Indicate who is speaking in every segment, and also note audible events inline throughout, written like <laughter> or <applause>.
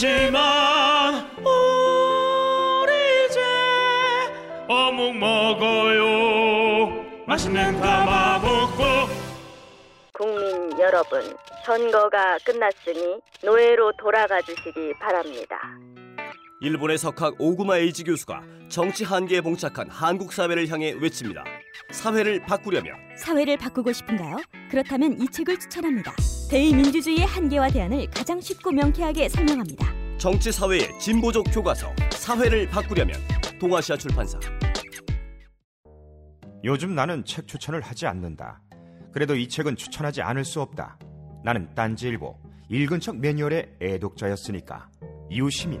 Speaker 1: 잠시만. 우리 이제 어묵 먹어요. 맛있는 가마 먹고.
Speaker 2: 국민 여러분, 선거가 끝났으니 노예로 돌아가 주시기 바랍니다.
Speaker 3: 일본의 석학 오구마 에이지 교수가 정치 한계에 봉착한 한국 사회를 향해 외칩니다. 사회를 바꾸려면
Speaker 4: 사회를 바꾸고 싶은가요? 그렇다면 이 책을 추천합니다. 대의민주주의의 한계와 대안을 가장 쉽고 명쾌하게 설명합니다.
Speaker 3: 정치 사회의 진보적 교과서 사회를 바꾸려면 동아시아 출판사
Speaker 5: 요즘 나는 책 추천을 하지 않는다. 그래도 이 책은 추천하지 않을 수 없다. 나는 딴지일보 읽은 척 매뉴얼의 애독자였으니까. 이웃시민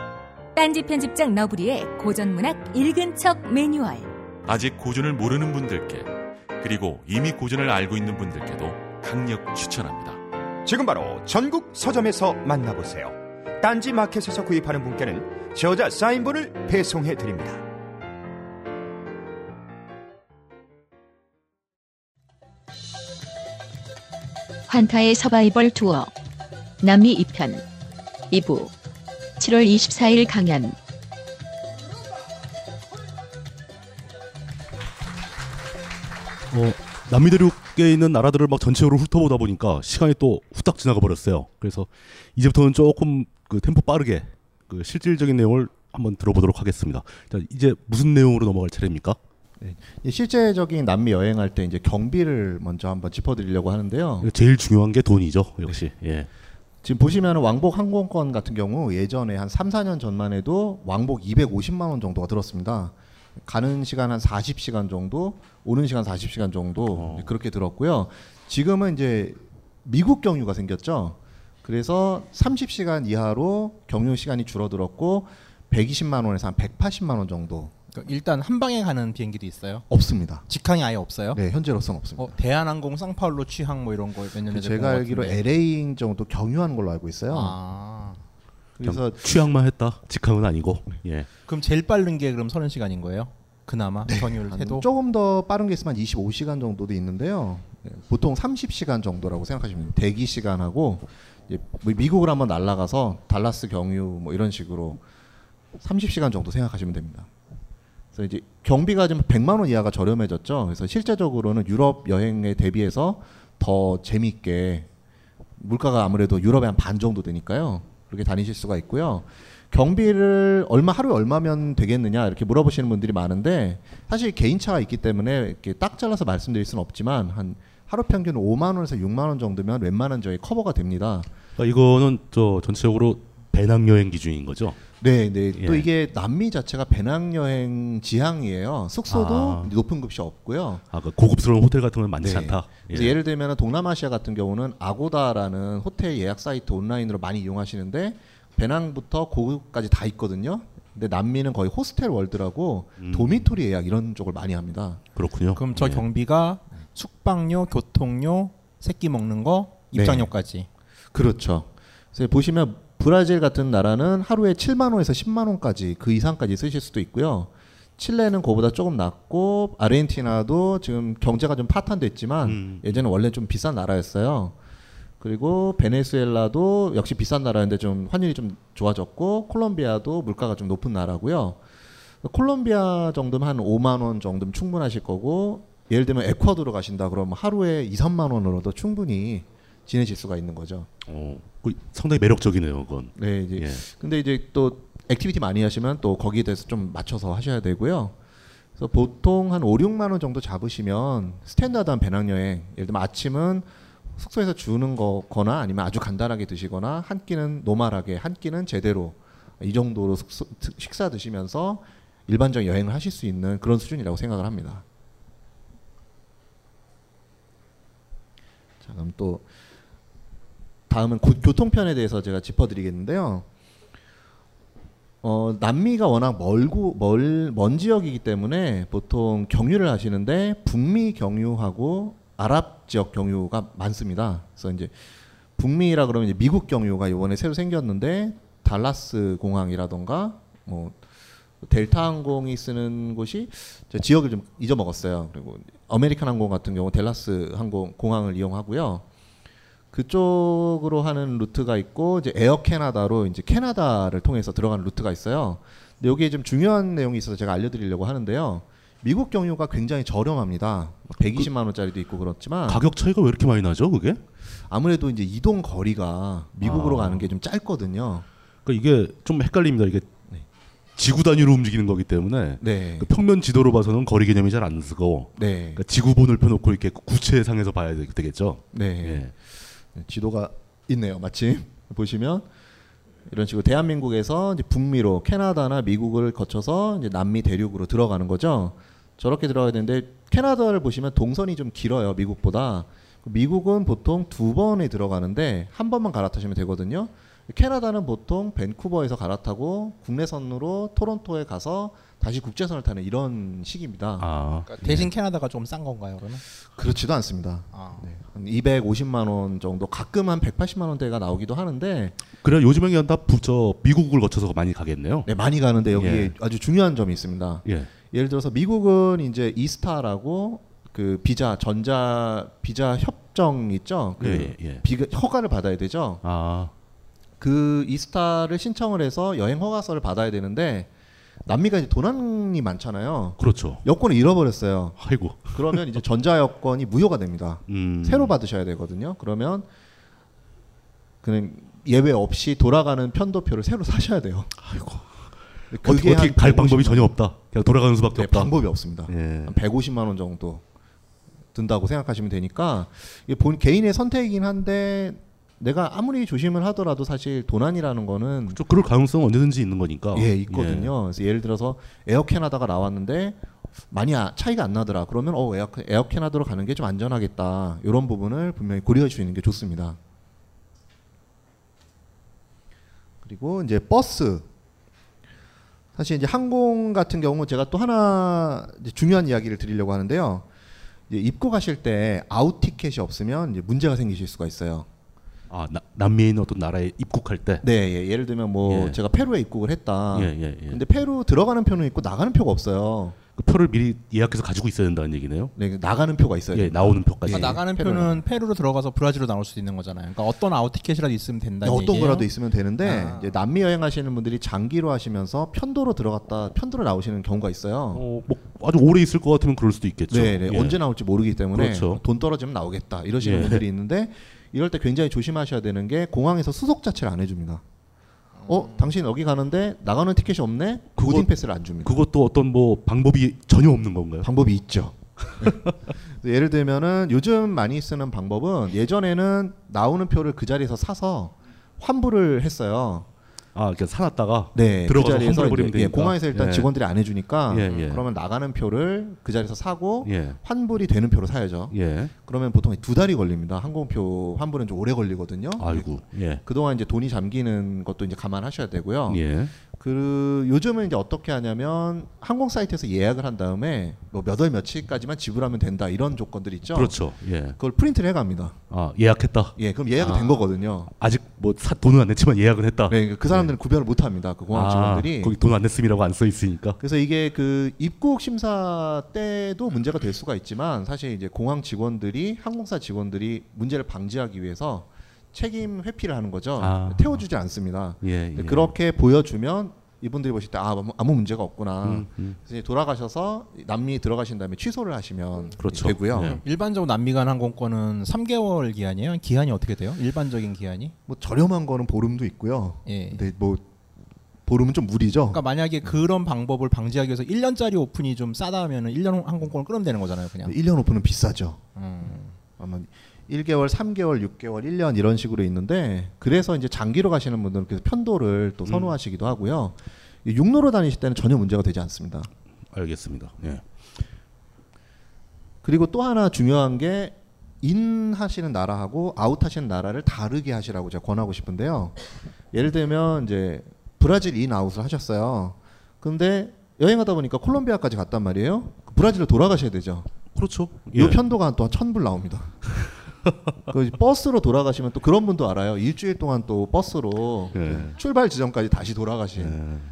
Speaker 6: 딴지 편집장 너브리의 고전문학 읽은 척 매뉴얼.
Speaker 7: 아직 고전을 모르는 분들께 그리고 이미 고전을 알고 있는 분들께도 강력 추천합니다.
Speaker 5: 지금 바로 전국 서점에서 만나보세요. 딴지 마켓에서 구입하는 분께는 저자 사인본을 배송해 드립니다.
Speaker 8: 환타의 서바이벌 투어 남미 2편 2부 7월 24일 강연
Speaker 9: 어, 남미 대륙에 있는 나라들을 막 전체적으로 훑어보다 보니까 시간이 또 후딱 지나가 버렸어요. 그래서 이제부터는 조금 그 템포 빠르게 그 실질적인 내용을 한번 들어보도록 하겠습니다. 자, 이제 무슨 내용으로 넘어갈 차례입니까?
Speaker 10: 이 예, 실제적인 남미 여행할 때 이제 경비를 먼저 한번 짚어드리려고 뭐 하는데요.
Speaker 9: 제일 중요한 게 돈이죠, 역시. 예.
Speaker 10: 지금 보시면 왕복 항공권 같은 경우 예전에 한 3, 4년 전만 해도 왕복 250만 원 정도가 들었습니다. 가는 시간 한 40시간 정도, 오는 시간 40시간 정도
Speaker 9: 어.
Speaker 10: 그렇게 들었고요. 지금은 이제 미국 경유가 생겼죠. 그래서 30시간 이하로 경유 시간이 줄어들었고 120만 원에서 한 180만 원 정도
Speaker 11: 그러니까 일단 한 방에 가는 비행기도 있어요.
Speaker 10: 없습니다.
Speaker 11: 직항이 아예 없어요.
Speaker 10: 네, 현재로서는 없습니다.
Speaker 11: 어, 대한항공 상파울로 취항 뭐 이런 거몇 년에
Speaker 10: 그 제가 알기로 LA인 정도 경유한 걸로 알고 있어요.
Speaker 11: 아.
Speaker 10: 그래서 네.
Speaker 9: 취향만 했다. 직항은 아니고. 예.
Speaker 11: 그럼 제일 빠른 게 그럼 30시간인 거예요? 그나마 경유를
Speaker 10: 네, 한
Speaker 11: 해도
Speaker 10: 조금 더 빠른 게 있으면 한 25시간 정도도 있는데요. 네, 보통 30시간 정도라고 생각하시면 됩니다. 대기 시간하고 이제 미- 미국을 한번 날아가서 달라스 경유 뭐 이런 식으로 30시간 정도 생각하시면 됩니다. 그래서 이제 경비가 지금 100만 원 이하가 저렴해졌죠. 그래서 실제적으로는 유럽 여행에 대비해서 더 재밌게 물가가 아무래도 유럽의 한 반 정도 되니까요. 그렇게 다니실 수가 있고요. 경비를 얼마 하루에 얼마면 되겠느냐 이렇게 물어보시는 분들이 많은데 사실 개인차가 있기 때문에 이렇게 딱 잘라서 말씀드릴 수는 없지만 한 하루 평균 5만 원에서 6만 원 정도면 웬만한 저희 커버가 됩니다.
Speaker 9: 그러니까 이거는 저 전체적으로 배낭 여행 기준인 거죠.
Speaker 10: 네, 네. 또
Speaker 9: 예.
Speaker 10: 이게 남미 자체가 배낭여행 지향이에요. 숙소도
Speaker 9: 아.
Speaker 10: 높은 급이 없고요.
Speaker 9: 아, 그 고급스러운 호텔 같은 건 많지
Speaker 10: 네.
Speaker 9: 않다.
Speaker 10: 그래서 예. 를 들면 동남아시아 같은 경우는 아고다라는 호텔 예약 사이트 온라인으로 많이 이용하시는데 배낭부터 고급까지 다 있거든요. 근데 남미는 거의 호스텔 월드라고
Speaker 9: 음.
Speaker 10: 도미토리 예약 이런 쪽을 많이 합니다.
Speaker 9: 그렇군요.
Speaker 11: 그럼 저
Speaker 9: 예.
Speaker 11: 경비가 숙박료, 교통료, 새끼 먹는 거,
Speaker 10: 네.
Speaker 11: 입장료까지.
Speaker 10: 그렇죠. 그래서 보시면 브라질 같은 나라는 하루에 7만 원에서 10만 원까지 그 이상까지 쓰실 수도 있고요. 칠레는 그보다 조금 낮고 아르헨티나도 지금 경제가 좀 파탄됐지만
Speaker 9: 음.
Speaker 10: 예전에 원래 좀 비싼 나라였어요. 그리고 베네수엘라도 역시 비싼 나라인데 좀 환율이 좀 좋아졌고 콜롬비아도 물가가 좀 높은 나라고요. 콜롬비아 정도면 한 5만 원 정도면 충분하실 거고 예를 들면 에콰도르 가신다 그러면 하루에 2, 3만 원으로도 충분히 지내실 수가 있는 거죠.
Speaker 9: 그 상당히 매력적이네요, 그건. 예.
Speaker 10: 네, 이제 근데 이제 또 액티비티 많이 하시면 또 거기에 대해서 좀 맞춰서 하셔야 되고요. 그래서 보통 한 5, 6만 원 정도 잡으시면 스탠다드한 배낭여행 예를 들면 아침은 숙소에서 주는 거거나 아니면 아주 간단하게 드시거나 한 끼는 노멀하게 한 끼는 제대로 이 정도로 숙소- 드- 식사 드시면서 일반적인 여행을 하실 수 있는 그런 수준이라고 생각을 합니다. 자 그럼 또 다음은 고- 교통편에 대해서 제가 짚어드리겠는데요. 어, 남미가 워낙 멀고 멀, 먼 지역이기 때문에 보통 경유를 하시는데 북미 경유하고 아랍 지역 경유가 많습니다. 그래서 이제 북미라 그러면 이제 미국 경유가 이번에 새로 생겼는데 달라스 공항이라던가 뭐 델타 항공이 쓰는 음, 곳이 저 지역을 좀 잊어먹었어요. 그리고 아메리칸 항공 같은 경우 델라스 항공 공항을 이용하고요. 그쪽으로 하는 루트가 있고 이제 에어 캐나다로 이제 캐나다를 통해서 들어가는 루트가 있어요. 근데 여기에 좀 중요한 내용이 있어서 제가 알려드리려고 하는데요. 미국 경유가 굉장히 저렴합니다. 120만 뭐 원짜리도 있고 그렇지만
Speaker 9: 가격 차이가 왜 이렇게 많이 나죠, 그게? 아.
Speaker 10: 아무래도 이제 이동 거리가 미국으로 가는 게 좀 짧거든요.
Speaker 9: 그러니까 이게 좀 헷갈립니다. 이게 지구 단위로 움직이는 거기 때문에
Speaker 10: 네.
Speaker 9: 그 평면 지도로 봐서는 거리 개념이 잘 안 쓰고
Speaker 10: 네.
Speaker 9: 그러니까 지구본을 펴놓고 이렇게 구체상에서 봐야 되- 되겠죠. 예.
Speaker 10: 네. 지도가 있네요. 마침 보시면 이런 식으로 대한민국에서 이제 북미로 캐나다나 미국을 거쳐서 이제 남미 대륙으로 들어가는 거죠. 저렇게 들어가야 되는데 캐나다를 보시면 동선이 좀 길어요. 미국보다. 미국은 보통 두 번에 들어가는데 한 번만 갈아타시면 되거든요. 캐나다는 보통 밴쿠버에서 갈아타고 국내선으로 토론토에 가서 다시 국제선을 타는 이런 식입니다.
Speaker 9: 아.
Speaker 11: 대신 캐나다가 조금 싼 건가요, 그러면?
Speaker 10: 그렇지도 않습니다. 네, 한 250만 원 정도, 가끔 한 180만 원대가 나오기도 하는데
Speaker 9: 그래 요즘에는 다 부처 미국을 거쳐서 많이 가겠네요.
Speaker 10: 네, 많이 가는데 여기에
Speaker 9: 예.
Speaker 10: 아주 중요한 점이 있습니다.
Speaker 9: 예.
Speaker 10: 예를 들어서 미국은 이제 이스타라고 그 비자 전자 비자 협정 있죠. 그
Speaker 9: 예, 예, 예.
Speaker 10: 비가 허가를 받아야 되죠. 그 이스타를 신청을 해서 여행 허가서를 받아야 되는데 남미가 이제 도난이 많잖아요.
Speaker 9: 그렇죠.
Speaker 10: 여권을 잃어버렸어요.
Speaker 9: 아이고.
Speaker 10: 그러면 이제 전자 여권이 무효가 됩니다.
Speaker 9: 음.
Speaker 10: 새로 받으셔야 되거든요. 그러면 그냥 예외 없이 돌아가는 편도표를 새로 사셔야 돼요. 아이고.
Speaker 9: 어떻게, 어떻게 갈 방법이 전혀 없다. 그냥 돌아가는 수밖에
Speaker 10: 네,
Speaker 9: 없다. 예.
Speaker 10: 방법이 없습니다. 한 150만 원 정도 든다고 생각하시면 되니까 이게 본 개인의 선택이긴 한데 내가 아무리 조심을 하더라도 사실 도난이라는 거는
Speaker 9: 좀 그럴 가능성은 언제든지 있는 거니까.
Speaker 10: 예, 있거든요. 그래서 예를 들어서 에어 캐나다가 나왔는데 많이 아- 차이가 안 나더라. 그러면 어 에어, 에어 캐나다로 가는 게 좀 안전하겠다. 이런 부분을 분명히 고려해 주시는 게 좋습니다. 그리고 이제 버스 사실 이제 항공 같은 경우 제가 또 하나 이제 중요한 이야기를 드리려고 하는데요. 이제 입국하실 때 아웃 티켓이 없으면 이제 문제가 생기실 수가 있어요.
Speaker 9: 아 나- 남미에 있는 어떤 나라에 입국할 때.
Speaker 10: 네, 예. 예를 들면 뭐 제가 페루에 입국을 했다.
Speaker 9: 예, 예, 예.
Speaker 10: 근데 페루 들어가는 표는 있고 나가는 표가 없어요.
Speaker 9: 그 표를 미리 예약해서 가지고 있어야 된다는 얘기네요.
Speaker 10: 네, 나가는 표가 있어야
Speaker 9: 예,
Speaker 10: 됩니다.
Speaker 9: 나오는 표까지.
Speaker 11: 아, 나가는 표는 페루로 들어가서 브라질로 나올 수도 있는 거잖아요. 그러니까 어떤 아웃 티켓이라도 있으면 된다는
Speaker 10: 어떤
Speaker 11: 얘기예요.
Speaker 10: 거라도 있으면 되는데
Speaker 11: 아.
Speaker 10: 이제 남미 여행하시는 분들이 장기로 하시면서 편도로 들어갔다 편도로 나오시는 경우가 있어요.
Speaker 9: 뭐, 아주 오래 있을 것 같으면 그럴 수도 있겠죠.
Speaker 10: 네, 네.
Speaker 9: 예.
Speaker 10: 언제 나올지 모르기 때문에
Speaker 9: 그렇죠.
Speaker 10: 돈 떨어지면 나오겠다 이러시는
Speaker 9: 예.
Speaker 10: 분들이 있는데 이럴 때 굉장히 조심하셔야 되는 게 공항에서 수속 자체를 안 해줍니다. 어, 당신 여기 가는데 나가는 티켓이 없네? 보딩 패스를 안 줍니다. 네.
Speaker 9: 그것도 어떤 뭐 방법이 전혀 없는 건가요?
Speaker 10: 방법이 있죠. 네. 예를 들면은 요즘 많이 쓰는 방법은 예전에는 나오는 표를 그 자리에서 사서 환불을 했어요.
Speaker 9: 아, 그러니까 사놨다가
Speaker 10: 네, 그
Speaker 9: 들어가서
Speaker 10: 자리에서
Speaker 9: 환불해 버리면
Speaker 10: 이제, 예,
Speaker 9: 되니까.
Speaker 10: 공항에서 일단
Speaker 9: 예.
Speaker 10: 직원들이 안 해주니까
Speaker 9: 예, 예.
Speaker 10: 그러면 나가는 표를 그 자리에서 사고
Speaker 9: 예.
Speaker 10: 환불이 되는 표로 사야죠.
Speaker 9: 예.
Speaker 10: 그러면 보통 두 달이 걸립니다. 항공표 환불은 좀 오래 걸리거든요.
Speaker 9: 아이고. 예.
Speaker 10: 그동안 이제 돈이 잠기는 것도 이제 감안하셔야 되고요.
Speaker 9: 예.
Speaker 10: 그 요즘은 이제 어떻게 하냐면 항공 사이트에서 예약을 한 다음에 뭐 몇 월 며칠까지만 지불하면 된다 이런 조건들 있죠.
Speaker 9: 그렇죠. 예.
Speaker 10: 그걸 프린트를 해갑니다.
Speaker 9: 아 예약했다.
Speaker 10: 예, 그럼 예약이
Speaker 9: 아.
Speaker 10: 된 거거든요.
Speaker 9: 아직 뭐 사, 돈은 안 냈지만 예약은 했다. 아,
Speaker 10: 네, 그 사람들은 구별을 못 합니다. 그 공항 직원들이.
Speaker 9: 거기 돈 안 냈음이라고 안 써 있으니까.
Speaker 10: 그래서 이게 그 입국 심사 때도 문제가 될 수가 있지만 사실 이제 공항 직원들이 항공사 직원들이 문제를 방지하기 위해서 책임 회피를 하는 거죠.
Speaker 9: 아.
Speaker 10: 태워주지 않습니다.
Speaker 9: 예,
Speaker 10: 근데
Speaker 9: 예.
Speaker 10: 그렇게 보여주면 이분들이 보실 때 아, 아무- 아무 문제가 없구나.
Speaker 9: 음, 음.
Speaker 10: 그래서 이제 돌아가셔서 남미 들어가신 다음에 취소를 하시면
Speaker 9: 그렇죠. 네.
Speaker 10: 되고요.
Speaker 11: 네. 일반적으로 남미 간 항공권은 3개월 기한이에요. 기한이 어떻게 돼요? 일반적인 기한이?
Speaker 10: 뭐 저렴한 거는 보름도 있고요.
Speaker 11: 예.
Speaker 10: 근데 뭐 보름은 좀 무리죠.
Speaker 11: 그러니까 만약에 그런 방법을 방지하기 위해서 1년짜리 오픈이 좀 싸다 하면은 1년 항공권을 끊으면 되는 거잖아요, 그냥. 음.
Speaker 10: 1년 오픈은 비싸죠. 아마 1개월, 3개월, 6개월, 1년 이런 식으로 있는데 그래서 이제 장기로 가시는 분들은 그래서 편도를
Speaker 11: 음.
Speaker 10: 또 선호하시기도 하고요. 이 육로로 다니실 때는 전혀 문제가 되지 않습니다.
Speaker 9: 알겠습니다. 예.
Speaker 10: 그리고 또 하나 중요한 게 인하시는 나라하고 아웃하시는 나라를 다르게 하시라고 제가 권하고 싶은데요. 예를 들면 이제 브라질 인아웃을 하셨어요. 근데 여행하다 보니까 콜롬비아까지 갔단 말이에요. 그 브라질로 돌아가셔야 되죠.
Speaker 9: 그렇죠.
Speaker 10: 이
Speaker 9: 예.
Speaker 10: 편도가 또
Speaker 11: <laughs>
Speaker 10: 천불 나옵니다. 그 버스로 돌아가시면 또 그런 분도 알아요. 일주일 동안 또 버스로
Speaker 11: 예.
Speaker 10: 출발 지점까지 다시 돌아가신
Speaker 9: 예.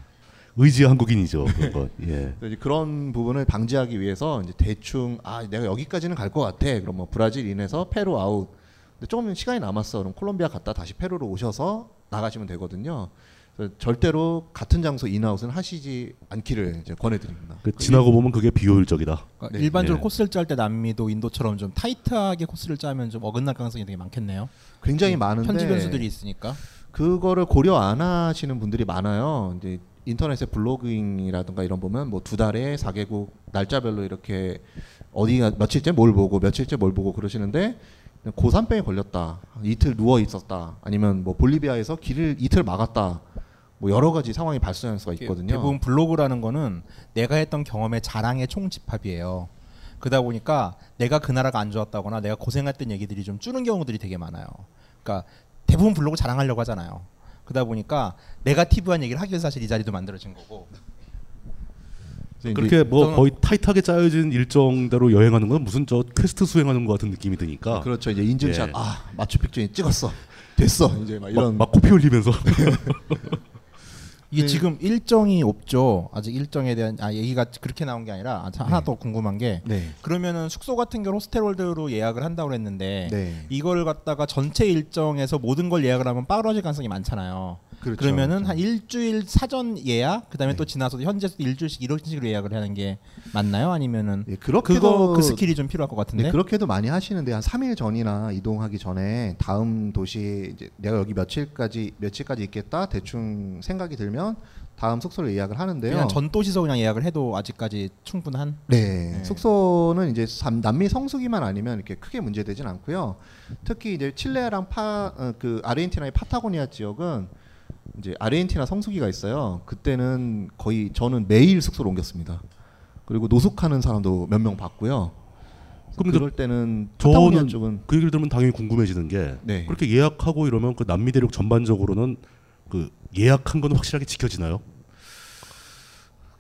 Speaker 9: 의지 한국인이죠. 그건. 예.
Speaker 10: 그래서 이제 그런 부분을 방지하기 위해서 이제 대충 아 내가 여기까지는 갈 것 같아. 그럼 뭐 브라질인에서 페루 아웃. 근데 조금 시간이 남았어. 그럼 콜롬비아 갔다 다시 페루로 오셔서 나가시면 되거든요. 그래서 절대로 같은 장소 인아웃은 하시지 않기를 이제 권해드립니다.
Speaker 9: 그 지나고 보면 그게 비효율적이다.
Speaker 11: 그러니까
Speaker 9: 네.
Speaker 11: 일반적으로
Speaker 9: 예.
Speaker 11: 코스를 짤 때 남미도 인도처럼 좀 타이트하게 코스를 짜면 좀 어긋날 가능성이 되게 많겠네요.
Speaker 10: 굉장히
Speaker 11: 그
Speaker 10: 많은데
Speaker 11: 편집 변수들이 있으니까.
Speaker 10: 그거를 고려 안 하시는 분들이 많아요. 이제 인터넷에 블로깅이라든가 이런 보면 뭐 두 달에 4개국 날짜별로 이렇게 어디가 며칠째 뭘 보고 며칠째 뭘 보고 그러시는데 고산병에 걸렸다. 이틀 누워 있었다. 아니면 뭐 볼리비아에서 길을 이틀 막았다. 뭐 여러 가지 상황이 발생할 수가 있거든요.
Speaker 11: 대부분 블로그라는 거는 내가 했던 경험의 자랑의 총집합이에요. 그러다 보니까 내가 그 나라가 안 좋았다거나 내가 고생했던 얘기들이 좀 주는 경우들이 되게 많아요. 그러니까 대부분 블로그 자랑하려고 하잖아요. 그러다 보니까 네가티브한 얘기를 하기 위해서 사실 이 자리도 만들어진 거고.
Speaker 9: 그렇게 뭐 거의 타이트하게 짜여진 일정대로 여행하는 건 무슨 저 퀘스트 수행하는 것 같은 느낌이 드니까.
Speaker 10: 그렇죠. 이제 인증샷
Speaker 9: 예.
Speaker 10: 아 마추픽추 찍었어. 됐어. 이제 막 이런 네. 그
Speaker 9: 막 코피
Speaker 10: <laughs>
Speaker 9: 흘리면서 음.
Speaker 11: 이게 지금 일정이 없죠. 아직 일정에 대한 아 얘기가 그렇게 나온 게 아니라 아, 참 하나 더 궁금한 게
Speaker 10: 네.
Speaker 11: 그러면은 숙소 같은 경우 호스텔월드로 예약을 한다고 했는데
Speaker 10: 네.
Speaker 11: 이걸 갖다가 전체 일정에서 모든 걸 예약을 하면 빠그러질 가능성이 많잖아요.
Speaker 10: 그렇죠.
Speaker 11: 러면은한 일주일 사전 예약, 그다음에 또 지나서도 현재도 일주일씩 이런 식으로 예약을 하는 게 맞나요? 아니면은 그거 그 스킬이 좀 필요할 것 같은데.
Speaker 10: 예, 네, 그렇게도 많이 하시는데 한 3일 전이나 이동하기 전에 다음 도시 이제 내가 여기 며칠까지 며칠까지 있겠다 대충 생각이 들면 다음 숙소를 예약을 하는데요.
Speaker 11: 그냥 전 도시서 그냥 예약을 해도 아직까지 충분한.
Speaker 10: 네, 숙소는 이제 삼- 남미 성수기만 아니면 이렇게 크게 문제되진 않고요. 특히 이제 칠레랑 파, 어, 그 아르헨티나의 파타고니아 지역은 이제 아르헨티나 성수기가 있어요. 그때는 거의 저는 매일 숙소를 옮겼습니다. 그리고 노숙하는 사람도 몇 명 봤고요.
Speaker 9: 그럼
Speaker 10: 그럴 때는 파타고니아
Speaker 9: 저는
Speaker 10: 쪽은
Speaker 9: 그 얘기를 들으면 당연히 궁금해지는 게
Speaker 10: 네.
Speaker 9: 그렇게 예약하고 이러면 그 남미 대륙 전반적으로는 그 예약한 건 확실하게 지켜지나요?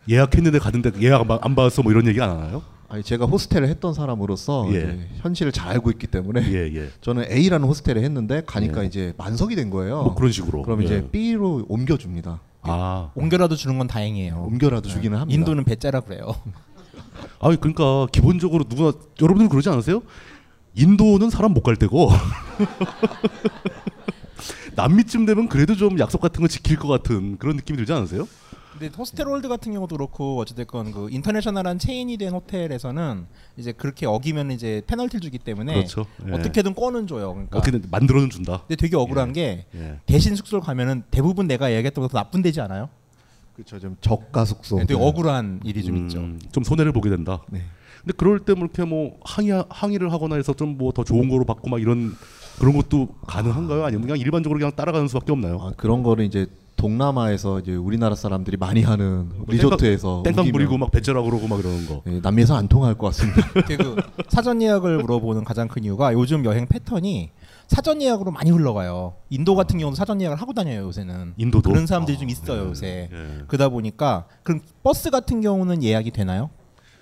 Speaker 9: 예약했는데 갔는데 예약 안 받- 안 받아서 뭐 이런 얘기 안 하나요?
Speaker 10: 아니 제가 호스텔을 했던 사람으로서
Speaker 9: 예.
Speaker 10: 이제 현실을 잘 알고 있기 때문에
Speaker 9: 예, 예.
Speaker 10: 저는 A라는 호스텔에 했는데
Speaker 11: 네.
Speaker 10: 가니까 이제 만석이 된 거예요.
Speaker 9: 뭐 그런 식으로.
Speaker 10: 그럼 이제
Speaker 9: 예.
Speaker 10: B로 옮겨줍니다.
Speaker 9: 아.
Speaker 11: 옮겨라도 주는 건 다행이에요.
Speaker 10: 옮겨라도 주기는 합니다.
Speaker 11: 네, 어. 인도는 배째라 그래요.
Speaker 9: 아니 그러니까 기본적으로 누구나 여러분들 그러지 않으세요? 인도는 사람 못 갈 때고 <laughs> 남미쯤 되면 그래도 좀 약속 같은 거 지킬 것 같은 그런 느낌이 들지 않으세요?
Speaker 11: 근데 호스텔월드 같은 경우도 그렇고 어찌됐건 그 인터내셔널한 체인이 된 호텔에서는 이제 그렇게 어기면 이제 페널티를 주기 때문에
Speaker 9: 그렇죠. 예.
Speaker 11: 네.
Speaker 9: 아,
Speaker 11: 어떻게든 꺼는 줘요. 그러니까
Speaker 9: 어떻게든 만들어는 준다.
Speaker 11: 근데 되게 억울한 게
Speaker 9: 예.
Speaker 11: 대신 숙소를 가면은 대부분 내가 예약했던 것보다 나쁜 데지 않아요?
Speaker 10: 그렇죠. 좀 네. 저가 숙소.
Speaker 9: 어,
Speaker 11: 네, 되게 억울한 일이 좀 있죠.
Speaker 9: 음,
Speaker 11: 네.
Speaker 9: 좀 손해를 보게 된다. 근데 그럴 때 뭐 이렇게 뭐 항의 항의를 하거나 해서 좀 뭐 더 좋은 거로 받고 막 이런 그런 것도 가능한가요? 아니면 그냥 일반적으로 그냥 따라가는 수밖에 없나요?
Speaker 10: 그런 거를 이제 동남아에서 이제 우리나라 사람들이 많이 하는
Speaker 11: 뭐 아,
Speaker 10: 리조트에서
Speaker 9: 땡깡
Speaker 10: 우기면
Speaker 9: 부리고 막 배째라 그러고 막 이러는 거.
Speaker 11: 네.
Speaker 10: 예, 남미에서 안 통할 것 같습니다.
Speaker 11: 그 사전 예약을 물어보는 가장 큰 이유가 요즘 여행 패턴이 사전 예약으로 많이 흘러가요. 인도 같은 경우도 사전 예약을 하고 다녀요 요새는.
Speaker 9: 인도도?
Speaker 11: 그런 사람들이 좀 있어요 요새. 그러다 보니까 그럼 버스 같은 경우는 예약이 되나요?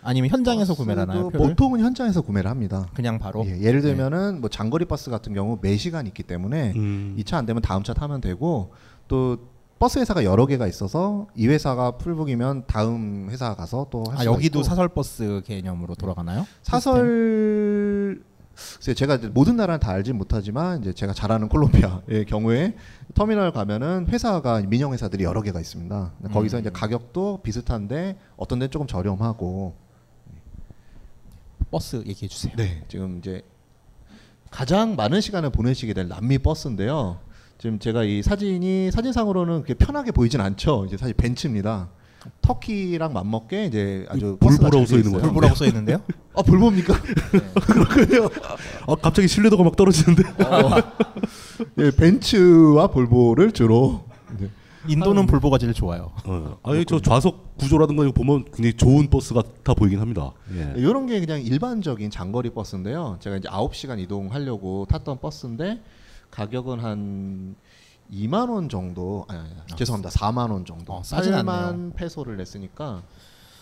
Speaker 11: 아니면 현장에서 구매하나요?
Speaker 10: 그래도
Speaker 11: 표를? 어? 네.
Speaker 10: 보통은 현장에서 구매를 합니다.
Speaker 11: 그냥 바로.
Speaker 10: 예, 를 들면은 뭐 장거리 버스 같은 경우 매시간 있기
Speaker 11: 음.
Speaker 10: 때문에 이 차 안 되면 다음 차 타면 되고 또 버스 회사가 여러 개가 있어서 이 회사가 풀북이면 다음 회사 가서 또 할
Speaker 11: 아
Speaker 10: 수가
Speaker 11: 여기도
Speaker 10: 있고.
Speaker 11: 사설 버스 개념으로 돌아가나요?
Speaker 10: 사설 글쎄, 제가 이제 모든 나라는 다 알진 못하지만 이제 제가 잘 아는 콜롬비아의 경우에 터미널 가면은 회사가 민영 회사들이 여러 개가 있습니다. 근데 거기서
Speaker 11: 음.
Speaker 10: 이제 가격도 비슷한데 어떤 데는 조금 저렴하고
Speaker 11: 버스 얘기해 주세요.
Speaker 10: 네, 지금 이제 가장 많은 시간을 보내시게 될 남미 버스인데요. 지금 제가 이 사진이 사진상으로는 그렇게 편하게 보이진 않죠. 이제 사실 벤츠입니다. 터키랑 맞먹게 이제 아주 버스가 잘돼
Speaker 9: 불보라고 써 있는 거예요? 불보라고 써 있는데요?
Speaker 10: <laughs> 아 불보입니까?
Speaker 9: 그렇군요. 아 갑자기 신뢰도가 막 떨어지는데.
Speaker 10: 예, 벤츠와 볼보를 주로 네.
Speaker 11: 인도는 볼보가 제일 좋아요.
Speaker 9: 어, 아니 저 좌석 구조라든가 이거 보면 굉장히 좋은 버스 같아 보이긴 합니다.
Speaker 10: 이런 게 그냥 일반적인 장거리 버스인데요. 제가 이제 9시간 이동하려고 탔던 버스인데 가격은 한 2만 원 정도. 아니, 아니, 아니, 죄송합니다. 4만 원 정도.
Speaker 11: 어, 싸진 않네요.
Speaker 10: 8만 페소를 냈으니까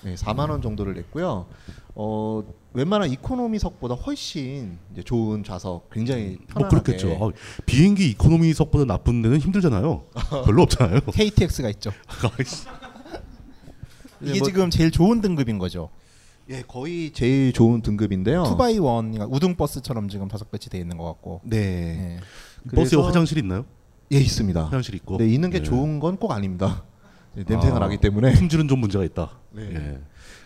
Speaker 10: 네, 4만 원 정도를 냈고요. 어, 웬만한 이코노미석보다 훨씬 이제 좋은 좌석, 굉장히 편안하게.
Speaker 9: 뭐 그렇겠죠. 아,
Speaker 10: 네.
Speaker 9: 비행기 이코노미석보다 나쁜 데는
Speaker 10: <laughs>
Speaker 9: 힘들잖아요. 별로 없잖아요. <laughs>
Speaker 11: KTX가 있죠. 이게 지금 제일 좋은 등급인 거죠.
Speaker 10: 뭐 예, 거의 제일 좋은 등급인데요.
Speaker 11: 2x1 우등 버스처럼 지금 다섯 배치 돼 있는 것 같고.
Speaker 10: 네.
Speaker 9: 버스에
Speaker 10: 그래서-
Speaker 9: 화장실 있나요?
Speaker 10: 예, 있습니다.
Speaker 9: 화장실 있고.
Speaker 10: 네, 있는 게
Speaker 9: 예.
Speaker 10: 좋은 건 꼭 아닙니다. 네, 냄새가
Speaker 9: 아,
Speaker 10: 나기 때문에.
Speaker 9: 품질은 좀 문제가 있다.
Speaker 10: 네.
Speaker 9: 예.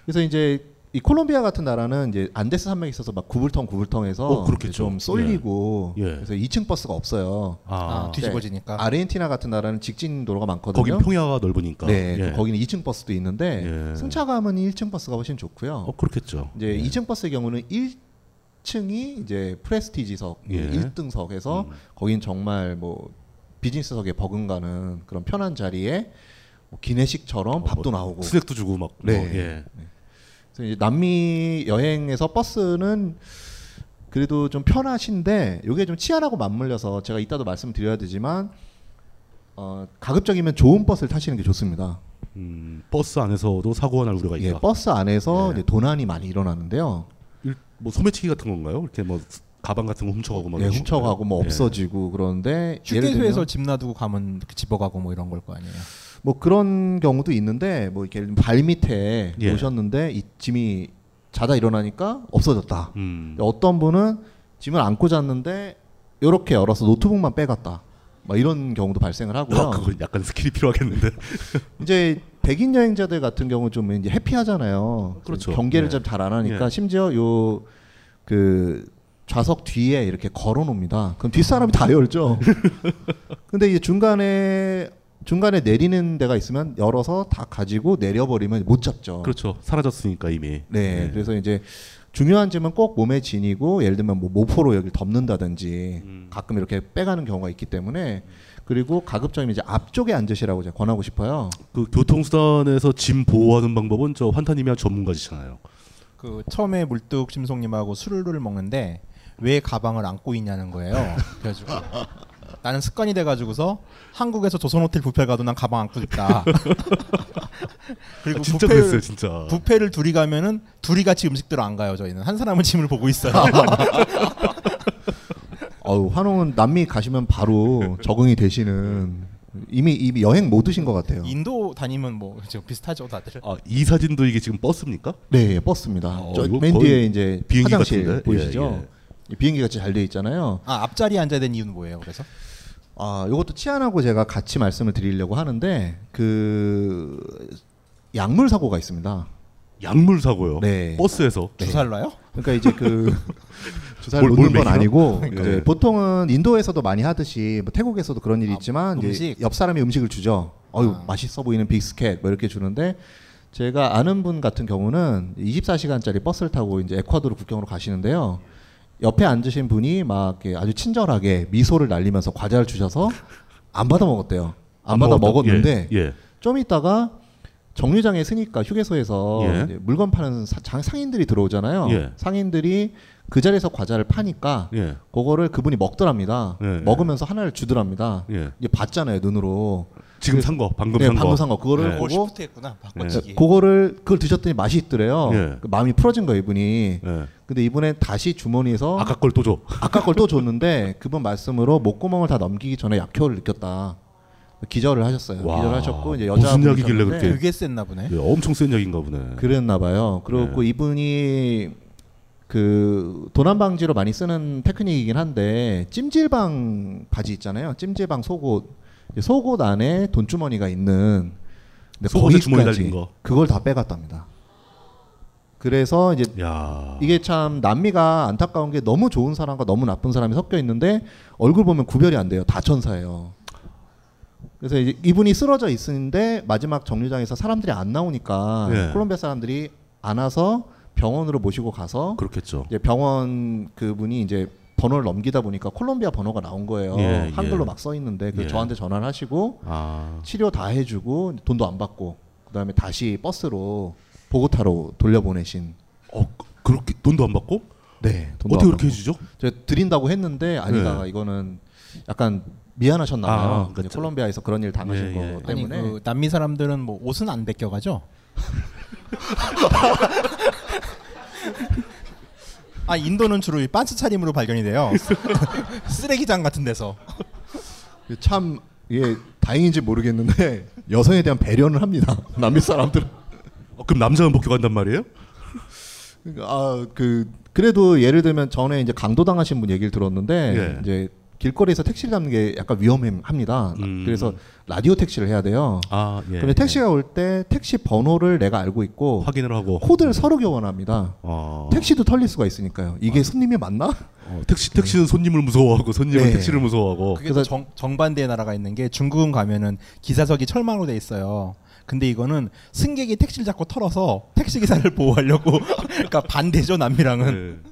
Speaker 10: 그래서 이제 이 콜롬비아 같은 나라는 이제 안데스 산맥이 있어서 막 구불텅 구불텅해서
Speaker 9: 어, 그렇겠죠.
Speaker 10: 이제 좀 쏠리고
Speaker 9: 예. 예.
Speaker 10: 그래서 2층 버스가 없어요.
Speaker 9: 아,
Speaker 11: 아, 뒤집어지니까.
Speaker 10: 네, 아르헨티나 같은 나라는 직진 도로가 많거든요.
Speaker 9: 거긴 평야가 넓으니까.
Speaker 10: 네,
Speaker 9: 예.
Speaker 10: 거기는 2층 버스도 있는데
Speaker 9: 예.
Speaker 10: 승차감은 1층 버스가 훨씬 좋고요.
Speaker 9: 어, 그렇겠죠.
Speaker 10: 이제 2층 버스의 경우는 1층이 이제 프레스티지석,
Speaker 9: 예. 음.
Speaker 10: 1등석에서 거긴 정말 뭐 비즈니스석에 버금가는 그런 편한 자리에 뭐 기내식처럼 밥도 나오고
Speaker 9: 어, 뭐 스낵도 주고 막.
Speaker 10: 네.
Speaker 9: 뭐, 예.
Speaker 10: 그래서 이제 남미 여행에서 버스는 그래도 좀 편하신데 이게 좀 치안하고 맞물려서 제가 이따도 말씀드려야 되지만 어, 가급적이면 좋은 버스를 타시는 게 좋습니다.
Speaker 9: 음, 버스 안에서도 사고가 날 우려가 있다.
Speaker 10: 예, 버스 안에서 이제 도난이 많이 일어나는데요.
Speaker 9: 일- 뭐 소매치기 같은 건가요? 이렇게 뭐 스- 가방 같은 거 훔쳐가고 막.
Speaker 10: 예,
Speaker 9: 이런
Speaker 10: 훔쳐가고
Speaker 9: 건가요?
Speaker 10: 뭐
Speaker 9: 예.
Speaker 10: 없어지고 그러는데 예를
Speaker 11: 휴게소에서
Speaker 10: 들면
Speaker 11: 집 놔두고 가면 집어가고 뭐 이런 걸 거 아니에요.
Speaker 10: 뭐 그런 경우도 있는데 뭐 이렇게 발 밑에
Speaker 11: 예.
Speaker 10: 오셨는데 이 짐이 자다 일어나니까 없어졌다.
Speaker 9: 음.
Speaker 10: 어떤 분은 짐을 안고 잤는데 이렇게 열어서 노트북만 빼갔다. 막 이런 경우도 발생을 하고요.
Speaker 9: 아, 그건 약간 스킬이 필요하겠는데.
Speaker 10: 이제 백인 여행자들 같은 경우 좀 이제 해피하잖아요.
Speaker 9: 그렇죠.
Speaker 10: 경계를
Speaker 9: 네.
Speaker 10: 좀 잘 안 하니까
Speaker 9: 예.
Speaker 10: 심지어 요 그 좌석 뒤에 이렇게 걸어 놓습니다. 그럼 뒷 사람이 다 열죠.
Speaker 9: <laughs>
Speaker 10: 근데 이제 중간에 중간에 내리는 데가 있으면 열어서 다 가지고 내려버리면 못 잡죠.
Speaker 9: 그렇죠. 사라졌으니까 이미.
Speaker 10: 어. 네,
Speaker 9: 예.
Speaker 10: 그래서 이제 중요한 짐은 꼭 몸에 지니고 예를 들면 뭐 모포로 여기를 덮는다든지
Speaker 9: 음.
Speaker 10: 가끔 이렇게 빼가는 경우가 있기 때문에 그리고 가급적이면 이제 앞쪽에 앉으시라고 제가 권하고 싶어요.
Speaker 9: 그 교통수단에서 짐 보호하는 방법은 저 환타님이 전문가시잖아요.
Speaker 11: 그 처음에 물뚝 심송님하고 술을 먹는데 왜 가방을 안고 있냐는 거예요. 그래가지고 나는 습관이 돼가지고서 한국에서 조선 호텔 뷔페 가도 난 가방 안고
Speaker 10: <laughs>
Speaker 11: 있다. 그리고
Speaker 9: 아, 진짜
Speaker 11: 뷔페를-
Speaker 9: 그랬어요, 진짜.
Speaker 11: 뷔페를 둘이 가면은 둘이 같이 음식들을 안 가요. 저희는 한 사람은 짐을 보고 있어요.
Speaker 10: 어우, 환웅은 남미 가시면 바로 적응이 되시는 이미 이미 여행 모드신 것 같아요.
Speaker 11: 인도 다니면 뭐 지금 비슷하죠 다들.
Speaker 9: 아, 이 사진도 이게 지금 버스입니까?
Speaker 10: 네, 버스입니다.
Speaker 9: 어,
Speaker 10: 저
Speaker 9: 이거
Speaker 10: 맨
Speaker 9: 거의
Speaker 10: 뒤에 이제
Speaker 9: 비행기
Speaker 10: 화장실
Speaker 9: 같은데?
Speaker 10: 보이시죠?
Speaker 9: 예,
Speaker 10: 이 비행기 같이 잘 돼 있잖아요.
Speaker 11: 아 앞자리에 앉아야 된 이유는 뭐예요? 그래서
Speaker 10: 아, 요것도 치안하고 제가 같이 말씀을 드리려고 하는데 그 약물 사고가 있습니다.
Speaker 9: 약물 사고요.
Speaker 10: 네.
Speaker 9: 버스에서
Speaker 11: 주사를 놔요?
Speaker 10: 그러니까 이제 그 주사를
Speaker 9: 뭘- 뭘
Speaker 10: 놓는 건
Speaker 9: 먹이나?
Speaker 10: 아니고
Speaker 9: 그러니까.
Speaker 10: 이제
Speaker 9: 예.
Speaker 10: 보통은 인도에서도 많이 하듯이 뭐 태국에서도 그런 일이 있지만 이제
Speaker 11: 음식?
Speaker 10: 옆 사람이 음식을 주죠. 어유 맛있어 보이는 빅스켓 뭐 이렇게 주는데 제가 아는 분 같은 경우는 24시간짜리 버스를 타고 이제 에콰도르 국경으로 가시는데요. 옆에 앉으신 분이 막 이렇게 아주 친절하게 미소를 날리면서 과자를 주셔서 안 받아 먹었대요. 안 받아
Speaker 9: 먹었다-
Speaker 10: 먹었는데
Speaker 9: 예, 예.
Speaker 10: 좀 있다가 정류장에 서니까 휴게소에서
Speaker 9: 예.
Speaker 10: 이제 물건 파는 사- 장- 상인들이 들어오잖아요.
Speaker 9: 예.
Speaker 10: 상인들이 그 자리에서 과자를 파니까
Speaker 9: 예.
Speaker 10: 그거를 그분이 먹더랍니다.
Speaker 9: 예.
Speaker 10: 먹으면서 하나를 주더랍니다.
Speaker 9: 예.
Speaker 10: 이제 봤잖아요 눈으로.
Speaker 9: 지금 산 거, 방금
Speaker 10: 네,
Speaker 9: 산 거.
Speaker 10: 방금 산 거. 그거를
Speaker 9: 예.
Speaker 10: 보고
Speaker 11: 그걸 시프트했구나, 바꿔치기.
Speaker 10: 예. 그거를 그걸 드셨더니 맛이 있더래요.
Speaker 9: 예.
Speaker 10: 그 마음이 풀어진 거예요 어? 이분이. 근데 이번에 다시 주머니에서 아까
Speaker 9: 걸 또 줘.
Speaker 10: 아까 걸 또 줬는데 그분 말씀으로 목구멍을 다 넘기기 전에 약효를 느꼈다. 기절을 하셨어요.
Speaker 9: 와,
Speaker 10: 기절하셨고 이제 여자
Speaker 9: 무슨 약이길래 그렇게
Speaker 11: 셌나 보네.
Speaker 9: 예, 네. 엄청 센 약인가 보네.
Speaker 10: 그랬나 봐요. 그리고 이분이 그 도난 방지로 많이 쓰는 테크닉이긴 한데 찜질방 바지 있잖아요. 찜질방 속옷 속옷 안에 돈주머니가 있는 근데
Speaker 9: 속옷에
Speaker 10: 거기까지
Speaker 9: 주머니 달린 거.
Speaker 10: 그걸 다 빼갔답니다. 그래서 이제 이게 참 남미가 안타까운 게 너무 좋은 사람과 너무 나쁜 사람이 섞여 있는데 얼굴 보면 구별이 안 돼요. 다 천사예요. 그래서 이제 이분이 쓰러져 있는데 마지막 정류장에서 사람들이 안 나오니까
Speaker 9: 예.
Speaker 10: 콜롬비아 사람들이 안 와서 병원으로 모시고 가서
Speaker 9: 그렇겠죠.
Speaker 10: 이제 병원 그분이 이제 번호를 넘기다 보니까 콜롬비아 번호가 나온 거예요.
Speaker 9: 예,
Speaker 10: 한글로
Speaker 9: 예.
Speaker 10: 막 써 있는데 그
Speaker 9: 예.
Speaker 10: 저한테 전화를 하시고
Speaker 9: 아.
Speaker 10: 치료 다 해주고 돈도 안 받고 그다음에 다시 버스로 보고타로 돌려보내신.
Speaker 9: 어 그렇게 돈도 안 받고?
Speaker 10: 네. 돈도
Speaker 9: 어떻게
Speaker 10: 안
Speaker 9: 그렇게
Speaker 10: 받고.
Speaker 9: 해주죠?
Speaker 10: 제가 드린다고 했는데 아니다 이거는 약간 미안하셨나 봐요.
Speaker 11: 아,
Speaker 10: 이제 콜롬비아에서 네. 그런 일 당하신 거
Speaker 11: 아니
Speaker 10: 때문에.
Speaker 11: 그 남미 사람들은 뭐 옷은 안 벗겨가죠? 아 인도는 주로 이 반츠 차림으로 발견이 돼요. <laughs> 쓰레기장 같은 데서.
Speaker 10: 그 참 이게 다행인지 모르겠는데 <laughs> 여성에 대한 배려는 합니다. <laughs> 남미 사람들은.
Speaker 9: 어, 그럼 남자만 벗겨간단 말이에요?
Speaker 10: 아, 그 그래도 예를 들면 전에 이제 강도 당하신 분 얘기를 들었는데
Speaker 9: 예.
Speaker 10: 이제 길거리에서 택시를 잡는 게 약간 위험합니다. 그래서 라디오 택시를 해야 돼요.
Speaker 9: 아, 예,
Speaker 10: 그럼 택시가 올 때 택시 번호를 내가 알고 있고
Speaker 9: 확인을 하고 아.
Speaker 10: 코드를 서로 교환합니다. 택시도 털릴 수가 있으니까요. 이게 손님이 맞나?
Speaker 9: 어, 택시 택시는 손님을 무서워하고 손님은
Speaker 11: 네.
Speaker 9: 택시를 무서워하고.
Speaker 11: 그게 또 정, 정반대의 나라가 있는 게 중국은 가면은 기사석이 철망으로 돼 있어요. 근데 이거는 승객이 택시를 잡고 털어서 택시 기사를 <laughs> 보호하려고 그러니까 반대죠 남미랑은.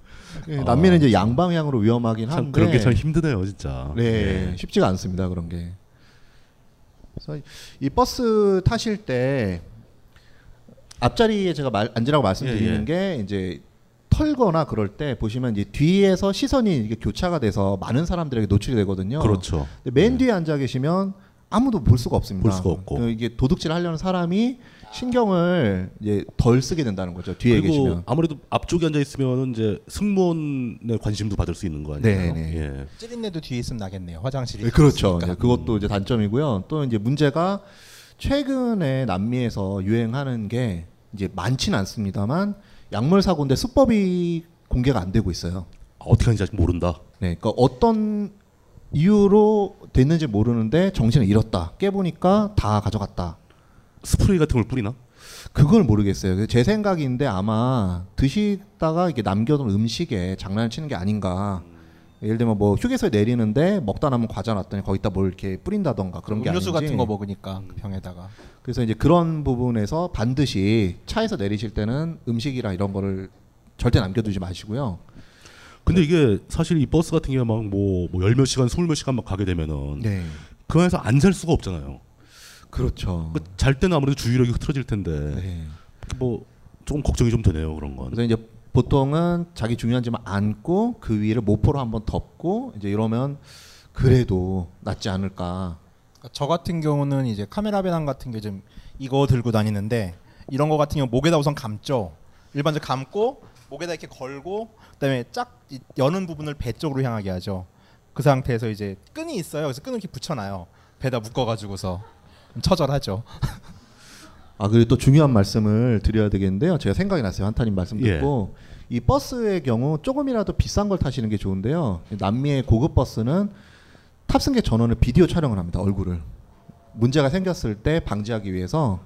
Speaker 10: 예, 남미는 이제 양방향으로 위험하긴
Speaker 9: 아, 참
Speaker 10: 한데
Speaker 9: 네. 그런 게 참 힘드네요, 진짜.
Speaker 10: 네,
Speaker 9: 예.
Speaker 10: 쉽지가 않습니다 그런 게. 그래서 이 버스 타실 때 앞자리에 제가 말, 앉으라고 말씀드리는
Speaker 9: 예, 예.
Speaker 10: 게 이제 털거나 그럴 때 보시면 이제 뒤에서 시선이 이게 교차가 돼서 많은 사람들에게 노출이 되거든요.
Speaker 9: 그렇죠.
Speaker 10: 근데 맨 뒤에 앉아 계시면 아무도 볼 수가 없습니다.
Speaker 9: 볼 수가 없고.
Speaker 10: 그 이게 도둑질 하려는 사람이 신경을 이제 덜 쓰게 된다는 거죠. 뒤에
Speaker 9: 그리고
Speaker 10: 계시면.
Speaker 9: 아무래도 앞쪽에 앉아 있으면 이제 승무원의 관심도 받을 수 있는 거
Speaker 10: 네,
Speaker 9: 아니에요?
Speaker 10: 네.
Speaker 9: 예.
Speaker 11: 찌린내도 뒤에 있으면 나겠네요. 화장실이. 음.
Speaker 10: 네, 그렇죠. 네, 그것도 이제 단점이고요. 또 이제 문제가 최근에 남미에서 유행하는 게 이제 많진 않습니다만 약물 사고인데 수법이 공개가 안 되고 있어요.
Speaker 9: 어떻게 하는지 아직 모른다.
Speaker 10: 네, 그러니까 어떤 이유로 됐는지 모르는데 정신을 잃었다. 깨보니까 다 가져갔다.
Speaker 9: 스프레이 같은 걸 뿌리나?
Speaker 10: 그걸 모르겠어요. 그제 생각인데 아마 드시다가 이게 남겨둔 음식에 장난을 치는 게 아닌가. 예를 들면 뭐 휴게소에 내리는데 먹다 남은 과자 놨더니 거기다 뭘 이렇게 뿌린다던가 그런 게
Speaker 11: 음료수
Speaker 10: 아닌지.
Speaker 11: 같은 거 먹으니까 그 병에다가.
Speaker 10: 그래서 이제 그런 부분에서 반드시 차에서 내리실 때는 음식이랑 이런 거를 절대 남겨두지 마시고요.
Speaker 9: 근데
Speaker 10: 네.
Speaker 9: 이게 사실 이 버스 같은 게 막뭐열몇 시간, 스물 몇 시간 막 가게 되면은
Speaker 10: 네. 음.
Speaker 9: 그 안에서 안 잘 수가 없잖아요.
Speaker 10: 그렇죠.
Speaker 9: 잘 때는 아무래도 주의력이 흐트러질 텐데
Speaker 10: 네.
Speaker 9: 뭐 조금 걱정이 좀 되네요 그런 건.
Speaker 10: 그래서 이제 보통은 자기 중요한 짐을 안고 그 위를 모포로 한번 덮고 이제 이러면 그래도 낫지 않을까.
Speaker 11: 그러니까 저 같은 경우는 이제 카메라 배낭 같은 게 좀 이거 들고 다니는데 이런 거 같은 경우 목에다 우선 감죠. 일반적으로 감고 목에다 이렇게 걸고 그다음에 쫙 이- 여는 부분을 배 쪽으로 향하게 하죠. 그 상태에서 이제 끈이 있어요. 그래서 끈을 이렇게 붙여놔요. 배다 묶어가지고서 좀 처절하죠.
Speaker 10: 아 그리고 또 중요한 말씀을 드려야 되겠는데요. 제가 생각이 났어요. 한타님 말씀
Speaker 9: 예.
Speaker 10: 듣고 이 버스의 경우 조금이라도 비싼 걸 타시는 게 좋은데요. 남미의 고급 버스는 탑승객 전원을 비디오 촬영을 합니다. 얼굴을 문제가 생겼을 때 방지하기 위해서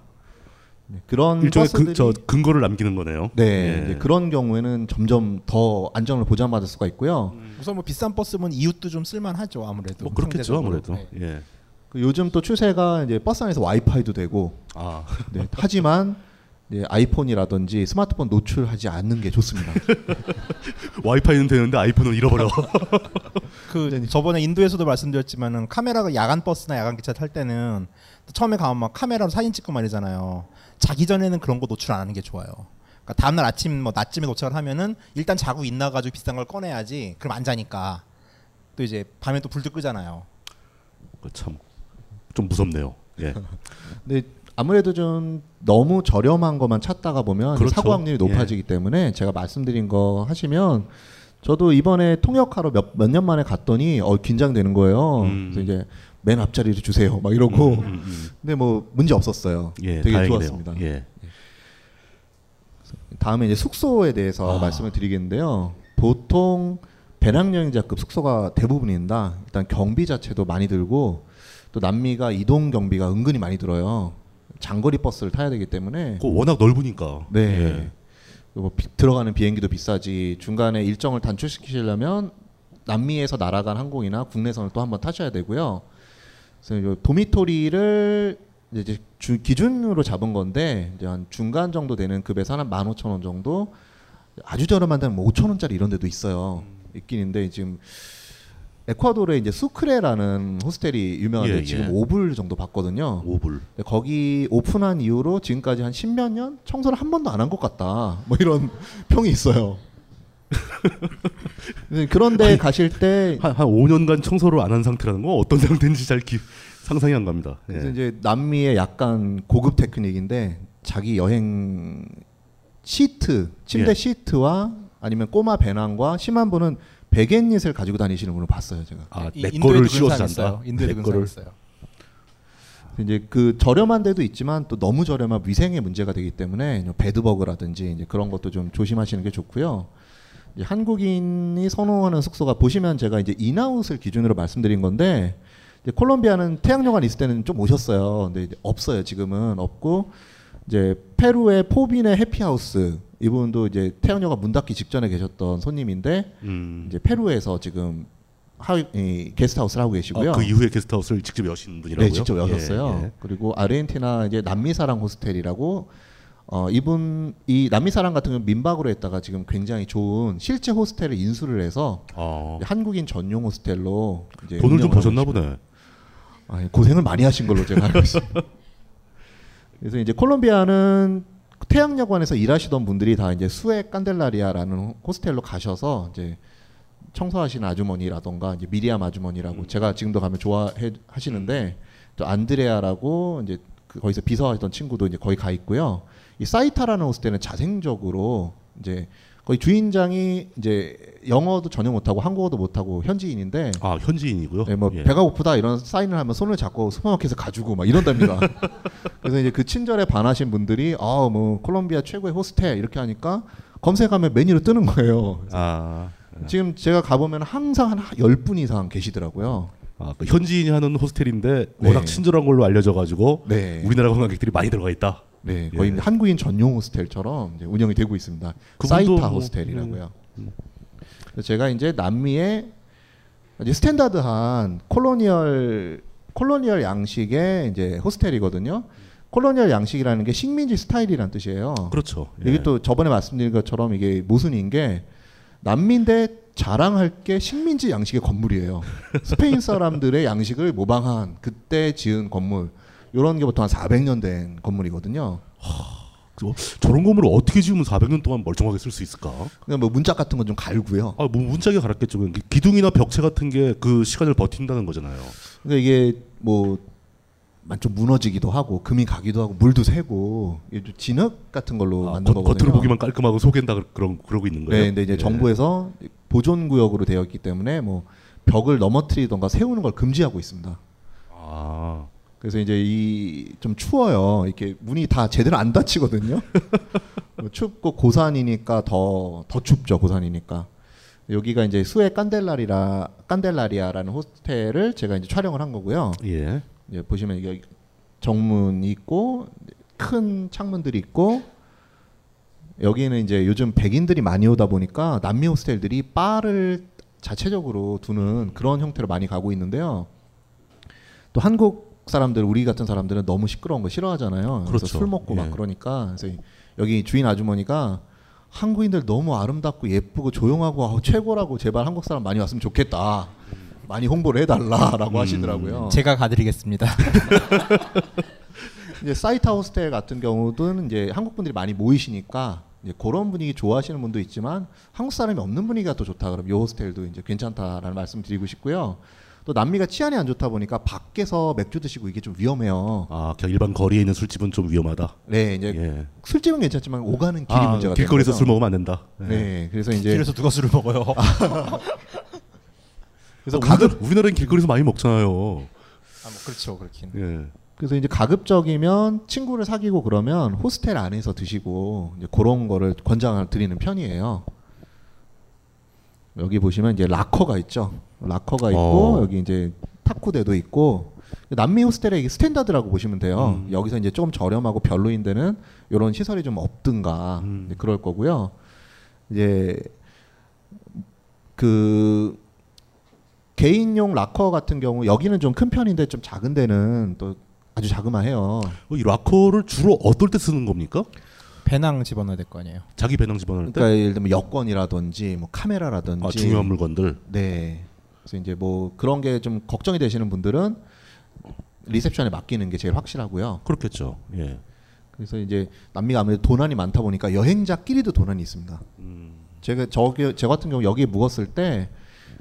Speaker 10: 네, 그런
Speaker 9: 일종의
Speaker 10: 버스들이
Speaker 9: 그, 저 근거를 남기는 거네요.
Speaker 10: 네
Speaker 9: 예.
Speaker 10: 이제 그런 경우에는 점점 더 안전을 보장받을 수가 있고요.
Speaker 11: 우선 뭐 비싼 버스면 이웃도 좀 쓸만하죠. 아무래도.
Speaker 9: 뭐 그렇겠죠
Speaker 11: 상대적으로.
Speaker 9: 아무래도.
Speaker 11: 네.
Speaker 9: 예.
Speaker 10: 그 요즘 또 추세가 이제 버스 안에서 와이파이도 되고
Speaker 9: 아,
Speaker 10: 네, 하지만 이제 아이폰이라든지 스마트폰 노출하지 않는 게 좋습니다.
Speaker 9: 와이파이는 되는데 아이폰은 잃어버려.
Speaker 11: <laughs>
Speaker 10: 네.
Speaker 11: 그 저번에 인도에서도 말씀드렸지만은 카메라가 야간 버스나 야간 기차 탈 때는 처음에 가면 막 카메라로 사진 찍고 말이잖아요. 자기 전에는 그런 거 노출 안 하는 게 좋아요. 그러니까 다음날 아침 뭐 낮쯤에 도착을 하면은 일단 자고 있나 가지고 비싼 걸 꺼내야지. 그럼 안 자니까 또 이제 밤에 또 불도 끄잖아요.
Speaker 9: <laughs> 참 좀 무섭네요. 예.
Speaker 10: 근데 아무래도 좀 너무 저렴한 것만 찾다가 보면
Speaker 9: 그렇죠.
Speaker 10: 사고 확률이 높아지기 때문에 제가 말씀드린 거 하시면 저도 이번에 통역하러 몇 몇 년 만에 갔더니 어 긴장되는 거예요.
Speaker 9: 음.
Speaker 10: 그래서 이제 맨 앞자리를 주세요. 막 이러고 근데 뭐 문제 없었어요.
Speaker 9: 예,
Speaker 10: 되게
Speaker 9: 다행이네요.
Speaker 10: 좋았습니다.
Speaker 9: 예.
Speaker 10: 다음에 이제 숙소에 대해서 말씀을 드리겠는데요. 보통 배낭여행자급 숙소가 대부분입니다. 일단 경비 자체도 많이 들고 또 남미가 이동 경비가 은근히 많이 들어요. 장거리 버스를 타야 되기 때문에
Speaker 9: 그거 워낙 넓으니까.
Speaker 10: 네.
Speaker 9: 예.
Speaker 10: 그리고 뭐 비- 들어가는 비행기도 비싸지. 중간에 일정을 단축시키려면 남미에서 날아간 항공이나 국내선을 또 한번 타셔야 되고요. 그래서 요 도미토리를 이제 주- 기준으로 잡은 건데 이제 한 중간 정도 되는 급에서 한 15,000원 정도 아주 저렴한 데는 뭐 5,000원짜리 이런 데도 있어요.
Speaker 9: 음.
Speaker 10: 있긴 있는데 지금 에콰도르에 이제 수크레라는 호스텔이 유명한데
Speaker 9: 예, 예.
Speaker 10: 지금 5불 정도 받거든요.
Speaker 9: 5불.
Speaker 10: 거기 오픈한 이후로 지금까지 한 십몇 년 청소를 한 번도 안 한 것 같다. 뭐 이런 <laughs> 평이 있어요. 네, 그런데 가실 때
Speaker 9: 한, 한 5년간 청소를 안 한 상태라는 건 어떤 <laughs> 상태인지 잘 기, 상상이 안 갑니다. 예.
Speaker 10: 그래서 이제 남미의 약간 고급 테크닉인데 자기 여행 시트, 침대
Speaker 9: 예.
Speaker 10: 시트와 아니면 꼬마 배낭과 심한 분은 베갯잇을 가지고 다니시는 분을 봤어요, 제가.
Speaker 9: 아,
Speaker 11: 이- 내 인도에도 거를 그런 씌워서 사람 잔다? 있어요. 인도에도 내 그런 거를. 사람 있어요.
Speaker 10: 이제 그 저렴한 데도 있지만 또 너무 저렴한 위생의 문제가 되기 때문에 배드버그라든지 이제 그런 것도 좀 조심하시는 게 좋고요. 이제 한국인이 선호하는 숙소가 보시면 제가 이제 인아웃을 기준으로 말씀드린 건데 이제 콜롬비아는 태양여관 있을 때는 좀 오셨어요. 근데 이제 없어요. 지금은 없고 이제 페루의 포빈의 해피하우스 이분도 이제 태양여관 문 닫기 직전에 계셨던 손님인데
Speaker 9: 음.
Speaker 10: 이제 페루에서 지금 하, 이, 게스트하우스를 하고 계시고요.
Speaker 9: 아, 그 이후에 게스트하우스를 직접 여신 분이라고요?
Speaker 10: 네, 직접 여셨어요.
Speaker 9: 예, 예.
Speaker 10: 그리고 아르헨티나 이제 남미사랑 호스텔이라고 어, 이분 이 남미사랑 같은 경우 민박으로 했다가 지금 굉장히 좋은 실제 호스텔을 인수를 해서 이제 한국인 전용 호스텔로 이제
Speaker 9: 아, 어. 돈을
Speaker 10: 운영을
Speaker 9: 좀
Speaker 10: 하고
Speaker 9: 버셨나
Speaker 10: 계십니다.
Speaker 9: 보네.
Speaker 10: 아니, 예, 고생을 많이 하신 걸로 제가 알고 있습니다. <laughs> 그래서 이제 콜롬비아는 태양여관에서 일하시던 분들이 다 이제 수에 깐델라리아라는 호스텔로 가셔서 이제 청소하시는 아주머니라던가 이제 미리암 아주머니라고 제가 지금도 가면 좋아해 하시는데 또 안드레아라고 이제 그 거기서 비서하던 친구도 이제 거기 가 있고요. 이 사이타라는 호스텔은 자생적으로 이제 거의 주인장이 이제 영어도 전혀 못하고 한국어도 못하고 현지인인데
Speaker 9: 아 현지인이고요.
Speaker 10: 네, 뭐
Speaker 9: 예.
Speaker 10: 배가 고프다 이런 사인을 하면 손을 잡고 슈퍼마켓에서 가지고 막 이런답니다. 그래서 이제 그 친절에 반하신 분들이 아 뭐 콜롬비아 최고의 호스텔 이렇게 하니까 검색하면 메뉴로 뜨는 거예요.
Speaker 9: 아,
Speaker 10: 지금 제가 가보면 항상 한 10분 이상 계시더라고요.
Speaker 9: 아, 그 현지인이 하는 호스텔인데 워낙 친절한 걸로 알려져가지고
Speaker 10: 네.
Speaker 9: 우리나라 관광객들이 많이 들어가 있다.
Speaker 10: 네, 거의 한국인 전용 호스텔처럼 이제 운영이 되고 있습니다.
Speaker 9: 그분도
Speaker 10: 사이타
Speaker 9: 뭐,
Speaker 10: 호스텔이라고요. 그래서 제가 이제 남미의 이제 스탠다드한 콜로니얼 콜로니얼 양식의 이제 호스텔이거든요. 콜로니얼 양식이라는 게 식민지 스타일이란 뜻이에요.
Speaker 9: 그렇죠.
Speaker 10: 이게 또 저번에 말씀드린 것처럼 이게 모순인 게 남미인데 자랑할 게 식민지 양식의
Speaker 9: <laughs>
Speaker 10: 건물이에요. 스페인 사람들의 양식을 모방한 그때 지은 건물. 이런 게 보통 한 400년 된 건물이거든요.
Speaker 9: 저- 뭐 저런 건물을 어떻게 지으면 400년 동안 멀쩡하게 쓸 수 있을까?
Speaker 10: 그냥 뭐 문짝 같은 건 좀 갈고요.
Speaker 9: 아, 뭐 문짝이 갈았겠죠. 그 기둥이나 벽체 같은 게 그 시간을 버틴다는 거잖아요.
Speaker 10: 근데 그러니까 이게 뭐 뭐좀 무너지기도 하고 금이 가기도 하고 물도 새고 이게 좀 진흙 같은 걸로 만든
Speaker 9: 아, 겉-
Speaker 10: 거거든요.
Speaker 9: 겉으로 보기만 깔끔하고 속엔다 그- 그런 그러고 있는 거예요.
Speaker 10: 네, 근데 이제
Speaker 9: 예.
Speaker 10: 정부에서 보존 구역으로 되어 있기 때문에 뭐 벽을 넘어뜨리던가 세우는 걸 금지하고 있습니다.
Speaker 9: 아.
Speaker 10: 그래서 이제 이 좀 추워요. 이렇게 문이 다 제대로 안 닫히거든요. <laughs> 뭐 춥고 고산이니까 더 더 춥죠. 고산이니까. 여기가 이제 수에 깐델라리라 깐델라리아라는 호스텔을 제가 이제 촬영을 한 거고요.
Speaker 9: 예.
Speaker 10: 이제 보시면 이게 정문이 있고 큰 창문들이 있고 여기는 이제 요즘 백인들이 많이 오다 보니까 남미 호스텔들이 바를 자체적으로 두는 그런 형태로 많이 가고 있는데요. 또 한국 사람들 우리 같은 사람들은 너무 시끄러운 거 싫어하잖아요. 그래서
Speaker 9: 그렇죠.
Speaker 10: 술 먹고
Speaker 9: 예.
Speaker 10: 막 그러니까 그래서 여기 주인 아주머니가 한국인들 너무 아름답고 예쁘고 조용하고 아우 최고라고 제발 한국 사람 많이 왔으면 좋겠다. 많이 홍보를
Speaker 9: 음.
Speaker 10: 해달라라고 하시더라고요.
Speaker 11: 제가 가드리겠습니다.
Speaker 10: 이제 사이트하우스텔 같은 경우는 이제 한국 분들이 많이 모이시니까 이제 그런 분위기 좋아하시는 분도 있지만 한국 사람이 없는 분위기가 더 좋다 그럼 요 호스텔도 이제 괜찮다라는 말씀 드리고 싶고요. 또 남미가 치안이 안 좋다 보니까 밖에서 맥주 드시고 이게 좀 위험해요.
Speaker 9: 아, 그냥 일반 거리에 있는 술집은 좀 위험하다. 예.
Speaker 10: 네, 이제
Speaker 11: 예.
Speaker 10: 술집은 괜찮지만 오가는 길이
Speaker 9: 아,
Speaker 10: 문제가 되는
Speaker 9: 길거리에서
Speaker 10: 거죠.
Speaker 9: 술 먹으면 안 된다.
Speaker 10: 네,
Speaker 9: 네.
Speaker 10: 그래서 이제
Speaker 11: 길에서 누가 술을
Speaker 10: <laughs>
Speaker 11: 먹어요? <laughs> 어,
Speaker 9: 그래서 우리나라, 우리나라는 길거리에서 많이 먹잖아요.
Speaker 11: 아, 뭐 그렇죠, 그렇긴.
Speaker 9: 예.
Speaker 10: 그래서 이제 가급적이면 친구를 사귀고 그러면 호스텔 안에서 드시고 이제 그런 거를 권장을 드리는 편이에요. 여기 보시면 이제 라커가 있죠. 라커가 있고
Speaker 5: 어.
Speaker 10: 여기 이제 탁구대도 있고 남미 호스텔의 이게 스탠다드라고 보시면 돼요. 여기서 이제 좀 저렴하고 별로인 데는 이런 시설이 좀 없든가
Speaker 9: 음.
Speaker 10: 이제 그럴 거고요. 이제 그 개인용 락커 같은 경우 여기는 좀 큰 편인데 좀 작은 데는 또 아주 자그마해요.
Speaker 9: 이 락커를 주로 어떨 때 쓰는 겁니까?
Speaker 11: 배낭 집어넣어야 될 거 아니에요.
Speaker 9: 자기 배낭 집어넣을 때?
Speaker 10: 그러니까 예를 들면 여권이라든지 뭐 카메라라든지
Speaker 9: 아, 중요한 물건들.
Speaker 10: 네. 그래서 이제 뭐 그런 게 좀 걱정이 되시는 분들은 리셉션에 맡기는 게 제일 확실하고요.
Speaker 9: 그렇겠죠. 예.
Speaker 10: 그래서 이제 남미가 아무래도 도난이 많다 보니까 여행자끼리도 도난이 있습니다.
Speaker 9: 음.
Speaker 10: 제가 저기 저 같은 경우 여기에 묵었을 때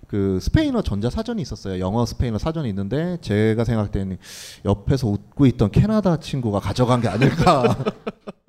Speaker 10: 그 스페인어 전자 사전이 있었어요. 영어 스페인어 사전이 있는데 제가 생각할 때는 옆에서 웃고 있던 캐나다 친구가 가져간 게 아닐까.
Speaker 9: <laughs>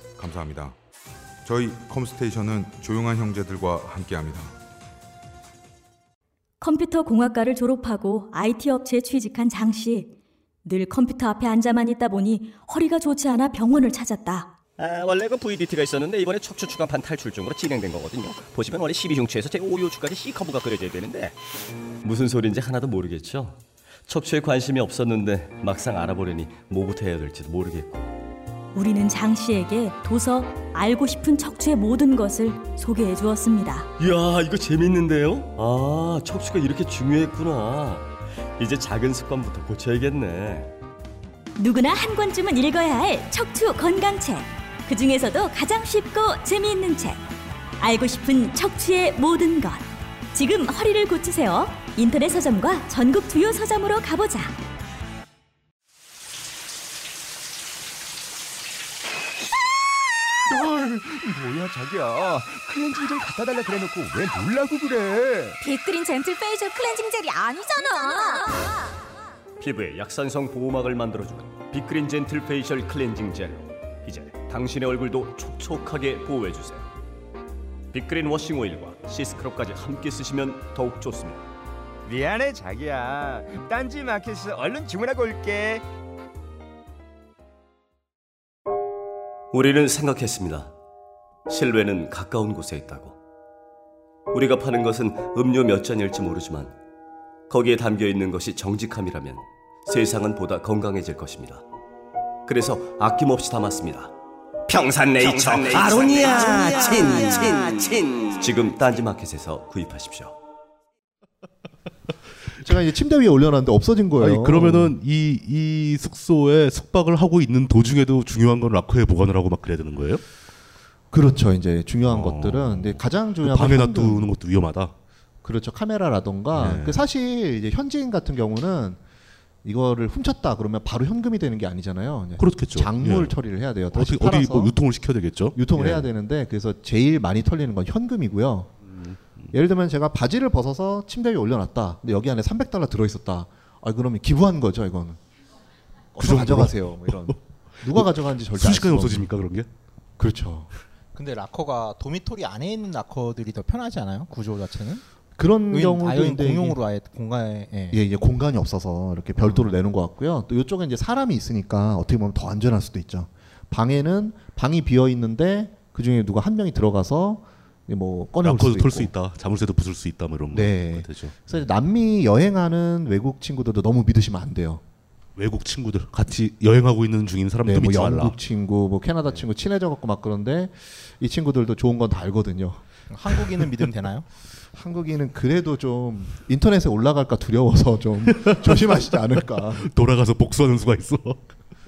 Speaker 12: 감사합니다. 저희 컴스테이션은 조용한 형제들과 함께합니다.
Speaker 4: 컴퓨터 공학과를 졸업하고 IT 업체에 취직한 장 씨. 늘 컴퓨터 앞에 앉아만 있다 보니 허리가 좋지 않아 병원을 찾았다.
Speaker 13: 아, 원래 그 VDT가 있었는데 이번에 척추 추간판 탈출증으로 진행된 거거든요. 보시면 원래 12중추에서 제 5요추까지 C 커브가 그려져야 되는데 무슨 소리인지 하나도 모르겠죠. 척추에 관심이 없었는데 막상 알아보려니 뭐부터 해야 될지도 모르겠고
Speaker 4: 우리는 장 씨에게 도서 알고 싶은 척추의 모든 것을 소개해 주었습니다.
Speaker 13: 이야 이거 재밌는데요? 아 척추가 이렇게 중요했구나 이제 작은 습관부터 고쳐야겠네
Speaker 4: 누구나 한 권쯤은 읽어야 할 척추 건강책. 그 중에서도 가장 쉽고 재미있는 책. 알고 싶은 척추의 모든 것. 지금 허리를 고치세요. 인터넷 서점과 전국 주요 서점으로 가보자.
Speaker 14: 헐, 뭐야 자기야 클렌징 젤 갖다 달라 그래놓고 왜 놀라고 그래
Speaker 15: 빅그린 젠틀 페이셜 클렌징 젤이 아니잖아.
Speaker 13: 피부에 약산성 보호막을 만들어주는 빅그린 젠틀 페이셜 클렌징 젤로 이제 당신의 얼굴도 촉촉하게 보호해주세요. 빅그린 워싱 오일과 시스크럽까지 함께 쓰시면 더욱 좋습니다.
Speaker 14: 미안해 자기야 딴지 마켓에서 얼른 주문하고 올게
Speaker 13: 우리는 생각했습니다. 실외는 가까운 곳에 있다고. 우리가 파는 것은 음료 몇 잔일지 모르지만 거기에 담겨 있는 것이 정직함이라면 세상은 보다 건강해질 것입니다. 그래서 아낌없이 담았습니다. 평산네이처
Speaker 16: 평산네이처,
Speaker 13: 아로니아
Speaker 16: 아로니아,
Speaker 13: 친친 지금 딴지마켓에서 구입하십시오.
Speaker 10: 제가 이제 침대 위에 올려놨는데 없어진 거예요.
Speaker 9: 아니, 그러면은 이, 이 숙소에 숙박을 하고 있는 도중에도 중요한 건 락커에 보관을 하고 막 그래야 되는 거예요?
Speaker 10: 그렇죠. 이제 중요한 것들은 근데 가장 중요한
Speaker 9: 밤에
Speaker 10: 건 현금.
Speaker 9: 어. 그 놔두는 것도 위험하다.
Speaker 10: 그렇죠. 카메라라던가
Speaker 9: 네.
Speaker 10: 그 사실 이제 현지인 같은 경우는 이거를 훔쳤다 그러면 바로 현금이 되는 게 아니잖아요. 이제
Speaker 9: 그렇겠죠.
Speaker 10: 장물
Speaker 9: 예.
Speaker 10: 처리를 해야 돼요. 네. 다시
Speaker 9: 어디 어디
Speaker 10: 팔아서
Speaker 9: 뭐 유통을 시켜야 되겠죠.
Speaker 10: 유통을
Speaker 9: 예.
Speaker 10: 해야 되는데 그래서 제일 많이 털리는 건 현금이고요. 예를 들면 제가 바지를 벗어서 침대 위에 올려놨다. 근데 여기 안에 300달러 들어있었다. 아 그러면 기부한 거죠 이거는.
Speaker 9: 그
Speaker 10: 어서
Speaker 9: 정도로?
Speaker 10: 가져가세요. 뭐 이런. 누가 가져가는지 절대 알
Speaker 9: 순식간에
Speaker 10: 수가
Speaker 9: 없어집니까 그런 게?
Speaker 10: 그렇죠.
Speaker 11: 근데 락커가 도미토리 안에 있는 락커들이 더 편하지 않아요? 구조 자체는?
Speaker 10: 그런
Speaker 11: 아예
Speaker 10: 경우도 있는데 이게-
Speaker 11: 공용으로 아예 공간에 예.
Speaker 10: 예, 이제 공간이 없어서 이렇게 별도로 내는 것 같고요. 또 이쪽에 이제 사람이 있으니까 어떻게 보면 더 안전할 수도 있죠. 방에는 방이 비어 있는데 그 중에 누가 한 명이 들어가서 뭐 꺼내올 수도
Speaker 9: 락커도
Speaker 10: 있고.
Speaker 9: 털 수 있다, 자물쇠도 부술 수 있다, 뭐 이런
Speaker 10: 네.
Speaker 9: 거 되죠.
Speaker 10: 그래서 이제 남미 여행하는 외국 친구들도 너무 믿으시면 안 돼요.
Speaker 9: 외국 친구들 같이 여행하고 있는 중인 사람도
Speaker 10: 네, 뭐
Speaker 9: 믿지
Speaker 10: 영국
Speaker 9: 말라.
Speaker 10: 친구, 뭐 캐나다 친구 친해져 갖고 막 그런데 이 친구들도 좋은 건 다 알거든요.
Speaker 11: 한국인은 믿으면 되나요?
Speaker 10: <laughs> 한국인은 그래도 좀 인터넷에 올라갈까 두려워서 좀 <laughs> 조심하시지 않을까.
Speaker 9: 돌아가서 복수하는 수가 있어.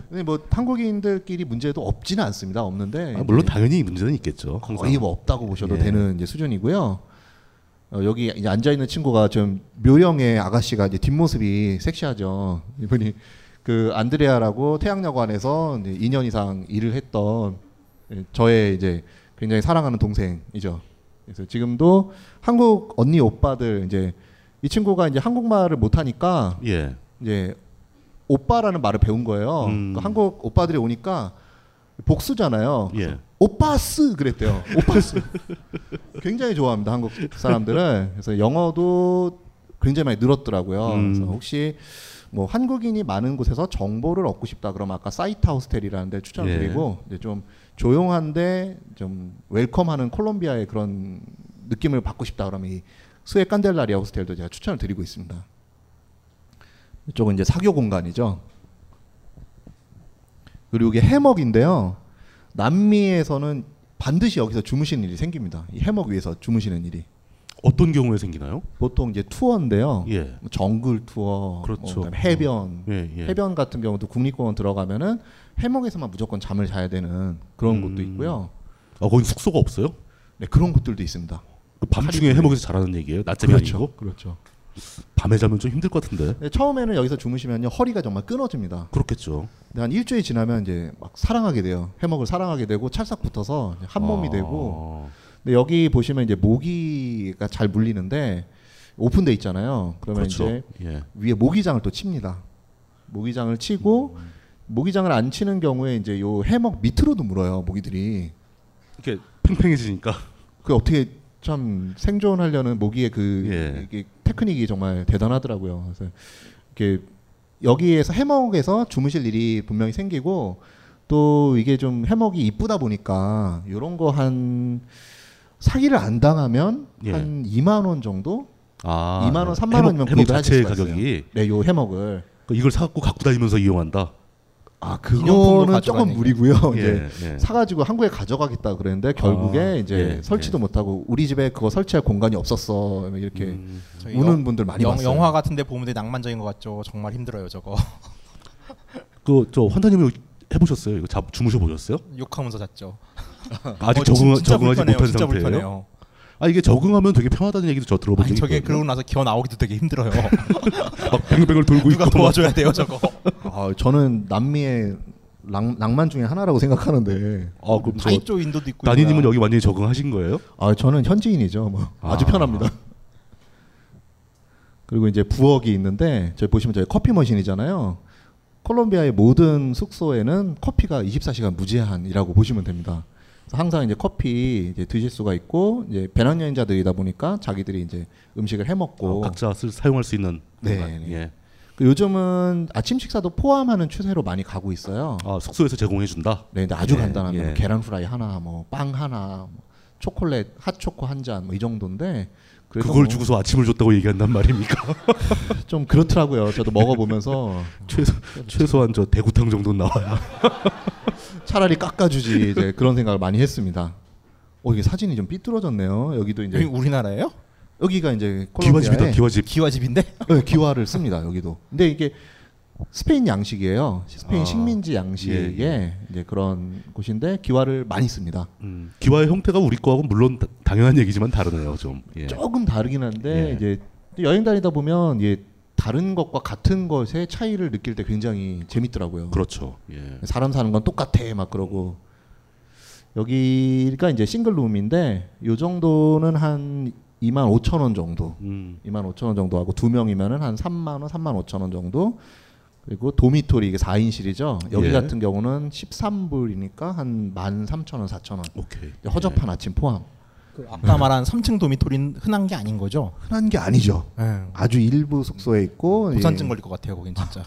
Speaker 10: 근데 뭐 한국인들끼리 문제도 없지는 않습니다. 없는데
Speaker 9: 아, 물론
Speaker 10: 이제
Speaker 9: 당연히 문제는 있겠죠. 항상.
Speaker 10: 네. 거의 뭐 없다고 보셔도
Speaker 9: 예.
Speaker 10: 되는 이제 수준이고요. 어, 여기 이제 앉아 있는 친구가 좀 묘령의 아가씨가 이제 뒷모습이 섹시하죠. 이분이 그 안드레아라고 태양여관에서 이제 2년 이상 일을 했던 예, 저의 이제 굉장히 사랑하는 동생이죠. 그래서 지금도 한국 언니 오빠들 이제 이 친구가 이제 한국말을 못하니까
Speaker 9: 예.
Speaker 10: 이제 오빠라는 말을 배운 거예요. 그 한국 오빠들이 오니까 복수잖아요. 그래서 오빠스 그랬대요. 오빠스. <laughs> 굉장히 좋아합니다 한국 사람들을. 그래서 영어도 굉장히 많이 늘었더라고요.
Speaker 9: 음.
Speaker 10: 그래서 혹시 뭐 한국인이 많은 곳에서 정보를 얻고 싶다 그러면 아까 사이트 호스텔이라는 데
Speaker 9: 예.
Speaker 10: 추천드리고 이제 좀 조용한데 좀 웰컴하는 콜롬비아의 그런 느낌을 받고 싶다 그러면 이 스웨 칸델라리아 호스텔도 제가 추천을 드리고 있습니다. 이쪽은 이제 사교 공간이죠. 그리고 이게 해먹인데요. 남미에서는 반드시 여기서 주무시는 일이 생깁니다. 이 해먹 위에서 주무시는 일이.
Speaker 9: 어떤 경우에 생기나요?
Speaker 10: 보통 이제 투어인데요.
Speaker 9: 예.
Speaker 10: 뭐 정글 투어, 뭐
Speaker 9: 그렇죠.
Speaker 10: 그다음에 해변,
Speaker 9: 예, 예.
Speaker 10: 해변 같은 경우도 국립공원 들어가면은 해먹에서만 무조건 잠을 자야 되는
Speaker 9: 음.
Speaker 10: 그런 곳도 있고요.
Speaker 9: 아, 거긴 숙소가 없어요?
Speaker 10: 네, 그런 곳들도 있습니다.
Speaker 9: 그 밤중에 해먹에서 자라는 얘기예요? 낮잠이
Speaker 10: 그렇죠,
Speaker 9: 아니고?
Speaker 10: 그렇죠.
Speaker 9: 밤에 자면 좀 힘들 것 같은데.
Speaker 10: 네, 처음에는 여기서 주무시면요 허리가 정말 끊어집니다.
Speaker 9: 그렇겠죠.
Speaker 10: 근데 한 일주일 지나면 이제 막 사랑하게 돼요. 해먹을 사랑하게 되고 찰싹 붙어서 이제 한 몸이
Speaker 9: 아.
Speaker 10: 되고. 근데 여기 보시면 이제 모기가 잘 물리는데 오픈돼 있잖아요. 그러면
Speaker 9: 그렇죠.
Speaker 10: 이제
Speaker 9: 예.
Speaker 10: 위에 모기장을 또 칩니다. 모기장을 치고
Speaker 9: 음.
Speaker 10: 모기장을 안 치는 경우에 이제 요 해먹 밑으로도 물어요 모기들이.
Speaker 9: 이렇게 팽팽해지니까.
Speaker 10: 그 어떻게 참 생존하려는 모기의 그
Speaker 9: 예.
Speaker 10: 이게 테크닉이 정말 대단하더라고요. 그래서 이렇게 여기에서 해먹에서 주무실 일이 분명히 생기고 또 이게 좀 해먹이 이쁘다 보니까 이런 거 한 사기를 안 당하면
Speaker 9: 예.
Speaker 10: 한 2만 원 정도?
Speaker 9: 아,
Speaker 10: 2만 원, 3만
Speaker 9: 해먹-
Speaker 10: 원이면
Speaker 9: 해먹
Speaker 10: 구입을 하실
Speaker 9: 자체의
Speaker 10: 수가 있어요.
Speaker 9: 가격이. 그러니까
Speaker 10: 네, 요 해먹을.
Speaker 9: 이걸 사갖고 갖고 다니면서 이용한다.
Speaker 10: 아,
Speaker 9: 인형품으로
Speaker 10: 그거는
Speaker 9: 가져가는
Speaker 10: 조금
Speaker 9: 얘기.
Speaker 10: 무리고요.
Speaker 9: 예,
Speaker 10: 이제
Speaker 9: 예.
Speaker 10: 어, 네. 사가지고 한국에 가져가겠다 그랬는데 결국에
Speaker 9: 아,
Speaker 10: 이제
Speaker 9: 예,
Speaker 10: 설치도 못하고 우리 집에 그거 설치할 공간이 없었어 이렇게
Speaker 9: 음.
Speaker 11: 저희
Speaker 10: 우는
Speaker 11: 영-
Speaker 10: 분들 많이
Speaker 11: 영-
Speaker 10: 봤어요.
Speaker 11: 영화 같은데 보면 되게 낭만적인 것 같죠. 정말 힘들어요 저거.
Speaker 9: 그 저 환타님이 해보셨어요? 이거 잡 주무셔 보셨어요?
Speaker 11: 욕하면서 잤죠.
Speaker 9: 아직
Speaker 11: 어,
Speaker 9: 적응,
Speaker 11: 진짜
Speaker 9: 적응하지
Speaker 11: 불편해요.
Speaker 9: 못한
Speaker 11: 진짜
Speaker 9: 상태예요.
Speaker 11: 불편해요.
Speaker 9: 아 이게 적응하면 되게 편하다는 얘기도 저 들어본
Speaker 11: 아니
Speaker 9: 적이
Speaker 11: 저게
Speaker 9: 있거든요.
Speaker 11: 그러고 나서 기어 나오기도 되게 힘들어요.
Speaker 9: 막 뱅글뱅글 돌고
Speaker 11: 누가
Speaker 9: 있고
Speaker 11: 도와줘야 돼요 저거.
Speaker 10: 아, 저는 남미의 낭, 낭만 중에 하나라고 생각하는데.
Speaker 9: 아, 그럼 저
Speaker 11: 타이조 인도도 있고
Speaker 9: 나니님은 여기 완전히 적응하신 거예요?
Speaker 10: 아, 저는 현지인이죠. 뭐. 아주
Speaker 9: 아.
Speaker 10: 편합니다. 그리고 이제 부엌이 있는데 저희 보시면 저희 커피 머신이잖아요. 콜롬비아의 모든 숙소에는 커피가 24시간 무제한이라고 보시면 됩니다. 그래서 항상 이제 커피 이제 드실 수가 있고 이제 배낭여행자들이다 보니까 자기들이 이제 음식을 해 먹고
Speaker 9: 각자 쓸, 사용할 수 있는
Speaker 10: 어. 네,
Speaker 9: 공간.
Speaker 10: 네.
Speaker 9: 예.
Speaker 10: 그 요즘은 아침 식사도 포함하는 추세로 많이 가고 있어요.
Speaker 9: 아 숙소에서 제공해 준다.
Speaker 10: 네, 근데 아주
Speaker 9: 예,
Speaker 10: 간단합니다.
Speaker 9: 예.
Speaker 10: 계란 후라이 하나, 뭐 빵 하나, 뭐 초콜릿 핫초코 한 잔, 뭐 이 정도인데 그래서
Speaker 9: 그걸
Speaker 10: 뭐
Speaker 9: 주고서 아침을 줬다고 얘기한단 말입니까? <laughs>
Speaker 10: 좀 그렇더라고요. 저도 먹어보면서 <laughs>
Speaker 9: 최소
Speaker 10: 그렇죠.
Speaker 9: 최소한 저 대구탕 정도 나와야.
Speaker 10: 차라리 깎아주지 이제 그런 생각을 많이 했습니다. 어 이게 사진이 좀 삐뚤어졌네요. 여기도 이제
Speaker 11: 여기 우리나라예요?
Speaker 10: 여기가 이제
Speaker 9: 기와집이다,
Speaker 10: 콜롬비아의-
Speaker 9: 기와집. <laughs>
Speaker 11: 기와집인데?
Speaker 10: 네, 기와를 씁니다. 여기도. 근데 이게 스페인 양식이에요. 스페인
Speaker 9: 아,
Speaker 10: 식민지 양식의
Speaker 9: 예,
Speaker 10: 이제 그런 곳인데 기와를 많이 씁니다.
Speaker 9: 기와의 형태가 우리 거하고 물론 다- 당연한 얘기지만 다르네요 좀. 예.
Speaker 10: 조금 다르긴 한데
Speaker 9: 예.
Speaker 10: 이제 여행 다니다 보면 예, 다른 것과 같은 것의 차이를 느낄 때 굉장히 재밌더라고요.
Speaker 9: 그렇죠. 예.
Speaker 10: 사람 사는 건 똑같아 막 그러고 여기가 이제 싱글룸인데 요 정도는 한 2만 5천 원 정도, 2만 5천 원 정도 하고 두 명이면은 한 3만 원, 3만 5천 원 정도. 그리고 도미토리 이게 4인실이죠. 여기
Speaker 9: 예.
Speaker 10: 같은 경우는 13불이니까 한 13,000원, 4,000원.
Speaker 9: 예.
Speaker 10: 허접한 아침 포함.
Speaker 11: 네. 그 아까 말한 3층 도미토리는 흔한 게 아닌 거죠? 네.
Speaker 10: 흔한 게 아니죠. 아주 일부 숙소에 있고
Speaker 11: 고산증
Speaker 10: 예.
Speaker 11: 걸릴 것 같아요, 거긴 진짜.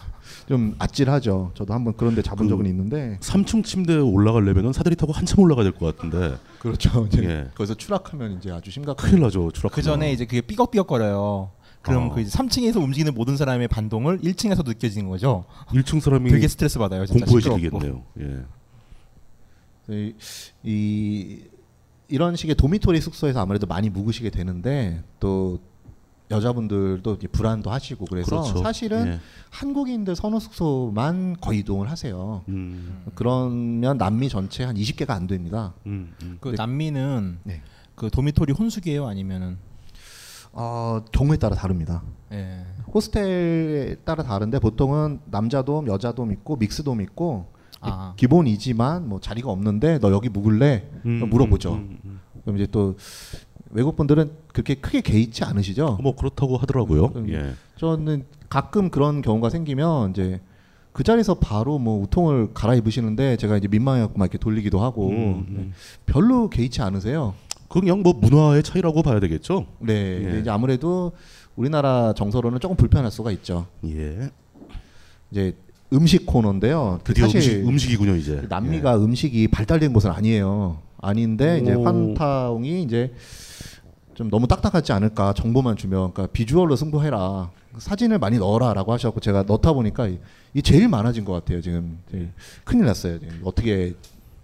Speaker 10: 좀 아찔하죠. 저도 한번 그런 데 자본 적은 있는데
Speaker 9: 3층 침대 올라가려면 사다리 타고 한참 올라가야 될 것 같은데.
Speaker 10: 그렇죠. <laughs> 이제
Speaker 11: 예.
Speaker 9: 거기서
Speaker 10: 추락하면 이제 아주 심각한
Speaker 9: 큰일 나죠. 추락.
Speaker 11: 그 전에 이제 그게 삐걱삐걱거려요.
Speaker 10: 어.
Speaker 11: 그럼 그 이제 3층에서 움직이는 모든 사람의 반동을 1층에서 느껴지는 거죠.
Speaker 9: 1층 사람이
Speaker 11: 되게 스트레스 받아요. 진짜 어.
Speaker 9: 공포에
Speaker 11: 시끄럽고.
Speaker 9: 질리겠네요. 예.
Speaker 10: 이, 이 이런 식의 도미토리 숙소에서 아무래도 많이 묵으시게 되는데 또 여자분들도 이제 불안도 하시고 그래서
Speaker 9: 그렇죠.
Speaker 10: 사실은
Speaker 9: 예.
Speaker 10: 한국인들 선호 숙소만 거의 이동을 하세요.
Speaker 9: 음,
Speaker 11: 음.
Speaker 10: 그러면 남미 전체 한 20개가 안 됩니다.
Speaker 11: 그
Speaker 9: 음,
Speaker 10: 근데- 네.
Speaker 11: 남미는 그 도미토리 혼숙이에요, 아니면은
Speaker 10: 어, 경우에 따라 다릅니다.
Speaker 11: 예.
Speaker 10: 호스텔에 따라 다른데 보통은 남자돔, 여자돔 있고 믹스돔 있고
Speaker 11: 아.
Speaker 10: 기본이지만 뭐 자리가 없는데 너 여기 묵을래?
Speaker 9: 음,
Speaker 10: 물어보죠.
Speaker 9: 음, 음,
Speaker 10: 그럼 이제 또 외국 분들은 그렇게 크게 개의치 않으시죠?
Speaker 9: 뭐 그렇다고 하더라고요.
Speaker 10: 음,
Speaker 9: 예.
Speaker 10: 저는 가끔 그런 경우가 생기면 이제 그 자리에서 바로 뭐 우통을 갈아입으시는데 제가 이제 민망해갖고 막 이렇게 돌리기도 하고
Speaker 9: 음,
Speaker 10: 네. 별로 개의치 않으세요.
Speaker 9: 그냥 뭐 문화의 차이라고 봐야 되겠죠.
Speaker 10: 네,
Speaker 9: 예.
Speaker 10: 근데 이제 아무래도 우리나라 정서로는 조금 불편할 수가 있죠.
Speaker 9: 예.
Speaker 10: 이제 음식 코너인데요.
Speaker 9: 드디어 음식- 음식이군요, 이제.
Speaker 10: 그
Speaker 11: 네.
Speaker 10: 남미가 음식이 발달된 곳은 아니에요. 아닌데 이제
Speaker 9: 오.
Speaker 10: 환타옹이 이제 좀 너무 딱딱하지 않을까 정보만 주면 그러니까 비주얼로 승부해라 사진을 많이 넣어라라고 하셨고 제가 넣다 보니까 이- 이게 제일 많아진 것 같아요 지금 제일 큰일 났어요 지금 어떻게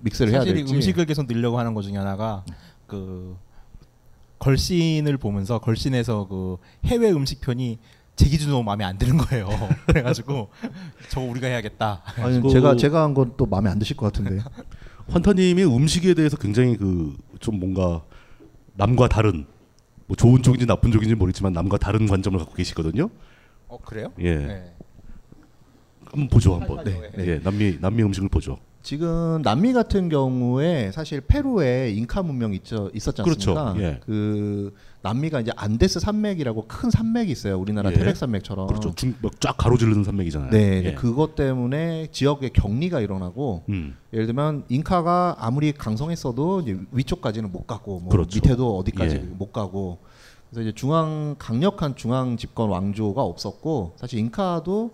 Speaker 10: 믹스를 해야
Speaker 11: 사실 이
Speaker 10: 될지
Speaker 11: 음식을 계속 늘려고 하는 것 중에 하나가 그 걸신을 보면서 걸신에서 그 해외 음식 편이 제 기준 으로 마음에 안 드는 거예요. 그래가지고 저거 우리가 해야겠다.
Speaker 10: 아니 그 제가 제가 한 건 또 마음에 안 드실 것 같은데
Speaker 9: 환타님이 예. 음식에 대해서 굉장히 그 좀 뭔가 남과 다른 뭐 좋은 쪽인지 나쁜 쪽인지 모르지만 남과 다른 관점을 갖고 계시거든요.
Speaker 11: 어 그래요?
Speaker 9: 예.
Speaker 11: 네.
Speaker 9: 한번 보죠 한번.
Speaker 10: 네.
Speaker 9: 예. 남미 남미 음식을 보죠.
Speaker 10: 지금 남미 같은 경우에 사실 페루에 잉카 문명 있죠 있었지 않습니까?
Speaker 9: 그렇죠. 예.
Speaker 10: 그 남미가 이제 안데스 산맥이라고 큰 산맥이 있어요. 우리나라
Speaker 9: 예.
Speaker 10: 태백 산맥처럼.
Speaker 9: 그렇죠. 중쫙 가로지르는 산맥이잖아요.
Speaker 10: 아. 네,
Speaker 9: 예.
Speaker 10: 근데 그것 때문에 지역의 격리가 일어나고
Speaker 9: 음.
Speaker 10: 예를 들면 잉카가 아무리 강성했어도 이제 위쪽까지는 못 가고 뭐
Speaker 9: 그렇죠.
Speaker 10: 밑에도 어디까지
Speaker 9: 예.
Speaker 10: 못 가고 그래서 이제 중앙 강력한 중앙 집권 왕조가 없었고 사실 잉카도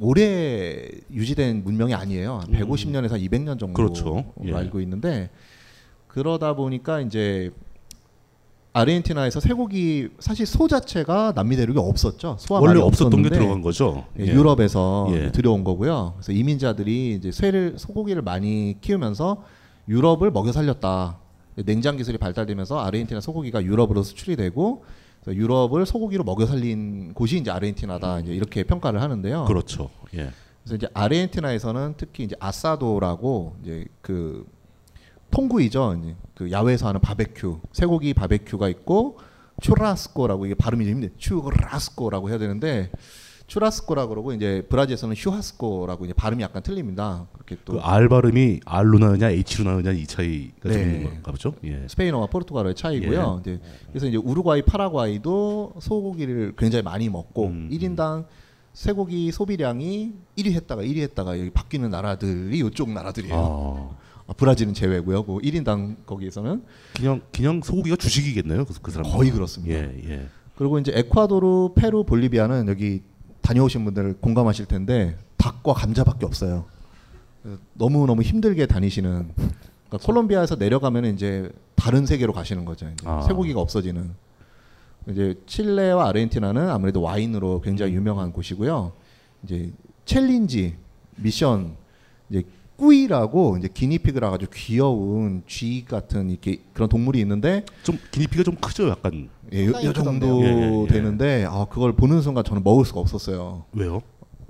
Speaker 10: 오래 유지된 문명이 아니에요. 한 150년에서 200년 정도
Speaker 9: 음.
Speaker 10: 음,
Speaker 9: 그렇죠. 예.
Speaker 10: 알고 있는데 그러다 보니까 이제 아르헨티나에서 쇠고기 사실 소 자체가 남미 대륙에 없었죠. 소와
Speaker 9: 원래
Speaker 10: 말이
Speaker 9: 없었던 게
Speaker 10: 없었는데
Speaker 9: 들어간 거죠.
Speaker 10: 예,
Speaker 9: 예.
Speaker 10: 유럽에서
Speaker 9: 예.
Speaker 10: 들여온 거고요. 그래서 이민자들이 이제 쇠를 소고기를 많이 키우면서 유럽을 먹여 살렸다. 냉장 기술이 발달되면서 아르헨티나 소고기가 유럽으로 수출이 되고 그래서 유럽을 소고기로 먹여 살린 곳이 이제 아르헨티나다. 이제 이렇게 평가를 하는데요.
Speaker 9: 그렇죠. 예.
Speaker 10: 그래서 이제 아르헨티나에서는 특히 이제 아사도라고 이제 그 통구이죠. 이제 그 야외에서 하는 바베큐, 쇠고기 바베큐가 있고 추라스코라고 이게 발음이 좀 힘들. 추라스코라고 해야 되는데 추라스코라고 그러고 이제 브라질에서는 휴하스코라고 이제 발음이 약간 틀립니다. 그렇게 아, 또
Speaker 9: 그알 발음이 R로 나느냐 H로 나느냐 이 차이가 좀
Speaker 10: 네.
Speaker 9: 있는 건가 보죠. 예.
Speaker 10: 스페인어와 포르투갈어의 차이고요. 이제 그래서 이제 우루과이, 파라과이도 소고기를 굉장히 많이 먹고 1인당 쇠고기 소비량이 1위 했다가 1위 했다가 여기 바뀌는 나라들이 이쪽 나라들이에요. 아, 브라질은 제외고요. 그 1인당 거기에서는
Speaker 9: 그냥 그냥 소고기가 주식이겠네요. 그, 그 사람
Speaker 10: 거의 그렇습니다.
Speaker 9: 예, 예.
Speaker 10: 그리고 이제 에콰도르, 페루, 볼리비아는 여기 다녀오신 분들 공감하실 텐데 닭과 감자밖에 없어요. 너무 너무 힘들게 다니시는. 그러니까 콜롬비아에서 내려가면 이제 다른 세계로 가시는 거죠. 이제
Speaker 9: 아.
Speaker 10: 쇠고기가 없어지는. 이제 칠레와 아르헨티나는 아무래도 와인으로 굉장히 유명한 곳이고요. 이제 챌린지 미션 이제 꾸이라고 이제 기니피그라 가지고 귀여운 쥐 같은 이렇게 그런 동물이 있는데
Speaker 9: 좀 기니피가 좀 크죠, 약간.
Speaker 10: 예, 요, 요 정도
Speaker 9: 예, 예, 예.
Speaker 10: 되는데 아 그걸 보는 순간 저는 먹을 수가 없었어요.
Speaker 9: 왜요?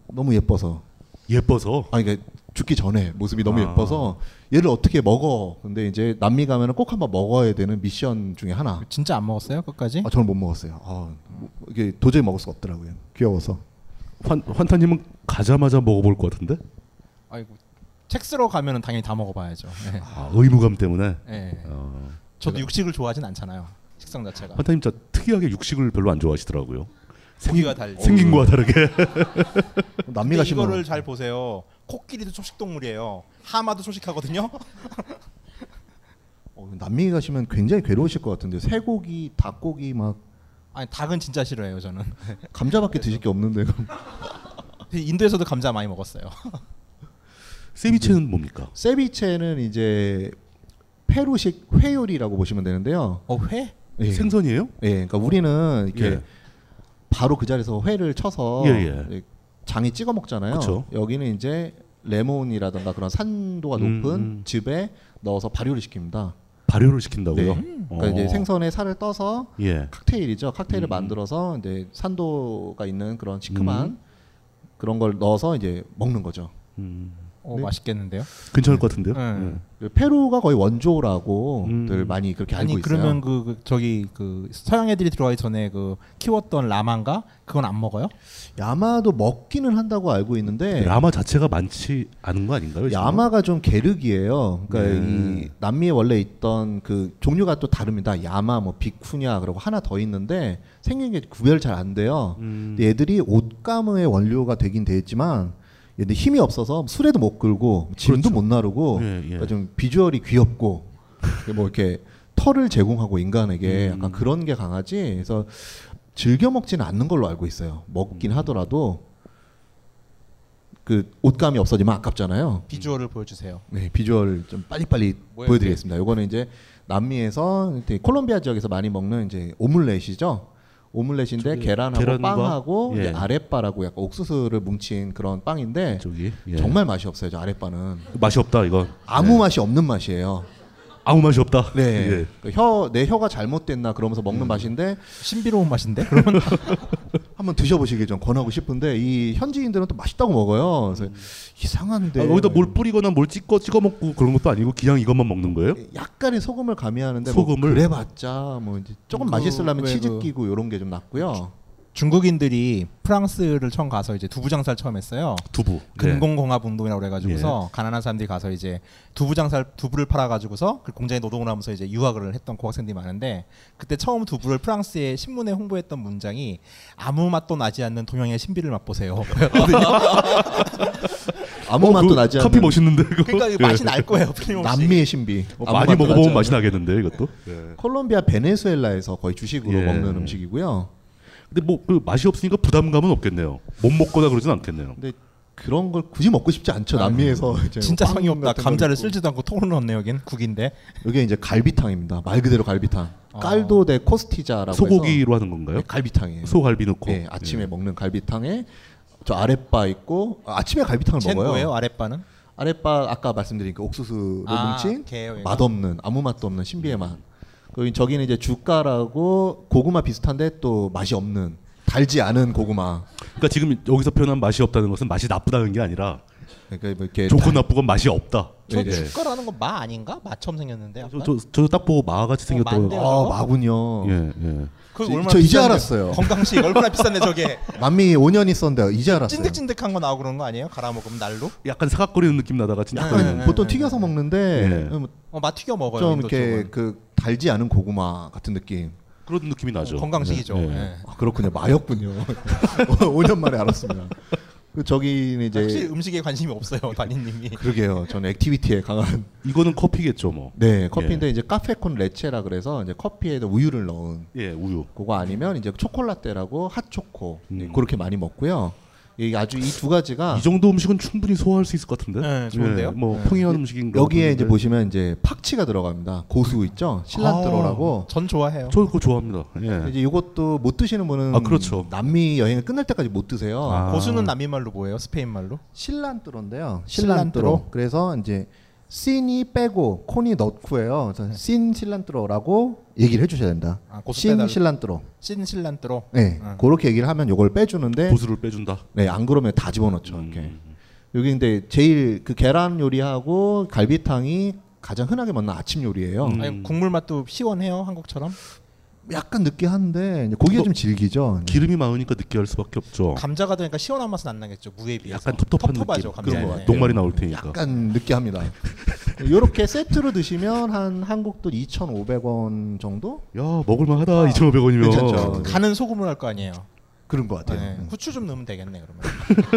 Speaker 10: 너무 예뻐서.
Speaker 9: 예뻐서?
Speaker 10: 아니 그러니까 죽기 전에 모습이 너무
Speaker 9: 아.
Speaker 10: 예뻐서 얘를 어떻게 먹어? 근데 이제 남미 가면은 꼭 한번 먹어야 되는 미션 중에 하나.
Speaker 11: 진짜 안 먹었어요 끝까지?
Speaker 10: 아 저는 못 먹었어요. 아 뭐, 이게 도저히 먹을 수가 없더라고요. 귀여워서.
Speaker 9: 환 환타님은 가자마자 먹어볼 것 같은데?
Speaker 11: 아이고 책 쓰러 가면은 당연히 다 먹어봐야죠. 예.
Speaker 9: 아, 의무감 때문에.
Speaker 10: 네.
Speaker 11: 예.
Speaker 9: 어.
Speaker 11: 저도 육식을 좋아하진 않잖아요. 식성 자체가.
Speaker 9: 환타님 진짜 특이하게 육식을 별로 안 좋아하시더라고요.
Speaker 10: 어.
Speaker 11: 고기와 달리.
Speaker 9: 생긴 거와 다르게.
Speaker 10: 음.
Speaker 11: 근데 어, 이거를 잘 보세요. 코끼리도 초식 동물이에요. 하마도 초식하거든요. <laughs>
Speaker 10: 어, 남미 가시면 굉장히 괴로우실 것 같은데 쇠고기, 닭고기 막
Speaker 11: 아니 닭은 진짜 싫어해요 저는.
Speaker 10: 감자밖에 드실 게 없는데 그럼. <laughs>
Speaker 11: 인도에서도 감자 많이 먹었어요.
Speaker 9: <laughs> 세비체는 뭡니까?
Speaker 10: 세비체는 이제 페루식 회 요리라고 보시면 되는데요.
Speaker 11: 어 회?
Speaker 9: 생선이에요?
Speaker 10: 예, 그러니까 우리는 이렇게
Speaker 9: 예.
Speaker 10: 바로 그 자리에서 회를 쳐서
Speaker 9: 예, 예.
Speaker 10: 예, 장에 찍어 먹잖아요.
Speaker 9: 그쵸.
Speaker 10: 여기는 이제 레몬이라든가 그런 산도가 높은
Speaker 9: 음,
Speaker 10: 즙에 넣어서 발효를 시킵니다.
Speaker 9: 발효를 시킨다고요? 어.
Speaker 10: 그러니까 이제 생선의 살을 떠서
Speaker 9: 예.
Speaker 10: 칵테일이죠. 칵테일을
Speaker 9: 음.
Speaker 10: 만들어서 이제 산도가 있는 그런 시큼한
Speaker 9: 음.
Speaker 10: 그런 걸 넣어서 이제 먹는 거죠. 네.
Speaker 11: 어 맛있겠는데요.
Speaker 9: 음. 괜찮을 것 같은데요? 네. 음.
Speaker 11: 음.
Speaker 10: 그 페루가 거의 원조라고 들 많이 그렇게 알고
Speaker 11: 아니
Speaker 10: 있어요.
Speaker 11: 그러면 그, 그 저기 그 서양 애들이 들어가기 전에 그 키웠던 라만가 그건 안 먹어요?
Speaker 10: 야마도 먹기는 한다고 알고 있는데
Speaker 9: 예. 라마 자체가 많지 않은 거 아닌가요? 지금?
Speaker 10: 네. 야마가 좀 게르기예요. 그러니까
Speaker 9: 그렇죠? 네.
Speaker 10: 이 남미에 원래 있던 그 종류가 또 다릅니다. 야마, 뭐 비쿠냐 그러고 하나 더 있는데 생긴 게 구별 잘 안 돼요. 근데 얘들이 옷가무의 원료가 되긴 되지만 얘들 힘이 없어서 술에도 못 끌고 짐도 못 나르고
Speaker 9: 네. 예.
Speaker 10: 그러니까 좀 비주얼이 귀엽고 뭐 이렇게 털을 제공하고 인간에게 약간 그런 게 강하지. 그래서 즐겨 먹지는 않는 걸로 알고 있어요. 먹긴 하더라도 그 옷감이 없어지면 아깝잖아요.
Speaker 11: 비주얼을 보여주세요.
Speaker 10: 네, 비주얼 좀 빨리빨리
Speaker 11: 뭐예요?
Speaker 10: 보여드리겠습니다. 요거는 이제 남미에서 되게 콜롬비아 지역에서 많이 먹는 이제 오믈렛이죠. 오믈렛인데 계란하고
Speaker 9: 계란과,
Speaker 10: 빵하고
Speaker 9: 예.
Speaker 10: 이제 아랫바라고 약간 옥수수를 뭉친 그런 빵인데
Speaker 9: 예.
Speaker 10: 정말 맛이 없어요. 저 아랫바는
Speaker 9: 맛이 없다 이건.
Speaker 10: 아무 맛이 없는 맛이에요.
Speaker 9: 아무 네. 맛이 없다.
Speaker 10: 네,
Speaker 9: <laughs> 예.
Speaker 10: 그 혀, 내 혀가 잘못됐나 그러면서 먹는
Speaker 9: 음.
Speaker 10: 맛인데
Speaker 11: 신비로운 맛인데 그러면
Speaker 10: <laughs> 한번 드셔보시길 좀 권하고 싶은데 이 현지인들은 또 맛있다고 먹어요.
Speaker 11: 음.
Speaker 10: 그래서 이상한데
Speaker 9: 아, 거기다 뭘 뿌리거나 뭘 찍어 찍어 먹고 그런 것도 아니고 그냥 이것만 먹는 거예요?
Speaker 10: 약간의 소금을 가미하는데 뭐
Speaker 9: 소금을?
Speaker 10: 그래봤자 뭐 이제 조금
Speaker 11: 그
Speaker 10: 맛있으려면
Speaker 11: 왜
Speaker 10: 치즈
Speaker 11: 그-
Speaker 10: 끼고 이런 게 좀 낫고요.
Speaker 11: 중국인들이 프랑스를 처음 가서 이제 두부 장사를 처음 했어요.
Speaker 9: 두부.
Speaker 10: 그
Speaker 9: 네.
Speaker 11: 근공공합 운동이라고 그래가지고서 가난한 사람들이 가서 이제 두부 장사를 두부를 팔아가지고서 그 공장에 노동을 하면서 이제 유학을 했던 고학생들이 많은데 그때 처음 두부를 프랑스의 신문에 홍보했던 문장이 아무 맛도 나지 않는 동양의 신비를 맛보세요.
Speaker 10: <laughs>
Speaker 9: 어,
Speaker 10: 아무
Speaker 9: 그
Speaker 10: 맛도 나지 않는
Speaker 11: 그러니까 이거 맛이 날 거예요. 틀림없이.
Speaker 10: 남미의 신비.
Speaker 9: 어,
Speaker 10: 아무
Speaker 9: 네. 많이
Speaker 10: 맛도 나지
Speaker 9: 먹어보면 맛이
Speaker 10: 않는.
Speaker 9: 나겠는데 이것도.
Speaker 10: 네. 콜롬비아 베네수엘라에서 거의 주식으로
Speaker 9: 예.
Speaker 10: 먹는 음식이고요.
Speaker 9: 근데 뭐 그 맛이 없으니까 부담감은 없겠네요. 못 먹거나 그러진 않겠네요.
Speaker 10: 근데 그런 걸 굳이 먹고 싶지 않죠. 남미에서 이제
Speaker 11: 아, 음. 진짜
Speaker 10: 빵
Speaker 11: 성의 없다.
Speaker 10: 같은 걸
Speaker 11: 감자를
Speaker 10: 있고.
Speaker 11: 쓸지도 않고 통을 넣었네 여긴 국인데. 아.
Speaker 10: 이게 이제 갈비탕입니다. 말 그대로 갈비탕. 깔도 대 코스티자라고
Speaker 9: 소고기로
Speaker 10: 해서
Speaker 9: 하는 건가요?
Speaker 10: 네, 갈비탕이에요.
Speaker 9: 소갈비 넣고.
Speaker 11: 예.
Speaker 10: 네, 아침에 먹는 갈비탕에 저 아랫바 있고 아, 아침에 갈비탕을
Speaker 11: 쟨
Speaker 10: 먹어요.
Speaker 11: 뭐예요, 아랫바는?
Speaker 10: 아랫바 아까 말씀드린 그 옥수수로
Speaker 11: 아,
Speaker 10: 뭉친
Speaker 11: 개요, 이거.
Speaker 10: 맛없는 아무 맛도 없는 신비의 맛. 그리고 저기는 이제 주가라고 고구마 비슷한데 또 맛이 없는 달지 않은 고구마.
Speaker 9: 그러니까 지금 여기서 표현한 맛이 없다는 것은 맛이 나쁘다는 게 아니라
Speaker 10: 그러니까 이렇게
Speaker 9: 좋고
Speaker 10: 달-
Speaker 9: 나쁘건 맛이 없다.
Speaker 11: 저 주가라는 건 마 아닌가? 마처럼 생겼는데. 약간?
Speaker 9: 저, 저도 딱 보고 마같이 생겼던
Speaker 11: 어, 만대요, 저거?
Speaker 10: 아, 마군요.
Speaker 9: 예, 예.
Speaker 11: 그거
Speaker 10: 저-
Speaker 11: 얼마나
Speaker 10: 저 이제
Speaker 11: 비싼데.
Speaker 10: 알았어요.
Speaker 11: <laughs> 건강식 얼마나 비싼데 저게.
Speaker 10: 남미 5년 있었는데 이제 알았어요.
Speaker 11: 찐득찐득한 거 나오고 그런 거 아니에요? 갈아 먹으면 날로?
Speaker 9: 약간 사각거리는 느낌 나다가 진짜
Speaker 10: 약간
Speaker 11: 예,
Speaker 9: 약간
Speaker 10: 보통 튀겨서 먹는데
Speaker 9: 예.
Speaker 10: 뭐
Speaker 11: 어, 맛 튀겨 먹어요.
Speaker 10: 좀
Speaker 11: 인도
Speaker 10: 이렇게
Speaker 11: 쪽은.
Speaker 10: 그 달지 않은 고구마 같은 느낌.
Speaker 9: 그런 느낌이 나죠.
Speaker 11: 건강식이죠. 예. 예.
Speaker 10: 아, 그렇군요. 마였군요. <laughs> 5년 만에 알았습니다. 그 저기는 이제
Speaker 11: 혹시 음식에 관심이 없어요, 단인님이.
Speaker 10: 그러게요. 저는 액티비티에 강한.
Speaker 9: 이거는 커피겠죠, 뭐.
Speaker 10: 네, 커피인데 이제 카페콘 레체라 그래서 이제 커피에다 우유를 넣은.
Speaker 9: 예, 우유.
Speaker 10: 그거 아니면 이제 초콜라떼라고 핫초코
Speaker 9: 음.
Speaker 10: 네, 그렇게 많이 먹고요. 이 아주 이 네, 두 가지가
Speaker 9: 이 정도 음식은 충분히 소화할 수 있을 것 같은데.
Speaker 11: 네,
Speaker 9: 예, 뭐 평이한 음식인 것
Speaker 10: 여기에
Speaker 9: 같은데.
Speaker 10: 이제 뭐 보시면 이제 팍치가 들어갑니다. 고수 있죠, 실란트로라고. 네.
Speaker 11: 아, 전 좋아해요.
Speaker 9: 네. 저 그거 좋아합니다. 예.
Speaker 10: 이제 이것도 못 드시는 분은
Speaker 9: 아, 그렇죠.
Speaker 10: 남미 여행을 끝날 때까지 못 드세요.
Speaker 11: 아,
Speaker 9: 음.
Speaker 11: 고수는 남미 말로 뭐예요? 스페인 말로?
Speaker 10: 실란트로인데요. 실란트로. 그래서 이제 씬이 빼고 콘이 넣고예요. 그래서 씬 실란트로라고 얘기를 해주셔야 됩니다.
Speaker 11: 네. 아, 고수
Speaker 10: 씬
Speaker 11: 빼달라.
Speaker 10: 실란트로.
Speaker 11: 신 신란트로.
Speaker 10: 네,
Speaker 11: 아.
Speaker 10: 그렇게 얘기를 하면 요걸 빼주는데
Speaker 9: 고수를 빼준다. 음.
Speaker 10: 네, 안 그러면 다 집어넣죠.
Speaker 11: 음.
Speaker 10: 이렇게. 여기 근데 제일 그 계란 요리하고 갈비탕이 가장 흔하게 먹는 아침 요리예요.
Speaker 11: 아니, 국물 맛도 시원해요, 한국처럼?
Speaker 10: 약간 느끼한데 이제 고기가
Speaker 9: 또
Speaker 10: 좀 질기죠.
Speaker 9: 기름이 많으니까 느끼할 수밖에 없죠.
Speaker 11: 감자가 되니까 시원한 맛은 안 나겠죠. 무에 비해서.
Speaker 9: 약간 텁텁한
Speaker 11: 텁텁하죠, 네.
Speaker 9: 느낌.
Speaker 11: 감자.
Speaker 9: 그런 것 같아요. 녹말이 나올 테니까.
Speaker 10: 약간 느끼합니다. <laughs> 요렇게 세트로 드시면 한 한국 돈 2,500원 정도?
Speaker 9: 야 먹을만하다
Speaker 11: 아,
Speaker 9: 2,500원이면
Speaker 11: 예. 어, 가는 소금으로 할 거 아니에요.
Speaker 10: 네. 그런 것 같아요.
Speaker 11: 네, 후추 좀 넣으면 되겠네 그러면.
Speaker 10: <laughs>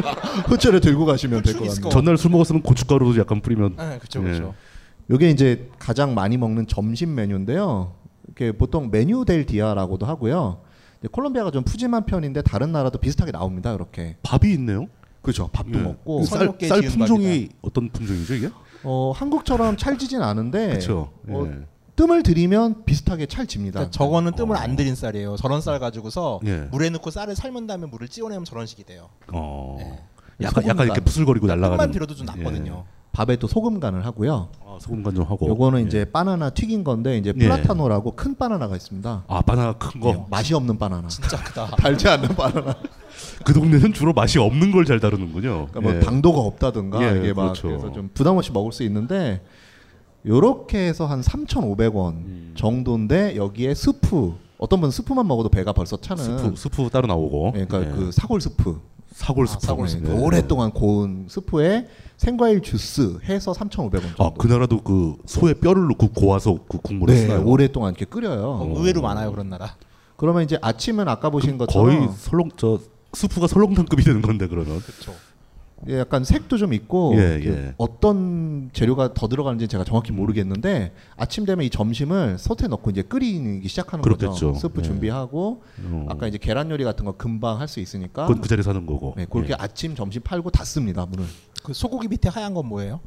Speaker 10: 후추를 들고 가시면 될 것
Speaker 11: 음.
Speaker 10: 같아요.
Speaker 9: 전날 술 먹었으면 고춧가루도 약간 뿌리면
Speaker 11: 네, 그쵸,
Speaker 9: 예.
Speaker 11: 그쵸.
Speaker 10: 요게 이제 가장 많이 먹는 점심 메뉴인데요. 이게 보통 메뉴 델 디아라고도 하고요. 이제 콜롬비아가 좀 푸짐한 편인데 다른 나라도 비슷하게 나옵니다. 이렇게.
Speaker 9: 밥이 있네요.
Speaker 10: 그렇죠. 밥도
Speaker 9: 예.
Speaker 10: 먹고
Speaker 9: 쌀, 쌀 품종이 어떤 품종이죠 이게?
Speaker 10: 어, 한국처럼 찰지진 않은데
Speaker 9: 그쵸,
Speaker 10: 어,
Speaker 9: 예. 어.
Speaker 10: 뜸을 들이면 비슷하게 찰집니다.
Speaker 11: 그러니까 저거는 뜸을 안 들인 쌀이에요. 저런 쌀 가지고서
Speaker 9: 예.
Speaker 11: 어, 물에 넣고 쌀을 삶은 다음에 물을 찌워내면 저런 식이 돼요.
Speaker 9: 어.
Speaker 11: 네. 약간- 약간 이렇게
Speaker 9: 부슬거리고 날아가는. 예.
Speaker 11: 조금만 들어도 좀 낫거든요.
Speaker 10: 예. 밥에 또 소금 간을 하고요.
Speaker 9: 아, 소금 간좀 하고.
Speaker 10: 요거는 이제 바나나 튀긴 건데 이제
Speaker 9: 예.
Speaker 10: 플라타노라고 큰 바나나가 있습니다. 예,
Speaker 9: 아 바나나 큰 거.
Speaker 10: 맛이 없는 바나나.
Speaker 11: 진짜 크다.
Speaker 10: <laughs> 달지 않는 바나나.
Speaker 9: 그 동네는 주로 맛이 없는 걸 잘 다루는군요.
Speaker 10: 그러니까 뭐
Speaker 9: 예.
Speaker 10: 당도가 없다든가
Speaker 9: 예,
Speaker 10: 이게 막
Speaker 9: 그렇죠.
Speaker 10: 그래서좀 부담 없이 먹을 수 있는데 요렇게 해서 한 3,500원
Speaker 9: 음.
Speaker 10: 정도인데 여기에 스프 어떤 분 스프만 먹어도 배가 벌써 차는
Speaker 9: 스프 스프 따로 나오고.
Speaker 10: 그러니까
Speaker 9: 예.
Speaker 10: 그 사골 스프
Speaker 9: 사골 스프.
Speaker 10: 사골 스프
Speaker 9: 네.
Speaker 10: 오랫동안 고운 스프에 생과일 주스 해서 3,500원 정도.
Speaker 9: 아, 그 나라도 그 소의 뼈를 넣고 고아서 그 국물을
Speaker 10: 네,
Speaker 9: 쓰나요? 어.
Speaker 10: 오랫동안 이렇게 끓여요.
Speaker 11: 어, 의외로 많아요 그런 나라.
Speaker 10: 그러면 이제 아침은 아까 보신 것처럼
Speaker 9: 그 거의 설렁 저 스프가 설렁탕급이 되는 건데 그러면.
Speaker 10: 예, 약간 색도 좀 있고
Speaker 9: 예,
Speaker 10: 그
Speaker 9: 예.
Speaker 10: 어떤 재료가 더 들어가는지 제가 정확히 모르겠는데 아침 되면 이 점심을 솥에 넣고 이제 끓이기 시작하는
Speaker 9: 그렇겠죠.
Speaker 10: 거죠. 스프
Speaker 9: 예.
Speaker 10: 준비하고 아까 이제 계란 요리 같은 거 금방 할 수 있으니까
Speaker 9: 어. 그건 그 자리에서 하는 거고.
Speaker 10: 네, 그렇게
Speaker 9: 예.
Speaker 10: 아침 점심 팔고 닫습니다 문을.
Speaker 11: 그 소고기 밑에 하얀 건 뭐예요?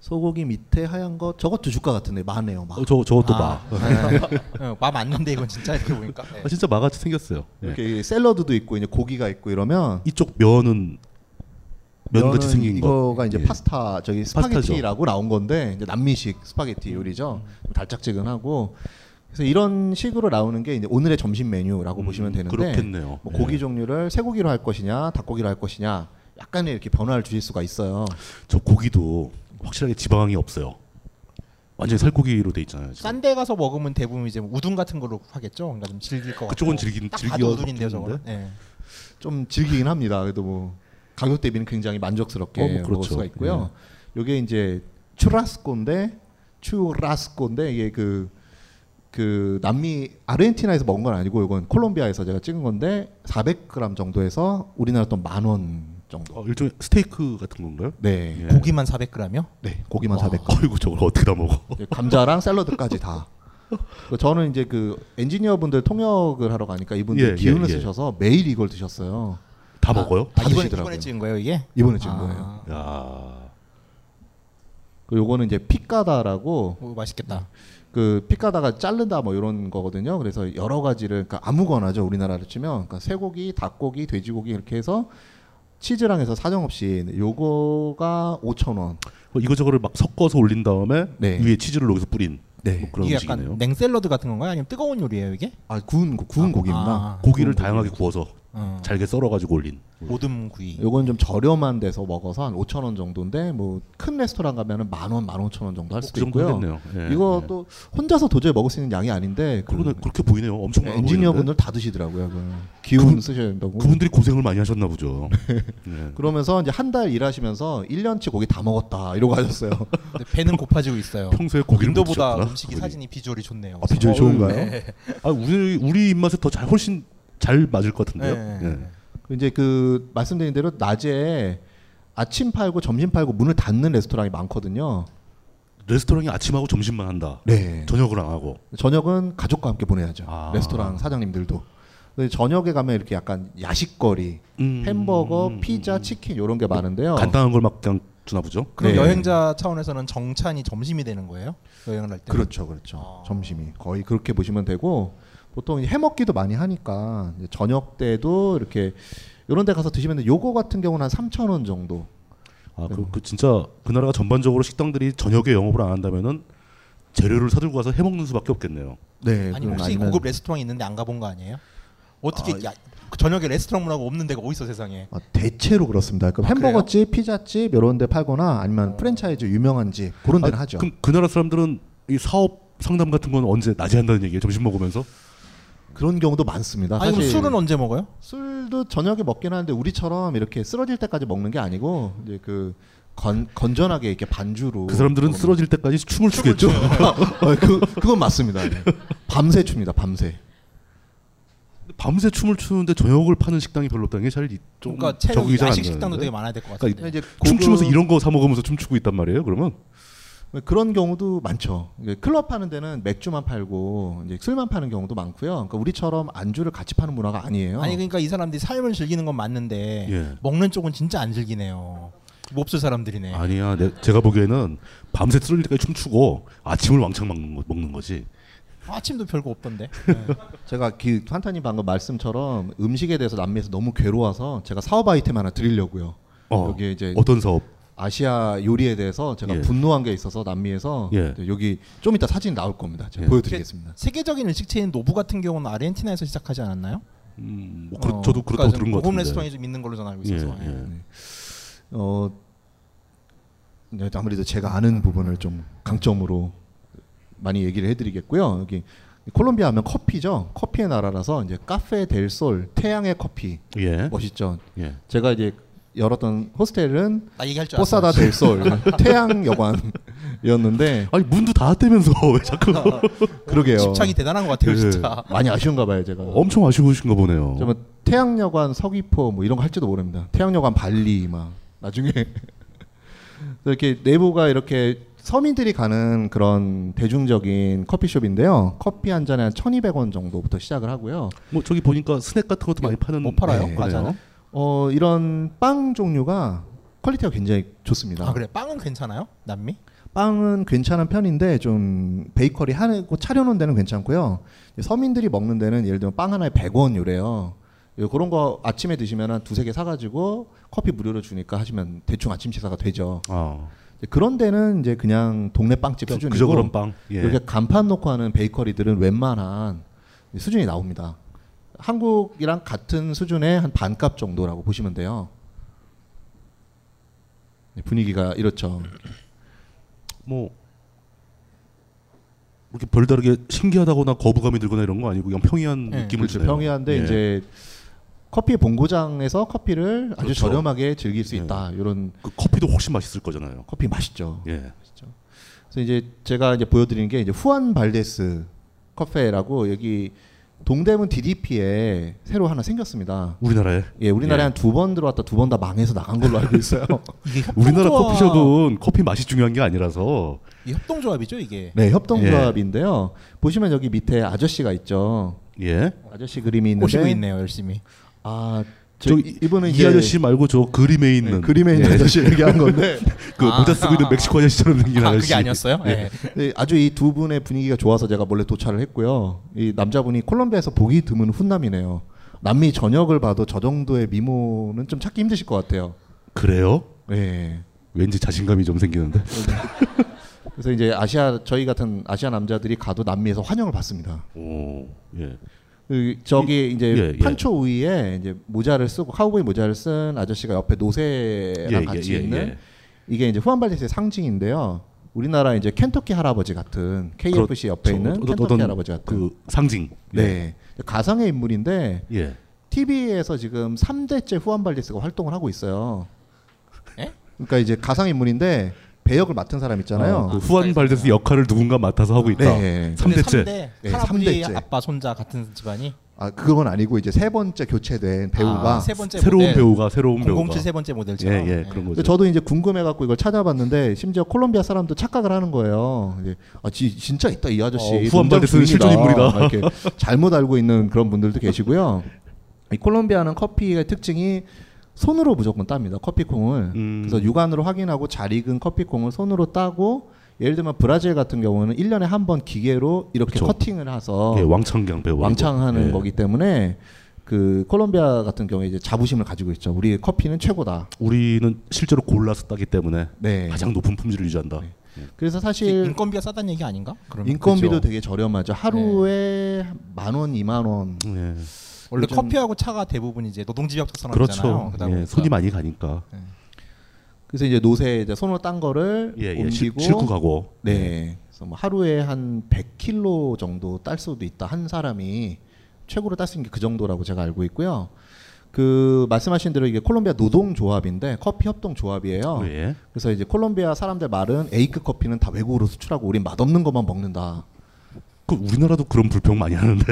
Speaker 10: 소고기 밑에 하얀 거 저것도 주가 같은데 마네요 아, 네. 마.
Speaker 9: 어, 저 저것도 마.
Speaker 11: <laughs> 어, 마 맞는데 이건 진짜 이렇게 보니까. 네.
Speaker 9: 아, 진짜 마같이 생겼어요. 예.
Speaker 10: 이렇게 샐러드도 있고 이제 고기가 있고 이러면
Speaker 9: 이쪽 면은 면같이 생긴 거.
Speaker 10: 이거가 이제
Speaker 9: 예.
Speaker 10: 파스타 저기
Speaker 9: 파스타죠. 음.
Speaker 10: 스파게티라고 나온 건데 이제 남미식 스파게티 요리죠. 좀 달짝지근하고 그래서 이런 식으로 나오는 게 이제 오늘의 점심 메뉴라고 보시면 되는데
Speaker 9: 음, 그렇겠네요. 예.
Speaker 10: 뭐 고기 종류를 쇠고기로 할 것이냐 닭고기로 할 것이냐 약간 이렇게 변화를 주실 수가 있어요.
Speaker 9: 저 고기도 확실하게 지방이 없어요. 완전히 살코기로 돼 있잖아요. 지금.
Speaker 11: 싼 데 가서 먹으면 대부분 이제 우둔 같은 걸로 하겠죠. 그러니까 좀 질길 것 같고.
Speaker 9: 그쪽은 질긴-
Speaker 11: 딱
Speaker 9: 질겨
Speaker 11: 봐도 우둔인데요, 저거는.
Speaker 9: 먹겠는데?
Speaker 11: 네.
Speaker 10: 예. 좀 즐기긴 합니다. 그래도 뭐 가격 대비는 굉장히 만족스럽게
Speaker 9: 어, 뭐
Speaker 10: 먹을
Speaker 9: 그렇죠.
Speaker 10: 수가 있고요. 요게 이제 추라스코인데 추라스코인데 이게 그 그 남미 아르헨티나에서 먹은 건 아니고 이건 콜롬비아에서 제가 찍은 건데 400g 정도에서 우리나라 돈 만 원 정도.
Speaker 9: 어, 일종의 스테이크 같은 건가요?
Speaker 10: 네.
Speaker 11: 고기만 400g이요?
Speaker 10: 네, 고기만 400g.
Speaker 9: 어이구 저걸 어떻게 다 먹어?
Speaker 10: 이제 네, 감자랑 샐러드까지 다. 그 저는 이제 그 엔지니어분들 통역을 하러 가니까 이분들
Speaker 9: 예,
Speaker 10: 기운을
Speaker 9: 예, 예.
Speaker 10: 쓰셔서 매일 이걸 드셨어요.
Speaker 9: 다 먹어요?
Speaker 10: 다
Speaker 11: 아, 이번에-
Speaker 10: 드시더라고요.
Speaker 11: 이번에 찍은 거예요, 이게?
Speaker 10: 이번에 찍은
Speaker 11: 아.
Speaker 10: 거예요.
Speaker 9: 야.
Speaker 10: 그 요거는 이제 피카다라고
Speaker 11: 오, 맛있겠다.
Speaker 10: 그 피카다가 자른다 뭐 이런 거거든요. 그래서 여러 가지를 그러니까 아무거나죠 우리나라로 치면 그러니까 쇠고기, 닭고기, 돼지고기 이렇게 해서 치즈랑 해서 사정없이 요거가 5천 원.
Speaker 9: 어, 이거 저거를 막 섞어서 올린 다음에
Speaker 10: 네.
Speaker 9: 위에 치즈를 녹여서 뿌린 뭐 그런
Speaker 11: 이게
Speaker 9: 음식이네요.
Speaker 11: 약간 냉샐러드 같은 건가요? 아니면 뜨거운 요리예요, 이게? 아,
Speaker 10: 아 구운 구운 아, 고기입니다.
Speaker 9: 고기를 다양하게 구워서
Speaker 11: 어.
Speaker 9: 잘게 썰어가지고 올린.
Speaker 11: 모듬 구이.
Speaker 10: 요건 좀 저렴한 데서 먹어서 한 5천 원 정도인데 뭐 큰 레스토랑 가면은 만 원, 만 오천 원 정도 할
Speaker 9: 그
Speaker 10: 수도
Speaker 9: 정도
Speaker 10: 있고요.
Speaker 9: 하겠네요. 예,
Speaker 10: 이것도 혼자서 도저히 먹을 수 있는 양이 아닌데 그
Speaker 9: 그렇게 보이네요. 엄청 많아
Speaker 10: 엔지니어분들
Speaker 9: 보이는데?
Speaker 10: 다 드시더라고요. 그걸. 기운
Speaker 9: 그분-
Speaker 10: 쓰셔야 된다고.
Speaker 9: 그분들이 고생을 많이 하셨나 보죠.
Speaker 10: 네.
Speaker 9: 예.
Speaker 10: 그러면서 이제 한 달 일하시면서 1년치 고기 다 먹었다 이러고 하셨어요.
Speaker 11: <laughs> 근데 배는 고파지고 있어요.
Speaker 9: 평소에 고기를 못
Speaker 11: 인도보다
Speaker 9: 드셨구나,
Speaker 11: 음식이
Speaker 9: 그분이.
Speaker 11: 사진이 비주얼이 좋네요.
Speaker 9: 아, 비주얼
Speaker 11: 어,
Speaker 9: 좋은가요?
Speaker 11: 네.
Speaker 9: 아 우리 우리 입맛에 더 잘 훨씬 잘 맞을 것 같은데요.
Speaker 10: 네.
Speaker 9: 예.
Speaker 10: 이제 그 말씀드린 대로 낮에 아침 팔고 점심 팔고 문을 닫는 레스토랑이 많거든요.
Speaker 9: 레스토랑이 아침하고 점심만 한다.
Speaker 10: 네.
Speaker 9: 저녁을 안 하고.
Speaker 10: 저녁은 가족과 함께 보내야죠.
Speaker 9: 아.
Speaker 10: 레스토랑 사장님들도. 근데 저녁에 가면 이렇게 약간 야식거리, 햄버거, 피자, 치킨 이런 게 많은데요.
Speaker 9: 음. 간단한 걸 막 그냥 주나 보죠.
Speaker 11: 그럼
Speaker 10: 네.
Speaker 11: 여행자 차원에서는 정찬이 점심이 되는 거예요? 여행을 할 때. 아.
Speaker 10: 그렇죠, 그렇죠. 점심이 거의 그렇게 보시면 되고 보통 이제 해먹기도 많이 하니까 이제 저녁 때도 이렇게 이런 데 가서 드시면 요거 같은 경우는 한 3천 원 정도.
Speaker 9: 아, 그, 그 진짜 그 나라가 전반적으로 식당들이 저녁에 영업을 안 한다면은 재료를 사들고 가서 해 먹는 수밖에 없겠네요.
Speaker 10: 네.
Speaker 11: 아니 혹시 고급 레스토랑이 있는데 안 가본 거 아니에요? 어떻게 야, 그 저녁에 레스토랑 문화가 없는 데가 어디 있어 세상에?
Speaker 10: 아,
Speaker 11: 아,
Speaker 10: 대체로 그렇습니다. 그러니까 햄버거집, 피자집 이런 데 팔거나
Speaker 11: 어.
Speaker 10: 아니면 프랜차이즈 유명한 집 그런 데는
Speaker 9: 아,
Speaker 10: 하죠.
Speaker 9: 그럼 그 나라 사람들은 이 사업 상담 같은 건 언제 낮에 한다는 얘기예요? 점심 먹으면서?
Speaker 10: 그런 경우도 많습니다.
Speaker 11: 아니 그럼 술은 언제 먹어요?
Speaker 10: 술도 저녁에 먹긴 하는데 우리처럼 이렇게 쓰러질 때까지 먹는 게 아니고 이제 그 건, 건전하게 이렇게 반주로
Speaker 9: 그 사람들은 쓰러질 때까지 춤을 추겠죠.
Speaker 10: 어, 그, 그건 맞습니다. 예. 밤새 춥니다. 밤새.
Speaker 9: 밤새 춤을 추는데 저녁을 파는 식당이 별로 없다는 게 잘 좀
Speaker 11: 그러니까 체력
Speaker 9: 적응이 잘안
Speaker 11: 야식
Speaker 9: 되는데.
Speaker 11: 식당도 되게 많아야 될것
Speaker 9: 그러니까
Speaker 11: 같은데.
Speaker 10: 이제
Speaker 9: 춤
Speaker 10: 고급-
Speaker 9: 추면서 이런 거 사 먹으면서 춤추고 있단 말이에요. 그러면
Speaker 10: 네, 그런 경우도 많죠. 이게 클럽 하는 데는 맥주만 팔고 이제 술만 파는 경우도 많고요. 그러니까 우리처럼 안주를 같이 파는 문화가 아니에요.
Speaker 11: 아니 그러니까 이 사람들이 삶을 즐기는 건 맞는데
Speaker 9: 예.
Speaker 11: 네. 먹는 쪽은 진짜 안 즐기네요. 몹쓸 사람들이네.
Speaker 9: 아니야. 내, 제가 보기에는 밤새 쓰러질 때까지 춤추고 아침을 왕창 먹는, 거, 먹는 거지.
Speaker 11: 아침도 별거 없던데.
Speaker 10: 제가 그 환타님 방금 말씀처럼 음식에 대해서 남미에서 너무 괴로워서 제가 사업 아이템 하나 드리려고요.
Speaker 9: 어,
Speaker 10: 여기 이제
Speaker 9: 어떤 사업?
Speaker 10: 아시아 요리에 대해서 제가
Speaker 9: 예.
Speaker 10: 분노한 게 있어서 남미에서
Speaker 9: 예.
Speaker 10: 여기 좀 이따 사진 나올 겁니다. 제가 보여드리겠습니다.
Speaker 11: 세계적인 일식 체인 노부 같은 경우는 아르헨티나에서 시작하지 않았나요?
Speaker 9: 음,
Speaker 10: 뭐
Speaker 11: 어,
Speaker 10: 그렇- 저도 그렇다고 들은
Speaker 11: 고급
Speaker 10: 것 같은데.
Speaker 11: 그러니까 레스토랑이 좀 있는 걸로 저는 알고 있어서. 예.
Speaker 10: 어 네, 아무래도 제가 아는 부분을 좀 강점으로 많이 얘기를 해드리겠고요. 여기 콜롬비아 하면 커피죠. 커피의 나라라서 이제 카페 델솔 태양의 커피
Speaker 9: 예.
Speaker 11: 뭐
Speaker 10: 멋있죠.
Speaker 9: 예.
Speaker 10: 제가 이제 열었던 호스텔은
Speaker 11: 나 얘기할 줄
Speaker 10: 포사다
Speaker 11: 알았어. <laughs>
Speaker 10: 델솔 태양 여관이었는데
Speaker 9: 아니 문도 닫으면서 <laughs> 왜 자꾸
Speaker 10: 그러게요. 네.
Speaker 11: 집착이 대단한 것 같아요,
Speaker 9: 예.
Speaker 11: 진짜.
Speaker 10: 많이 아쉬운가 봐요
Speaker 11: 어.
Speaker 10: 제가.
Speaker 9: 엄청 아쉬우신가 보네요.
Speaker 10: 저뭐 태양여관 서귀포 뭐 이런 거 할지도 모릅니다. 태양여관 발리 막 나중에 <laughs> 이렇게 내부가 이렇게 서민들이 가는 그런 대중적인 커피숍인데요. 커피 한 잔에 한 1,200원 정도부터 시작을 하고요.
Speaker 9: 뭐 저기 보니까 스낵 같은 것도
Speaker 11: 예,
Speaker 9: 많이 파는
Speaker 11: 뭐
Speaker 9: 예, 못
Speaker 10: 팔아요? 과자는? 어 이런 빵 종류가 퀄리티가 굉장히 좋습니다.
Speaker 11: 아 그래 빵은 괜찮아요? 남미?
Speaker 10: 빵은 괜찮은 편인데 좀 베이커리 하고 뭐 차려놓은 데는 괜찮고요. 서민들이 먹는 데는 예를 들면 빵 하나에 100원 요래요. 요 그런 거 아침에 드시면 한 두세 개 사가지고 커피 무료로 주니까 하시면 대충 아침 식사가 되죠. 이제 그런 데는 이제 그냥 동네 빵집
Speaker 9: 그냥
Speaker 10: 수준이고
Speaker 9: 어. 그저 그런 빵. 예.
Speaker 10: 이렇게 간판 놓고 하는 베이커리들은 웬만한 수준이 나옵니다. 한국이랑 같은 수준의 한 반값 정도라고 보시면 돼요. 네, 분위기가 이렇죠.
Speaker 9: 뭐 이렇게 별다르게 신기하다거나 거부감이 들거나 이런 거 아니고 그냥 평이한 느낌을
Speaker 10: 그렇죠.
Speaker 9: 주네요.
Speaker 10: 평이한데
Speaker 9: 예.
Speaker 10: 이제 커피 본고장에서 커피를 아주
Speaker 9: 그렇죠.
Speaker 10: 저렴하게 즐길 수 있다. 이런
Speaker 9: 그 커피도 훨씬 맛있을 거잖아요.
Speaker 10: 커피 맛있죠.
Speaker 9: 예.
Speaker 10: 그래서 이제 제가 이제 보여드리는 게 이제 후안 발데스 커페라고 여기 동대문 DDP에 새로 하나 생겼습니다.
Speaker 9: 우리나라에?
Speaker 10: 예, 우리나라에
Speaker 9: 예.
Speaker 10: 한 두 번 들어왔다 두 번 다 망해서 나간 걸로
Speaker 11: <laughs>
Speaker 10: 알고 있어요. 아,
Speaker 9: 우리나라 커피숍은 커피 맛이 중요한 게 아니라서
Speaker 11: 이 협동조합이죠 이게. 예.
Speaker 10: 네, 협동조합인데요. 보시면 여기 밑에 아저씨가 있죠.
Speaker 9: 예.
Speaker 10: 아저씨 그림이 있는데
Speaker 11: 꼬시고 있네요 열심히.
Speaker 10: 아,
Speaker 9: 저
Speaker 10: 저
Speaker 9: 이-
Speaker 10: 이분은
Speaker 9: 이
Speaker 10: 이제- 네,
Speaker 9: 아저씨 말고 저 그림에 있는 예.
Speaker 10: 그림에
Speaker 11: 예.
Speaker 10: 있는 아저씨 아. 얘기한
Speaker 11: <laughs>
Speaker 10: 건데.
Speaker 9: <laughs> 그 모자 쓰고 있는 멕시코 아저씨처럼 생긴 아저씨
Speaker 11: 예.
Speaker 10: 네. 네, 아주 이 두 분의 분위기가 좋아서 제가 몰래 도착을 했고요. 이 남자분이 콜롬비아에서 보기 드문 훈남이네요. 남미 전역을 봐도 저 정도의 미모는 좀 찾기 힘드실 것 같아요.
Speaker 9: 그래요?
Speaker 10: 네.
Speaker 9: 왠지 자신감이 좀 생기는데.
Speaker 10: 음. 그래서 이제 아시아 저희 같은 아시아 남자들이 가도 남미에서 환영을 받습니다.
Speaker 9: 오, 예.
Speaker 10: 그 저기
Speaker 9: 이-
Speaker 10: 이제
Speaker 9: 예, 예.
Speaker 10: 판초 위에 이제 모자를 쓰고 카우보이 모자를 쓴 아저씨가 옆에 노새랑
Speaker 9: 예, 예,
Speaker 10: 같이
Speaker 9: 예,
Speaker 10: 있는
Speaker 9: 예.
Speaker 10: 이게 이제 후안발데스의 상징인데요. 우리나라 이제 켄터키 할아버지 같은 KFC 옆에
Speaker 9: 그렇죠.
Speaker 10: 있는
Speaker 9: 어떤-
Speaker 10: 켄터키
Speaker 9: 어떤
Speaker 10: 할아버지 같은
Speaker 9: 그 상징. 예.
Speaker 10: 네 가상의 인물인데
Speaker 9: 예.
Speaker 10: TV에서 지금 3대째 후안발데스가 활동을 하고 있어요. 그러니까 이제 가상 인물인데 배역을 맡은 사람 있잖아요.
Speaker 9: 아, 그 후안 발데스 역할을 누군가 맡아서 하고 있다.
Speaker 10: 네.
Speaker 9: 삼 3대째.
Speaker 11: 네. 대
Speaker 10: 네,
Speaker 11: 할아버지
Speaker 10: 삼대째.
Speaker 11: 아빠 손자 같은 집안이. 아,
Speaker 10: 아 그건 아니고 이제 세 번째 교체된 배우가
Speaker 11: 세 번째
Speaker 9: 새로운
Speaker 11: 모델.
Speaker 9: 배우가 새로운
Speaker 11: 007
Speaker 9: 배우가.
Speaker 11: 세 번째 모델처럼. 네.
Speaker 9: 예, 예, 그런
Speaker 10: 근데
Speaker 9: 거죠.
Speaker 10: 저도 이제 궁금해갖고 이걸 찾아봤는데 심지어 콜롬비아 사람도 착각을 하는 거예요. 이제 아 지- 진짜 있다 이 아저씨.
Speaker 9: 어, 후안 발데스는
Speaker 10: 농장 주인이다.
Speaker 9: 실존
Speaker 10: 막
Speaker 9: 인물이다.
Speaker 11: <laughs>
Speaker 10: 이렇게 잘못 알고 있는 그런 분들도 계시고요. 이 콜롬비아는 커피의 특징이 손으로 무조건 땁니다. 커피콩을.
Speaker 11: 음.
Speaker 10: 그래서 육안으로 확인하고 잘 익은 커피콩을 손으로 따고 예를 들면 브라질 같은 경우는 1년에 한 번 기계로 이렇게 커팅을 해서
Speaker 9: 예, 왕창경 배우.
Speaker 10: 왕창 하는
Speaker 9: 예.
Speaker 10: 거기 때문에 그 콜롬비아 같은 경우에 이제 자부심을 가지고 있죠. 우리 커피는 최고다.
Speaker 9: 우리는 실제로 골라서 따기 때문에
Speaker 10: 네.
Speaker 9: 가장 높은 품질을
Speaker 11: 네.
Speaker 9: 유지한다. 예.
Speaker 10: 그래서 사실
Speaker 11: 인건비가 싸다는 얘기 아닌가? 그러면
Speaker 10: 인건비도
Speaker 11: 그죠? 네.
Speaker 10: 되게 저렴하죠. 하루에 만 원, 이만 원.
Speaker 11: 원래
Speaker 10: 요즘-
Speaker 11: 커피하고 차가 대부분 이제 노동집약
Speaker 9: 예. 그렇죠.
Speaker 11: 특산업이잖아요. 그러니까
Speaker 9: 예, 손이 많이 가니까.
Speaker 10: 그래서 이제 노세 이제 손으로 딴 거를
Speaker 9: 예, 예, 싣-
Speaker 10: 옮기고
Speaker 9: 싣고 가고.
Speaker 10: 네. 그래서 뭐 하루에 한 100kg 정도 딸 수도 있다. 한 사람이 최고로 딸 수 있는 게 그 정도라고 제가 알고 있고요. 그 말씀하신 대로 이게 콜롬비아 노동조합인데 커피
Speaker 9: 아,
Speaker 10: 협동조합이에요.
Speaker 9: 예.
Speaker 10: 그래서 이제 콜롬비아 사람들 말은 A급 커피는 다 외국으로 수출하고 우린 맛없는 것만 먹는다.
Speaker 9: 그 우리나라도 그런 불평 많이 하는데.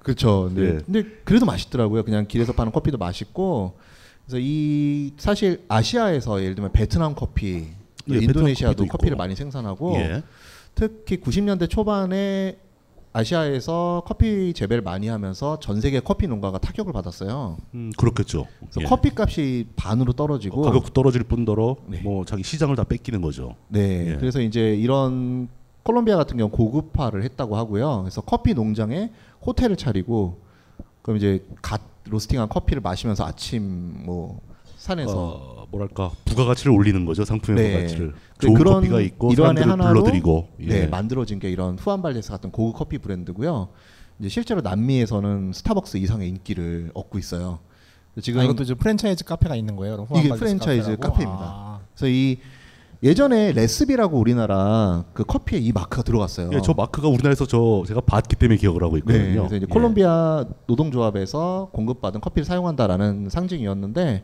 Speaker 10: 그렇죠. 네.
Speaker 9: 예.
Speaker 10: 근데 그래도 맛있더라고요. 그냥 길에서 파는 커피도 맛있고. 그래서 이 사실 아시아에서 예를 들면 베트남 커피,
Speaker 9: 예, 베트남
Speaker 10: 인도네시아도
Speaker 9: 커피도 있고.
Speaker 10: 커피를 많이 생산하고
Speaker 9: 예.
Speaker 10: 특히 90년대 초반에 아시아에서 커피 재배를 많이 하면서 전 세계 커피 농가가 타격을 받았어요.
Speaker 9: 음, 그렇겠죠.
Speaker 10: 그래서
Speaker 9: 예.
Speaker 10: 커피 값이 반으로 떨어지고
Speaker 9: 가격도 떨어질 뿐더러 뭐 자기 시장을 다 뺏기는 거죠.
Speaker 10: 네.
Speaker 9: 예.
Speaker 10: 그래서 이제 이런 콜롬비아 같은 경우 고급화를 했다고 하고요. 그래서 커피 농장에 호텔을 차리고 그럼 이제 갓 로스팅한 커피를 마시면서 아침 뭐 산에서 네.
Speaker 9: 어, 뭐랄까 부가가치를 올리는 거죠 상품의 부가가치를. 좋은
Speaker 10: 그런
Speaker 9: 커피가 있고
Speaker 10: 일환의
Speaker 9: 사람들을
Speaker 10: 하나로,
Speaker 9: 불러들이고. 예.
Speaker 10: 네, 만들어진 게 이런 후안발레스 같은 고급 커피 브랜드고요. 이제 실제로 남미에서는 스타벅스 이상의 인기를 얻고 있어요. 지금
Speaker 11: 아, 이것도 이제 프랜차이즈 카페가 있는 거예요. 그럼
Speaker 10: 이게
Speaker 11: 후안발레스
Speaker 10: 프랜차이즈
Speaker 11: 카페라고?
Speaker 10: 카페입니다.
Speaker 11: 아.
Speaker 10: 그래서 이 예전에 레스비라고 우리나라 그 커피에 이 마크가 들어갔어요.
Speaker 9: 예, 저 마크가 우리나라에서 저 제가 봤기 때문에 기억을 하고 있거든요. 예.
Speaker 10: 네, 그래서 이제 콜롬비아 노동조합에서 공급받은 커피를 사용한다라는 상징이었는데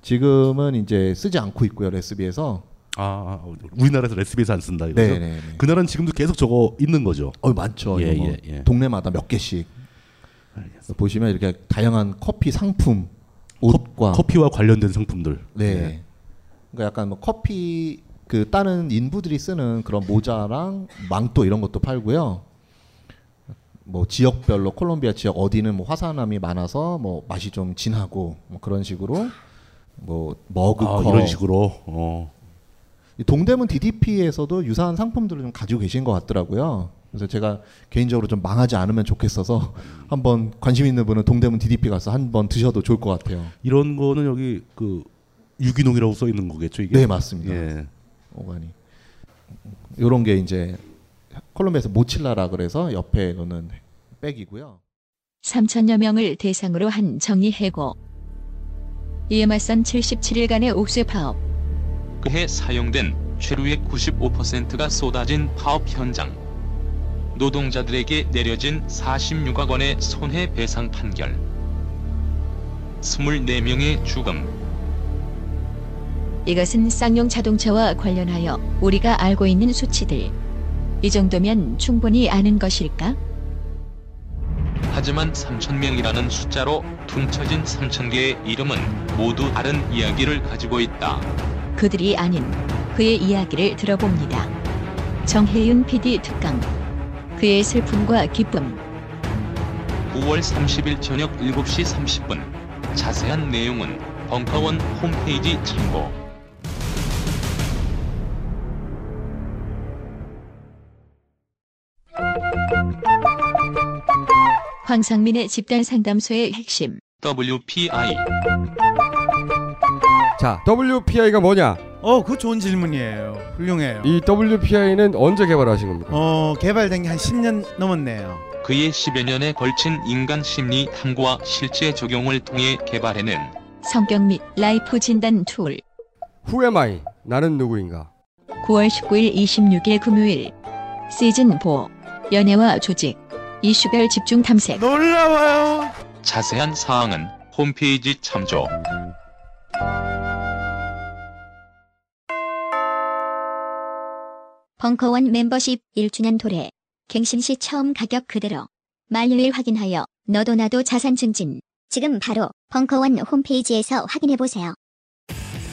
Speaker 10: 지금은 이제 쓰지 않고 있고요 레스비에서.
Speaker 9: 아, 아, 우리나라에서 레시피에서 안 쓴다 이거죠.
Speaker 10: 네, 네, 네.
Speaker 9: 그 나라는 지금도 계속 저거 있는 거죠.
Speaker 10: 어, 많죠.
Speaker 9: 예,
Speaker 10: 이거 뭐
Speaker 9: 예, 예.
Speaker 10: 동네마다 몇 개씩. 보시면 이렇게 다양한 커피 상품, 옷과
Speaker 9: 커피와 관련된 상품들.
Speaker 10: 네.
Speaker 9: 예.
Speaker 10: 그러니까 약간 뭐 커피 그 다른 인부들이 쓰는 그런 모자랑 망토 이런 것도 팔고요. 뭐 지역별로 콜롬비아 지역 어디는 뭐 화산암이 많아서 뭐 맛이 좀 진하고 뭐 그런 식으로 뭐 머그컵
Speaker 9: 아, 이런 식으로. 어.
Speaker 10: 이 동대문 DDP에서도 유사한 상품들을 좀 가지고 계신 것 같더라고요. 그래서 제가 개인적으로 좀 망하지 않으면 좋겠어서 <laughs> 한번 관심 있는 분은 동대문 DDP 가서 한번 드셔도 좋을 것 같아요.
Speaker 9: 이런 거는 여기 그 유기농이라고 써 있는 거겠죠 이게.
Speaker 10: 네 맞습니다.
Speaker 9: 예.
Speaker 10: 오가니 이런 게 이제 콜롬비아에서 모칠라라 그래서 옆에 이거는 백이고요.
Speaker 8: 3천여 명을 대상으로 한 정리 해고. 이에 맞선 77일간의 옥쇄 파업.
Speaker 16: 그해 사용된 최루의 95%가 쏟아진 파업 현장. 노동자들에게 내려진 46억 원의 손해배상 판결. 24명의 죽음.
Speaker 8: 이것은 쌍용 자동차와 관련하여 우리가 알고 있는 수치들. 이 정도면 충분히 아는 것일까?
Speaker 16: 하지만 3,000명이라는 숫자로 퉁쳐진 3,000개의 이름은 모두 다른 이야기를 가지고 있다.
Speaker 8: 그들이 아닌 그의 이야기를 들어봅니다. 정혜윤 PD 특강. 그의 슬픔과 기쁨.
Speaker 16: 9월 30일 저녁 7시 30분. 자세한 내용은 벙커원 홈페이지 참고.
Speaker 8: 황상민의 집단 상담소의 핵심.
Speaker 16: WPI
Speaker 17: 자, WPI가 뭐냐?
Speaker 18: 어, 그 좋은 질문이에요. 훌륭해요.
Speaker 17: 이 WPI는 언제 개발하신 겁니까?
Speaker 18: 어, 개발된 게 한 10년 넘었네요.
Speaker 16: 그의 10여 년에 걸친 인간 심리 탐구와 실제 적용을 통해 개발해낸
Speaker 8: 성격 및 라이프 진단 툴.
Speaker 17: Who am I? 나는 누구인가?
Speaker 8: 9월 19일 26일 금요일 시즌 4 연애와 조직 이슈별 집중 탐색
Speaker 18: 놀라워요
Speaker 16: 자세한 사항은 홈페이지 참조.
Speaker 19: 벙커원 멤버십 1주년 도래. 갱신 시 처음 가격 그대로. 만료일 확인하여 너도 나도 자산 증진. 지금 바로 벙커원 홈페이지에서 확인해보세요.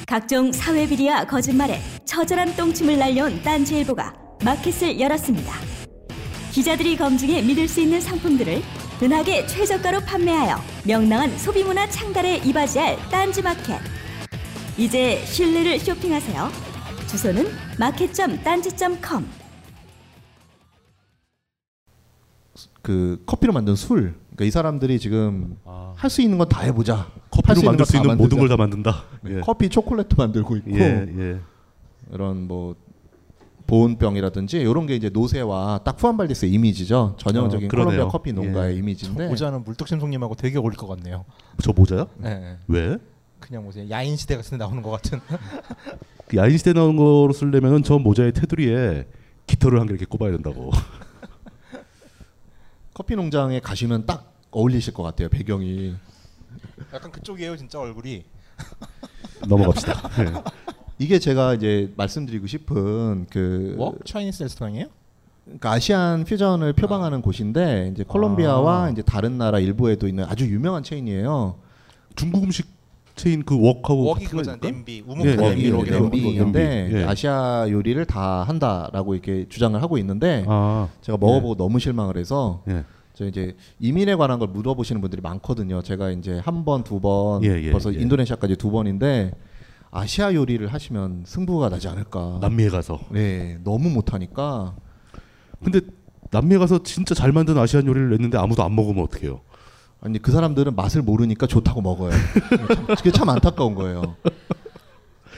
Speaker 4: 각종 사회 비리와 거짓말에 처절한 똥침을 날려온 딴지일보가 마켓을 열었습니다. 기자들이 검증해 믿을 수 있는 상품들을 은하계 최저가로 판매하여 명랑한 소비문화 창달에 이바지할 딴지마켓. 이제 신뢰를 쇼핑하세요. 주소는 마켓.딴지.com 점
Speaker 10: 그 커피로 만든 술. 그러니까 이 사람들이 지금
Speaker 17: 아.
Speaker 10: 할 수 있는 건 다 해보자.
Speaker 9: 커피로
Speaker 10: 할수
Speaker 9: 만들 수
Speaker 10: 건다
Speaker 9: 있는 모든
Speaker 10: 만들자.
Speaker 9: 걸 다 만든다.
Speaker 10: 네,
Speaker 9: 예.
Speaker 10: 커피 초콜릿도 만들고 있고
Speaker 9: 예, 예.
Speaker 10: 이런 뭐 보온병이라든지 이런 게 이제 노세와 딱 후안발리스의 이미지죠. 전형적인
Speaker 11: 어, 그러네요.
Speaker 10: 콜롬비아 커피 농가의
Speaker 11: 예.
Speaker 10: 이미지인데
Speaker 11: 저 모자는 물떡심송님하고 되게 어울릴 것 같네요.
Speaker 9: 저 모자요?
Speaker 11: 네.
Speaker 9: 왜?
Speaker 11: 그냥 무슨 야인 시대 같은 데 나오는 것 같은.
Speaker 9: 그 야인시대 나온 거로 쓰려면은 저 모자의 테두리에 깃털을 한 개 이렇게 꼽아야 된다고. <laughs>
Speaker 10: 커피 농장에 가시면 딱 어울리실 것 같아요. 배경이
Speaker 11: 약간 그쪽이에요 진짜 얼굴이.
Speaker 9: 넘어갑시다. 네.
Speaker 10: 이게 제가 이제 말씀드리고 싶은 그
Speaker 11: 웍 차이니스 레스토랑이에요?
Speaker 10: 그러니까 아시안 퓨전을 표방하는 곳인데 이제 콜롬비아와 이제 다른 나라 일부에도 있는 아주 유명한 체인이에요.
Speaker 9: 중국 음식 체인 그 웍하고
Speaker 10: 뭐
Speaker 11: 웍이 그거잖아요. 냄비,
Speaker 10: 네,
Speaker 11: 우묵한 냄비, 웍이
Speaker 10: 냄비, 인데
Speaker 11: 냄비. 예.
Speaker 10: 아시아 요리를 다 한다라고 이렇게 주장을 하고 있는데
Speaker 9: 아.
Speaker 10: 제가 먹어보고 너무 실망을 해서
Speaker 9: 예.
Speaker 10: 저 이제 이민에 관한 걸 물어보시는 분들이 많거든요. 제가 이제 한 번, 두 번,
Speaker 9: 예, 예,
Speaker 10: 벌써
Speaker 9: 예.
Speaker 10: 인도네시아까지 두 번인데 아시아 요리를 하시면 승부가 나지 않을까.
Speaker 9: 남미에 가서.
Speaker 10: 네, 너무 못하니까.
Speaker 9: 근데 남미에 가서 진짜 잘 만든 아시안 요리를 냈는데 아무도 안 먹으면 어떡해요?
Speaker 10: 아니 그 사람들은 맛을 모르니까 좋다고 먹어요. <laughs> 참- 그게 참 안타까운 거예요.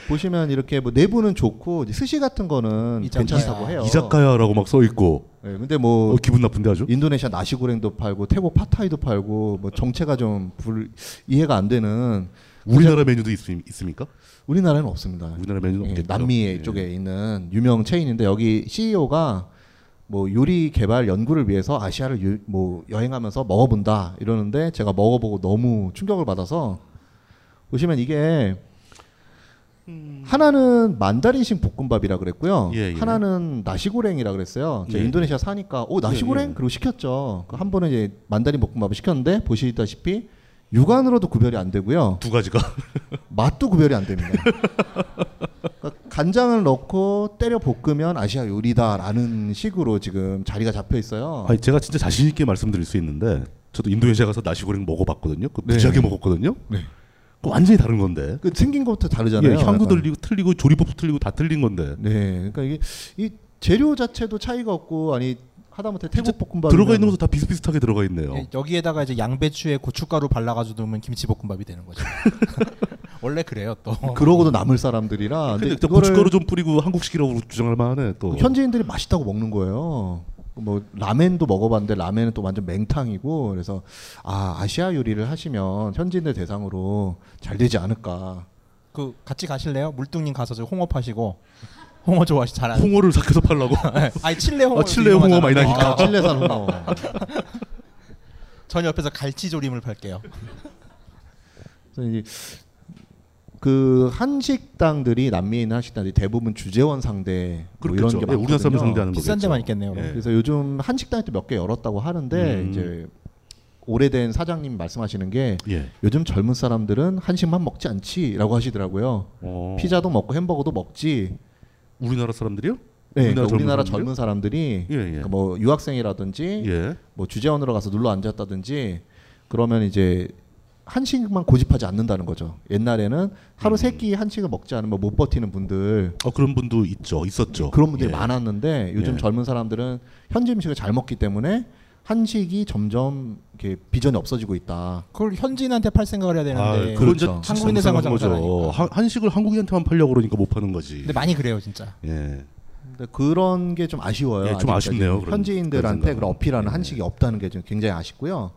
Speaker 10: 보시면 이렇게 뭐 내부는 좋고 이제 스시 같은 거는
Speaker 9: 아,
Speaker 10: 괜찮다고 해요.
Speaker 9: 이자카야라고 막 써 있고. 어,
Speaker 10: 네, 근데 뭐
Speaker 9: 기분 나쁜데 아주.
Speaker 10: 인도네시아 나시고랭도 팔고 태국 팟타이도 팔고 뭐 정체가 좀 불, 이해가 안 되는
Speaker 9: 우리나라 메뉴도 있, 있습니까?
Speaker 10: 우리나라는 없습니다.
Speaker 9: 우리나라 메뉴는
Speaker 10: 예,
Speaker 9: 없겠죠. 네.
Speaker 10: 남미 쪽에 있는 유명 체인인데 여기 CEO가 뭐 요리 개발 연구를 위해서 아시아를 유- 뭐 여행하면서 먹어본다 이러는데 제가 먹어보고 너무 충격을 받아서 보시면 이게 하나는 만다린식 볶음밥이라 그랬고요.
Speaker 9: 예, 예.
Speaker 10: 하나는 나시고랭이라 그랬어요. 제가
Speaker 9: 예.
Speaker 10: 인도네시아 사니까 오 나시고랭
Speaker 9: 예, 예.
Speaker 10: 그리고 시켰죠. 그한 번은 이제 만다린 볶음밥을 시켰는데 보시다시피 육안으로도 구별이 안 되고요.
Speaker 9: 두 가지가
Speaker 10: 맛도 구별이 안 됩니다. 그러니까 간장을 넣고 때려 볶으면 아시아 요리다라는 식으로 지금 자리가 잡혀 있어요.
Speaker 9: 아니 제가 진짜 자신 있게 말씀드릴 수 있는데 저도 인도네시아 가서 나시고랭 먹어봤거든요. 그
Speaker 10: 네.
Speaker 9: 무지하게 먹었거든요. 그 완전히 다른 건데.
Speaker 10: 그 생긴 것부터 다르잖아요.
Speaker 9: 예, 향도
Speaker 10: 약간.
Speaker 9: 틀리고 틀리고 조리법도 틀리고 다 틀린 건데.
Speaker 10: 네, 그러니까 이게 이 재료 자체도 차이가 없고 아니 하다못해 태국 볶음밥
Speaker 9: 들어가 있는 것도 다 비슷비슷하게 들어가 있네요.
Speaker 11: 예, 여기에다가 이제 양배추에 고춧가루 발라가지고 넣으면 김치볶음밥이 되는
Speaker 10: <laughs>
Speaker 11: 거죠. 원래 그래요 또.
Speaker 10: 어, 그러고도 남을 사람들이라
Speaker 9: 근데
Speaker 10: 아, 근데 이거를
Speaker 9: 일단
Speaker 10: 그
Speaker 9: 고춧가루 좀 뿌리고 한국식이라고 주장할 만하네 또.
Speaker 10: 현지인들이 맛있다고 먹는 거예요. 뭐 라멘도 먹어봤는데 라멘은 또 완전 맹탕이고 그래서 아 아시아 요리를 하시면 현지인들 대상으로 잘 되지 않을까.
Speaker 11: 그 같이 가실래요? 물뚱님 가서 저 홍어 파시고 홍어 좋아하시 잘하는.
Speaker 9: 홍어를 삭혀서
Speaker 10: <laughs>
Speaker 9: 팔라고?
Speaker 11: <laughs> 아니 칠레 홍어.
Speaker 9: 아, 칠레 홍어 많이 나니까. 아, 칠레산 홍어.
Speaker 11: 전 옆에서 갈치조림을 팔게요.
Speaker 10: <laughs> 그래서 이제 그 한식당들이 남미에 있는 한식당들이 대부분 주재원 상대 뭐 이런
Speaker 9: 그렇겠죠.
Speaker 10: 게
Speaker 9: 예,
Speaker 10: 많거든요.
Speaker 9: 우리나라 사람들 상대하는
Speaker 11: 비싼 데만 있겠네요.
Speaker 10: 예. 그래서 요즘 한식당이 또 몇 개 열었다고 하는데
Speaker 11: 음.
Speaker 10: 이제 오래된 사장님 말씀하시는 게
Speaker 9: 예.
Speaker 10: 요즘 젊은 사람들은 한식만 먹지 않지라고 하시더라고요.
Speaker 9: 어.
Speaker 10: 피자도 먹고 햄버거도 먹지.
Speaker 9: 우리나라 사람들이요?
Speaker 10: 네,
Speaker 9: 우리나라
Speaker 10: 우리나라,
Speaker 9: 젊은
Speaker 10: 젊은
Speaker 9: 사람들이요?
Speaker 10: 사람들이
Speaker 9: 예, 예.
Speaker 10: 그러니까 뭐 유학생이라든지
Speaker 9: 예.
Speaker 10: 뭐 주재원으로 가서 눌러 앉았다든지 그러면 이제 한식만 고집하지 않는다는 거죠. 옛날에는
Speaker 9: 음.
Speaker 10: 하루 세 끼 한식을 먹지 않으면 못 버티는 분들.
Speaker 9: 어 그런 분도 있죠, 있었죠.
Speaker 10: 그런 분들이
Speaker 9: 예.
Speaker 10: 많았는데 요즘
Speaker 9: 예.
Speaker 10: 젊은 사람들은 현지 음식을 잘 먹기 때문에 한식이 점점 이렇게 비전이 없어지고 있다.
Speaker 11: 그걸 현지인한테 팔 생각을 해야
Speaker 9: 아,
Speaker 11: 되는데
Speaker 9: 그건 진짜
Speaker 11: 한국인들
Speaker 9: 이상한
Speaker 11: 상관
Speaker 9: 거죠. 한- 한식을 한국인한테만 팔려고 그러니까 못 파는 거지.
Speaker 11: 근데 많이 그래요 진짜.
Speaker 9: 예.
Speaker 10: 근데 그런 게 좀 아쉬워요.
Speaker 9: 예, 좀
Speaker 10: 아직까지.
Speaker 9: 아쉽네요, 그런-
Speaker 10: 현지인들한테
Speaker 9: 그런 네.
Speaker 10: 그 어필하는 한식이 없다는 게 좀 굉장히 아쉽고요.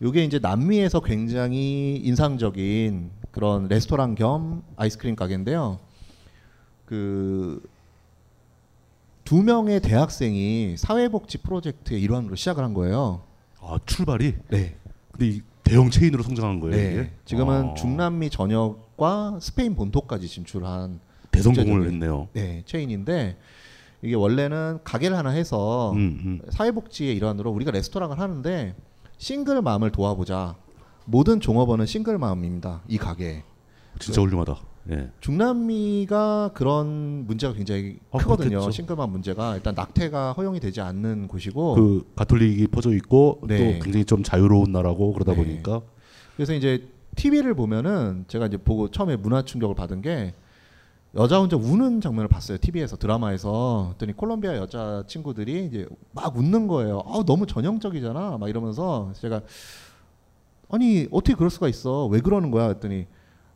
Speaker 10: 요게 이제 남미에서 굉장히 인상적인 그런 레스토랑 겸 아이스크림 가게인데요. 그 두 명의 대학생이 사회복지 프로젝트의 일환으로 시작을 한 거예요.
Speaker 9: 아 출발이.
Speaker 10: 네.
Speaker 9: 근데 이 대형 체인으로 성장한 거예요.
Speaker 10: 네.
Speaker 9: 이게?
Speaker 10: 지금은
Speaker 9: 아,
Speaker 10: 중남미 전역과 스페인 본토까지 진출한
Speaker 9: 대성공을
Speaker 10: 국제적인,
Speaker 9: 했네요.
Speaker 10: 네, 체인인데 이게 원래는 가게를 하나 해서
Speaker 9: 음,
Speaker 10: 사회복지의 일환으로 우리가 레스토랑을 하는데 싱글 맘을 도와보자. 모든 종업원은 싱글 맘입니다. 이 가게. 네.
Speaker 9: 진짜 훌륭하다. 예.
Speaker 10: 중남미가 그런 문제가 굉장히 크거든요.
Speaker 9: 어, 그렇겠죠.
Speaker 10: 싱글맘 문제가 일단 낙태가 허용이 되지 않는 곳이고
Speaker 9: 그 가톨릭이 퍼져 있고
Speaker 10: 어. 네.
Speaker 9: 또 굉장히 좀 자유로운 나라고 그러다 보니까
Speaker 10: 그래서 이제 TV를 보면은 제가 이제 보고 처음에 문화 충격을 받은 게 여자 혼자 우는 장면을 봤어요. TV에서 드라마에서 그랬더니 콜롬비아 여자 친구들이 이제 막 웃는 거예요. 아, 너무 전형적이잖아. 막 이러면서 제가 아니, 어떻게 그럴 수가 있어? 왜 그러는 거야? 그랬더니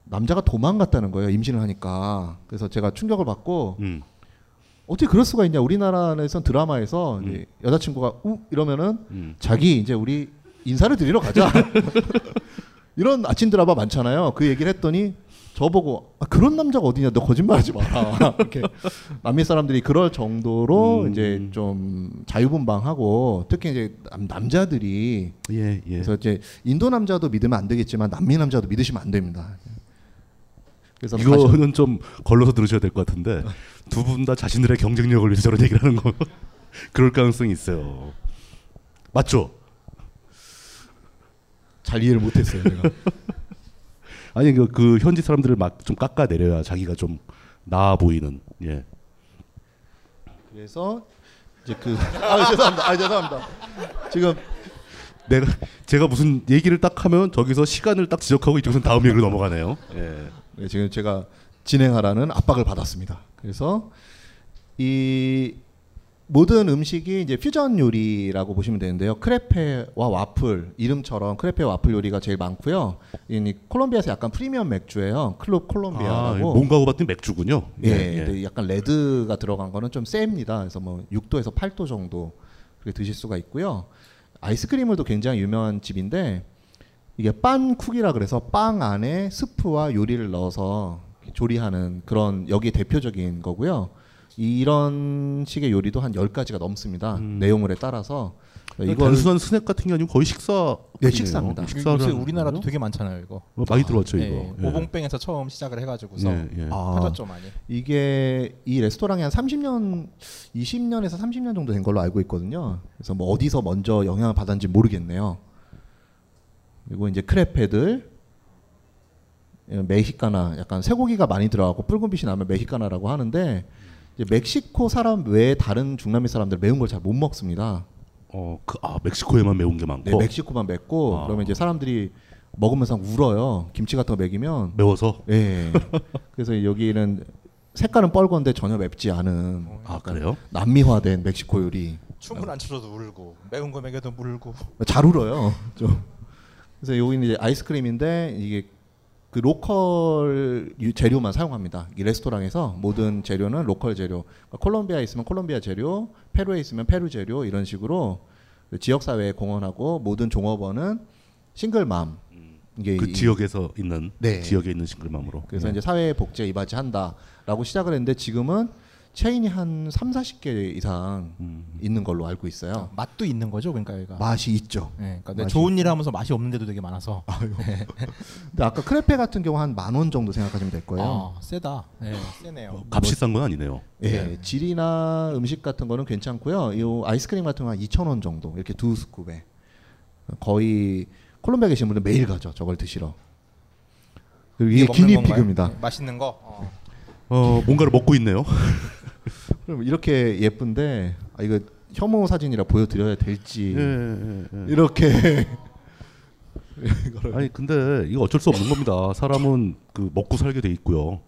Speaker 10: 남자가 도망갔다는 거예요. 임신을 하니까. 그래서 제가 충격을 받고
Speaker 9: 음,
Speaker 10: 어떻게 그럴 수가 있냐? 우리나라에선 드라마에서 이제 여자친구가 우 이러면은
Speaker 9: 음.
Speaker 10: 자기 이제 우리 <laughs> 인사를 드리러 가자. 이런 아침 드라마 많잖아요. 그 얘기를 했더니 저보고 아, 그런 남자가 어디냐 너 거짓말하지 마라 <laughs> 이렇게 남미 사람들이 그럴 정도로 이제 좀 자유분방하고 특히 이제 남, 남자들이
Speaker 9: 예,
Speaker 10: 그래서 이제 인도 남자도 믿으면 안 되겠지만 남미 남자도 믿으시면 안 됩니다. 그래서 다시-
Speaker 9: 이거는 좀 걸러서 들으셔야 될
Speaker 10: <laughs>
Speaker 9: 것 같은데 두 분 다 자신들의 경쟁력을 위해서 저런 얘기를 하는 거 <laughs> 그럴 가능성이 있어요. 맞죠?
Speaker 10: 잘 이해를 못했어요. 내가.
Speaker 9: 아니 그, 그 현지 사람들을 막 좀 깎아 내려야 자기가 좀 나아 보이는 예.
Speaker 10: 그래서 이제 그 아, 죄송합니다. 아, 죄송합니다. 지금
Speaker 9: 내가 제가 무슨 얘기를 딱 하면 저기서 시간을 딱 지적하고 이쪽에서 다음 얘기로 넘어가네요. 예.
Speaker 10: 네, 지금 제가 진행하라는 압박을 받았습니다. 그래서 이 모든 음식이 이제 퓨전 요리라고 보시면 되는데요. 크레페와 와플 이름처럼 크레페 와플 요리가 제일 많고요. 이 콜롬비아에서 약간 프리미엄 맥주예요. 클럽
Speaker 9: 아,
Speaker 10: 콜롬비아라고.
Speaker 9: 뭔가고 봤더니 맥주군요.
Speaker 10: 어, 예, 근데 약간 레드가 들어간 거는 좀 셉니다. 그래서 뭐 6도에서 8도 정도 그렇게 드실 수가 있고요. 아이스크림으로도 굉장히 유명한 집인데 이게 빵쿡이라 그래서 빵 안에 스프와 요리를 넣어서 조리하는 그런 여기 대표적인 거고요. 이런 식의 요리도 한 10가지가 넘습니다. 내용물에 따라서 그러니까 네, 이거를-
Speaker 9: 음. 네, 그 단순한 스낵 같은 게 아니고 거의 식사.
Speaker 10: 네, 식사입니다.
Speaker 9: 식사를
Speaker 11: 요새
Speaker 9: 하는
Speaker 11: 우리나라도
Speaker 9: 거군요.
Speaker 11: 되게 많잖아요 이거.
Speaker 9: 어, 많이 들어왔죠,
Speaker 11: 예,
Speaker 9: 이거.
Speaker 10: 네.
Speaker 9: 예.
Speaker 11: 오봉뱅에서 처음 시작을 해가지고서
Speaker 9: 예, 예.
Speaker 10: 아,
Speaker 11: 퍼졌죠 많이.
Speaker 10: 이게 이 레스토랑이 한 30년, 20년에서 30년 정도 된 걸로 알고 있거든요. 그래서 뭐 어디서 먼저 영향을 받았는지 모르겠네요. 그리고 이제 크레페들, 메히카나, 약간 쇠고기가 많이 들어가고 붉은빛이 나면 메히카나라고 하는데 이제 멕시코 사람 외에 다른 중남미 사람들 매운 걸 잘 못 먹습니다.
Speaker 9: 어, 그, 아 멕시코에만 매운 게 많고.
Speaker 10: 네, 멕시코만 맵고 그러면 이제 사람들이 먹으면서 울어요. 김치 같은 거 먹이면
Speaker 9: 매워서.
Speaker 10: 예. 그래서 여기는 색깔은 뻘건데 전혀 맵지 않은 아
Speaker 9: 그래요?
Speaker 10: 남미화된 멕시코 요리
Speaker 11: 춤을 안 추셔도 울고 매운 거 먹여도 울고.
Speaker 10: 잘 울어요. 좀. 그래서 여기는 이제 아이스크림인데 이게 그 로컬 유- 재료만 사용합니다. 이 레스토랑에서 모든 재료는 로컬 재료. 그러니까 콜롬비아에 있으면 콜롬비아 재료, 페루에 있으면 페루 재료 이런 식으로 그 지역 사회에 공헌하고 모든 종업원은 싱글맘. 이게
Speaker 9: 그
Speaker 10: 이-
Speaker 9: 지역에서 있는
Speaker 10: 예, 네.
Speaker 9: 지역에 있는 싱글맘으로.
Speaker 10: 그래서
Speaker 9: 예.
Speaker 11: 네.
Speaker 10: 이제 사회 복지에 이바지한다라고 시작을 했는데 지금은 체인이 한 3, 40개 이상
Speaker 9: 음.
Speaker 10: 있는 걸로 알고 있어요.
Speaker 11: 아, 맛도 있는 거죠, 그러니까 여기가.
Speaker 10: 맛이 있죠.
Speaker 11: 예, 그러니까 내가
Speaker 10: 맛이
Speaker 11: 좋은 일 하면서 맛이 없는데도 되게
Speaker 10: <laughs>
Speaker 11: 많아서. 예.
Speaker 10: 근데 아까 크레페 같은 경우 한 만 원 정도 생각하시면 될 거예요.
Speaker 11: 아, 세다. 예, 세네요.
Speaker 9: 어, 값이 싼 건 아니네요.
Speaker 10: 예, 질이나 음식 같은 거는 괜찮고요. 이 아이스크림 같은 거한 2천 원 정도 이렇게 두 스쿱에 거의 콜롬비아 계신 분들 매일 가죠. 저걸 드시러. 그리고 이게
Speaker 11: 이게 먹는
Speaker 10: 기니피그입니다.
Speaker 11: 건가요? 예, 맛있는 거. 어.
Speaker 9: 어 뭔가를 먹고 있네요.
Speaker 10: 그럼 이렇게 예쁜데 아, 이거 혐오 사진이라 보여드려야
Speaker 9: 예,
Speaker 10: 될지
Speaker 11: 네.
Speaker 10: 이렇게 <laughs>
Speaker 9: 아니 근데 이거 어쩔 수 없는 겁니다. 사람은 그 먹고 살게 돼 있고요.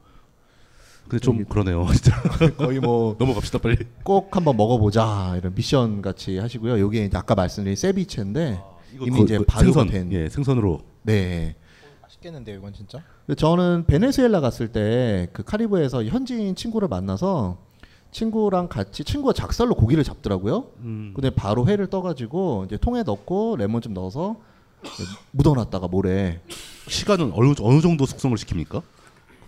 Speaker 9: 근데 좀
Speaker 10: 그러니까.
Speaker 9: 그러네요, <laughs> 진짜.
Speaker 10: 거의 뭐
Speaker 9: 넘어갑시다 빨리.
Speaker 10: 꼭 한번 먹어보자 이런 미션 같이 하시고요. 요게 이제 아까 말씀드린 세비체인데
Speaker 11: 아.
Speaker 10: 이미
Speaker 9: 그-
Speaker 10: 이제
Speaker 9: 그
Speaker 10: 발효가
Speaker 9: 생선,
Speaker 10: 된
Speaker 9: 예, 생선으로
Speaker 10: 네.
Speaker 11: 맛있겠는데요, 이건 진짜.
Speaker 10: 근데 저는 베네수엘라 갔을 때 그 카리브에서 현지인 친구를 만나서 친구랑 같이 친구가 작살로 고기를 잡더라고요.
Speaker 9: 음.
Speaker 10: 근데 바로 회를 떠가지고 이제 통에 넣고 레몬 좀 넣어서 묻어놨다가 모래.
Speaker 9: 시간은 어느 어느 정도 숙성을 시킵니까?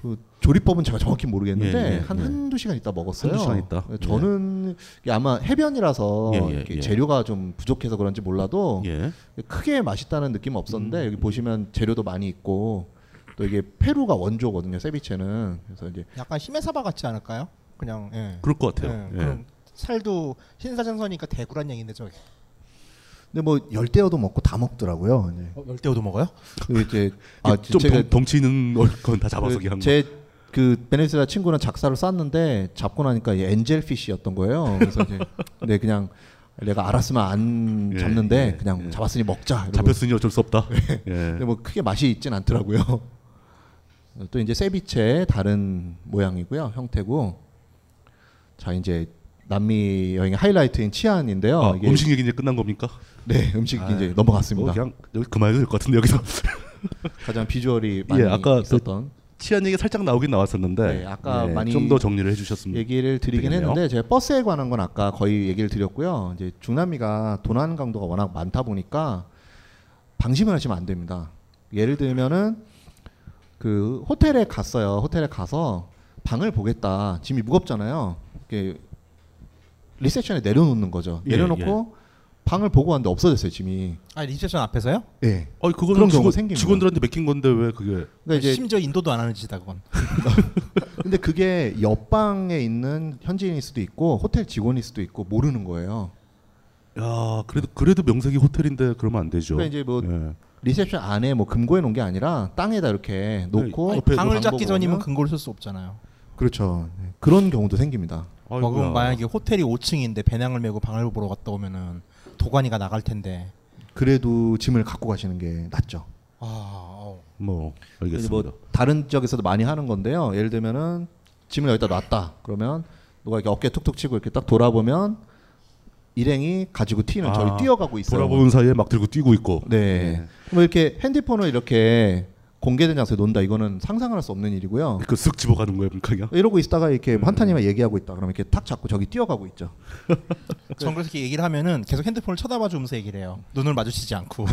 Speaker 10: 그 조리법은 제가 정확히 모르겠는데
Speaker 9: 예, 예,
Speaker 10: 한
Speaker 9: 예.
Speaker 10: 한두 시간 있다 먹었어요. 네,
Speaker 9: 한두 시간 있다.
Speaker 10: 저는 이게 아마 해변이라서
Speaker 9: 예, 예,
Speaker 10: 이렇게
Speaker 9: 예.
Speaker 10: 재료가 좀 부족해서 그런지 몰라도 크게 맛있다는 느낌은 없었는데
Speaker 9: 음.
Speaker 10: 여기 보시면 재료도 많이 있고 또 이게 페루가 원조거든요. 세비체는 그래서 이제
Speaker 11: 약간 히메사바 같지 않을까요? 그냥 예.
Speaker 9: 그럴 것 같아요.
Speaker 11: 예,
Speaker 9: 예.
Speaker 11: 그럼 살도 흰사장선이니까 대구란 얘기인데 저기.
Speaker 10: 근데 뭐 열대어도 먹고 다 먹더라고요. 그
Speaker 11: 열대어도 먹어요?
Speaker 10: 아, 이제
Speaker 9: 아, 좀 덩- 덩치 있는
Speaker 10: <laughs>
Speaker 9: 건 다 잡아서 그냥
Speaker 10: 제그 베네수엘라 친구랑 작사를 쐈는데 잡고 나니까 이게 엔젤피쉬였던 거예요. 그래서
Speaker 9: <laughs>
Speaker 10: 이제 근데 그냥 내가 알았으면 안
Speaker 9: 예,
Speaker 10: 잡는데
Speaker 9: 예,
Speaker 10: 그냥
Speaker 9: 예.
Speaker 10: 잡았으니 먹자. 이러고.
Speaker 9: 잡혔으니 어쩔 수 없다. 예.
Speaker 10: 근데 뭐 크게 맛이 있진 않더라고요. <laughs> 또 이제 세비체 다른 모양이고요, 형태고. 자 이제 남미 여행의 하이라이트인 치안인데요.
Speaker 9: 아,
Speaker 10: 이게-
Speaker 9: 음식 얘기 이제 끝난 겁니까?
Speaker 10: 네, 음식
Speaker 9: 아,
Speaker 10: 이제 넘어갔습니다.
Speaker 9: 뭐 그냥 여기 그만해도 될 것 같은데 여기서 <laughs>
Speaker 10: 가장 비주얼이 많이
Speaker 9: 예, 아까
Speaker 10: 있었던
Speaker 9: 그 치안 얘기 살짝 나오긴 나왔었는데
Speaker 10: 네, 아까
Speaker 9: 예,
Speaker 10: 많이
Speaker 9: 좀 더 정리를 해주셨습니다.
Speaker 10: 얘기를 드리긴
Speaker 9: 되겠네요.
Speaker 10: 했는데 제가 버스에 관한 건 아까 거의 얘기를 드렸고요. 이제 중남미가 도난 강도가 워낙 많다 보니까 방심을 하시면 안 됩니다. 예를 들면은 그 호텔에 갔어요. 호텔에 가서 방을 보겠다. 짐이 무겁잖아요. 이렇게 리셉션에 내려놓는 거죠.
Speaker 11: 예,
Speaker 10: 내려놓고 방을 보고 왔는데 없어졌어요, 짐이.
Speaker 11: 아 리셉션 앞에서요?
Speaker 10: 예.
Speaker 9: 아니
Speaker 10: 그런
Speaker 9: 그거는
Speaker 10: 경우가
Speaker 9: 직원,
Speaker 10: 생깁니다.
Speaker 9: 직원들한테 맡긴 건데 왜 그게
Speaker 10: 그러니까 이제-
Speaker 11: 심지어 인도도 안 하는 짓이다 그건.
Speaker 10: 근데 그게 옆방에 있는 현지인일 수도 있고 호텔 직원일 수도 있고 모르는 거예요.
Speaker 9: 야 그래도 그래도 명색이 호텔인데 그러면 안 되죠.
Speaker 10: 그러니까 이제 뭐
Speaker 9: 예.
Speaker 10: 리셉션 안에 뭐 금고에 놓은 게 아니라 땅에다 이렇게 놓고
Speaker 11: 아니,
Speaker 10: 옆에
Speaker 11: 네, 방을
Speaker 10: 그
Speaker 11: 잡기
Speaker 10: 방법
Speaker 11: 전이면
Speaker 10: 보면-
Speaker 11: 근거를 쓸 수 없잖아요.
Speaker 10: 그렇죠. 네. 그런 경우도 생깁니다.
Speaker 11: 먹으면 만약에 호텔이 5층인데 배낭을 메고 방을 보러 갔다 오면은 도관이가 나갈 텐데.
Speaker 10: 그래도 짐을 갖고 가시는 게 낫죠.
Speaker 9: 뭐
Speaker 10: 이제 뭐 다른 지역에서도 많이 하는 건데요. 예를 들면은 짐을 여기다 놨다. 그러면 누가 이렇게 어깨 툭툭 치고 이렇게 딱 돌아보면 일행이 가지고 튀는 저리
Speaker 9: 아,
Speaker 10: 뛰어가고 있어요.
Speaker 9: 돌아보는 사이에 막 들고 뛰고 있고.
Speaker 10: 네. 뭐 이렇게 핸드폰을 이렇게 공개된 장소에 놓는다 이거는 상상할 수 없는 일이고요.
Speaker 9: 그 쓱 집어가는 거예요, 물가가?
Speaker 10: 이러고 있다가
Speaker 11: 음.
Speaker 10: 이렇게 뭐 한탄이만 얘기하고 있다. 그러면 이렇게 탁 잡고 저기 뛰어가고 있죠.
Speaker 11: <laughs> 전 그래서 이렇게 얘기를 하면은 계속 핸드폰을 쳐다봐 주면서 얘기를 해요. 눈을 마주치지
Speaker 10: <laughs>
Speaker 11: 않고.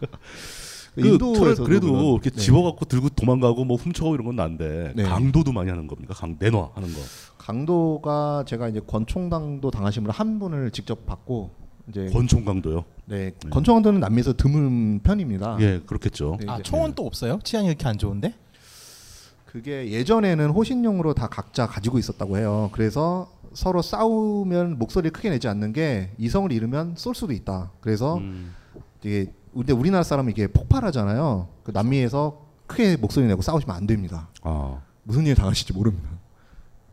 Speaker 9: 그 차라리
Speaker 11: 인도에서도
Speaker 9: 그래도
Speaker 11: 그런-
Speaker 9: 이렇게
Speaker 11: 네.
Speaker 9: 집어갖고 들고 도망가고 뭐 훔쳐가고 이런 건 난데
Speaker 10: 네.
Speaker 9: 강도도 많이 하는 겁니까? 강 내놔 하는 거.
Speaker 10: 강도가 제가 이제 권총당도 당하신 분 한 분을 직접 받고 이제
Speaker 9: 권총 강도요?
Speaker 10: 네, 권총 강도는 남미에서 드문 편입니다.
Speaker 9: 예, 그렇겠죠.
Speaker 10: 아. 네,
Speaker 11: 아
Speaker 10: 이제-
Speaker 11: 총은 또 없어요? 치안이 이렇게 안 좋은데?
Speaker 10: 그게 예전에는 호신용으로 다 각자 가지고 있었다고 해요. 그래서 서로 싸우면 목소리를 크게 내지 않는 게 이성을 잃으면 쏠 수도 있다. 그래서
Speaker 9: 음.
Speaker 10: 이게 근데 우리나라 사람은 이게 폭발하잖아요.
Speaker 9: 그렇죠.
Speaker 10: 그 남미에서 크게 목소리 내고 싸우시면 안 됩니다.
Speaker 9: 아,
Speaker 10: 무슨 일 당하실지 모릅니다.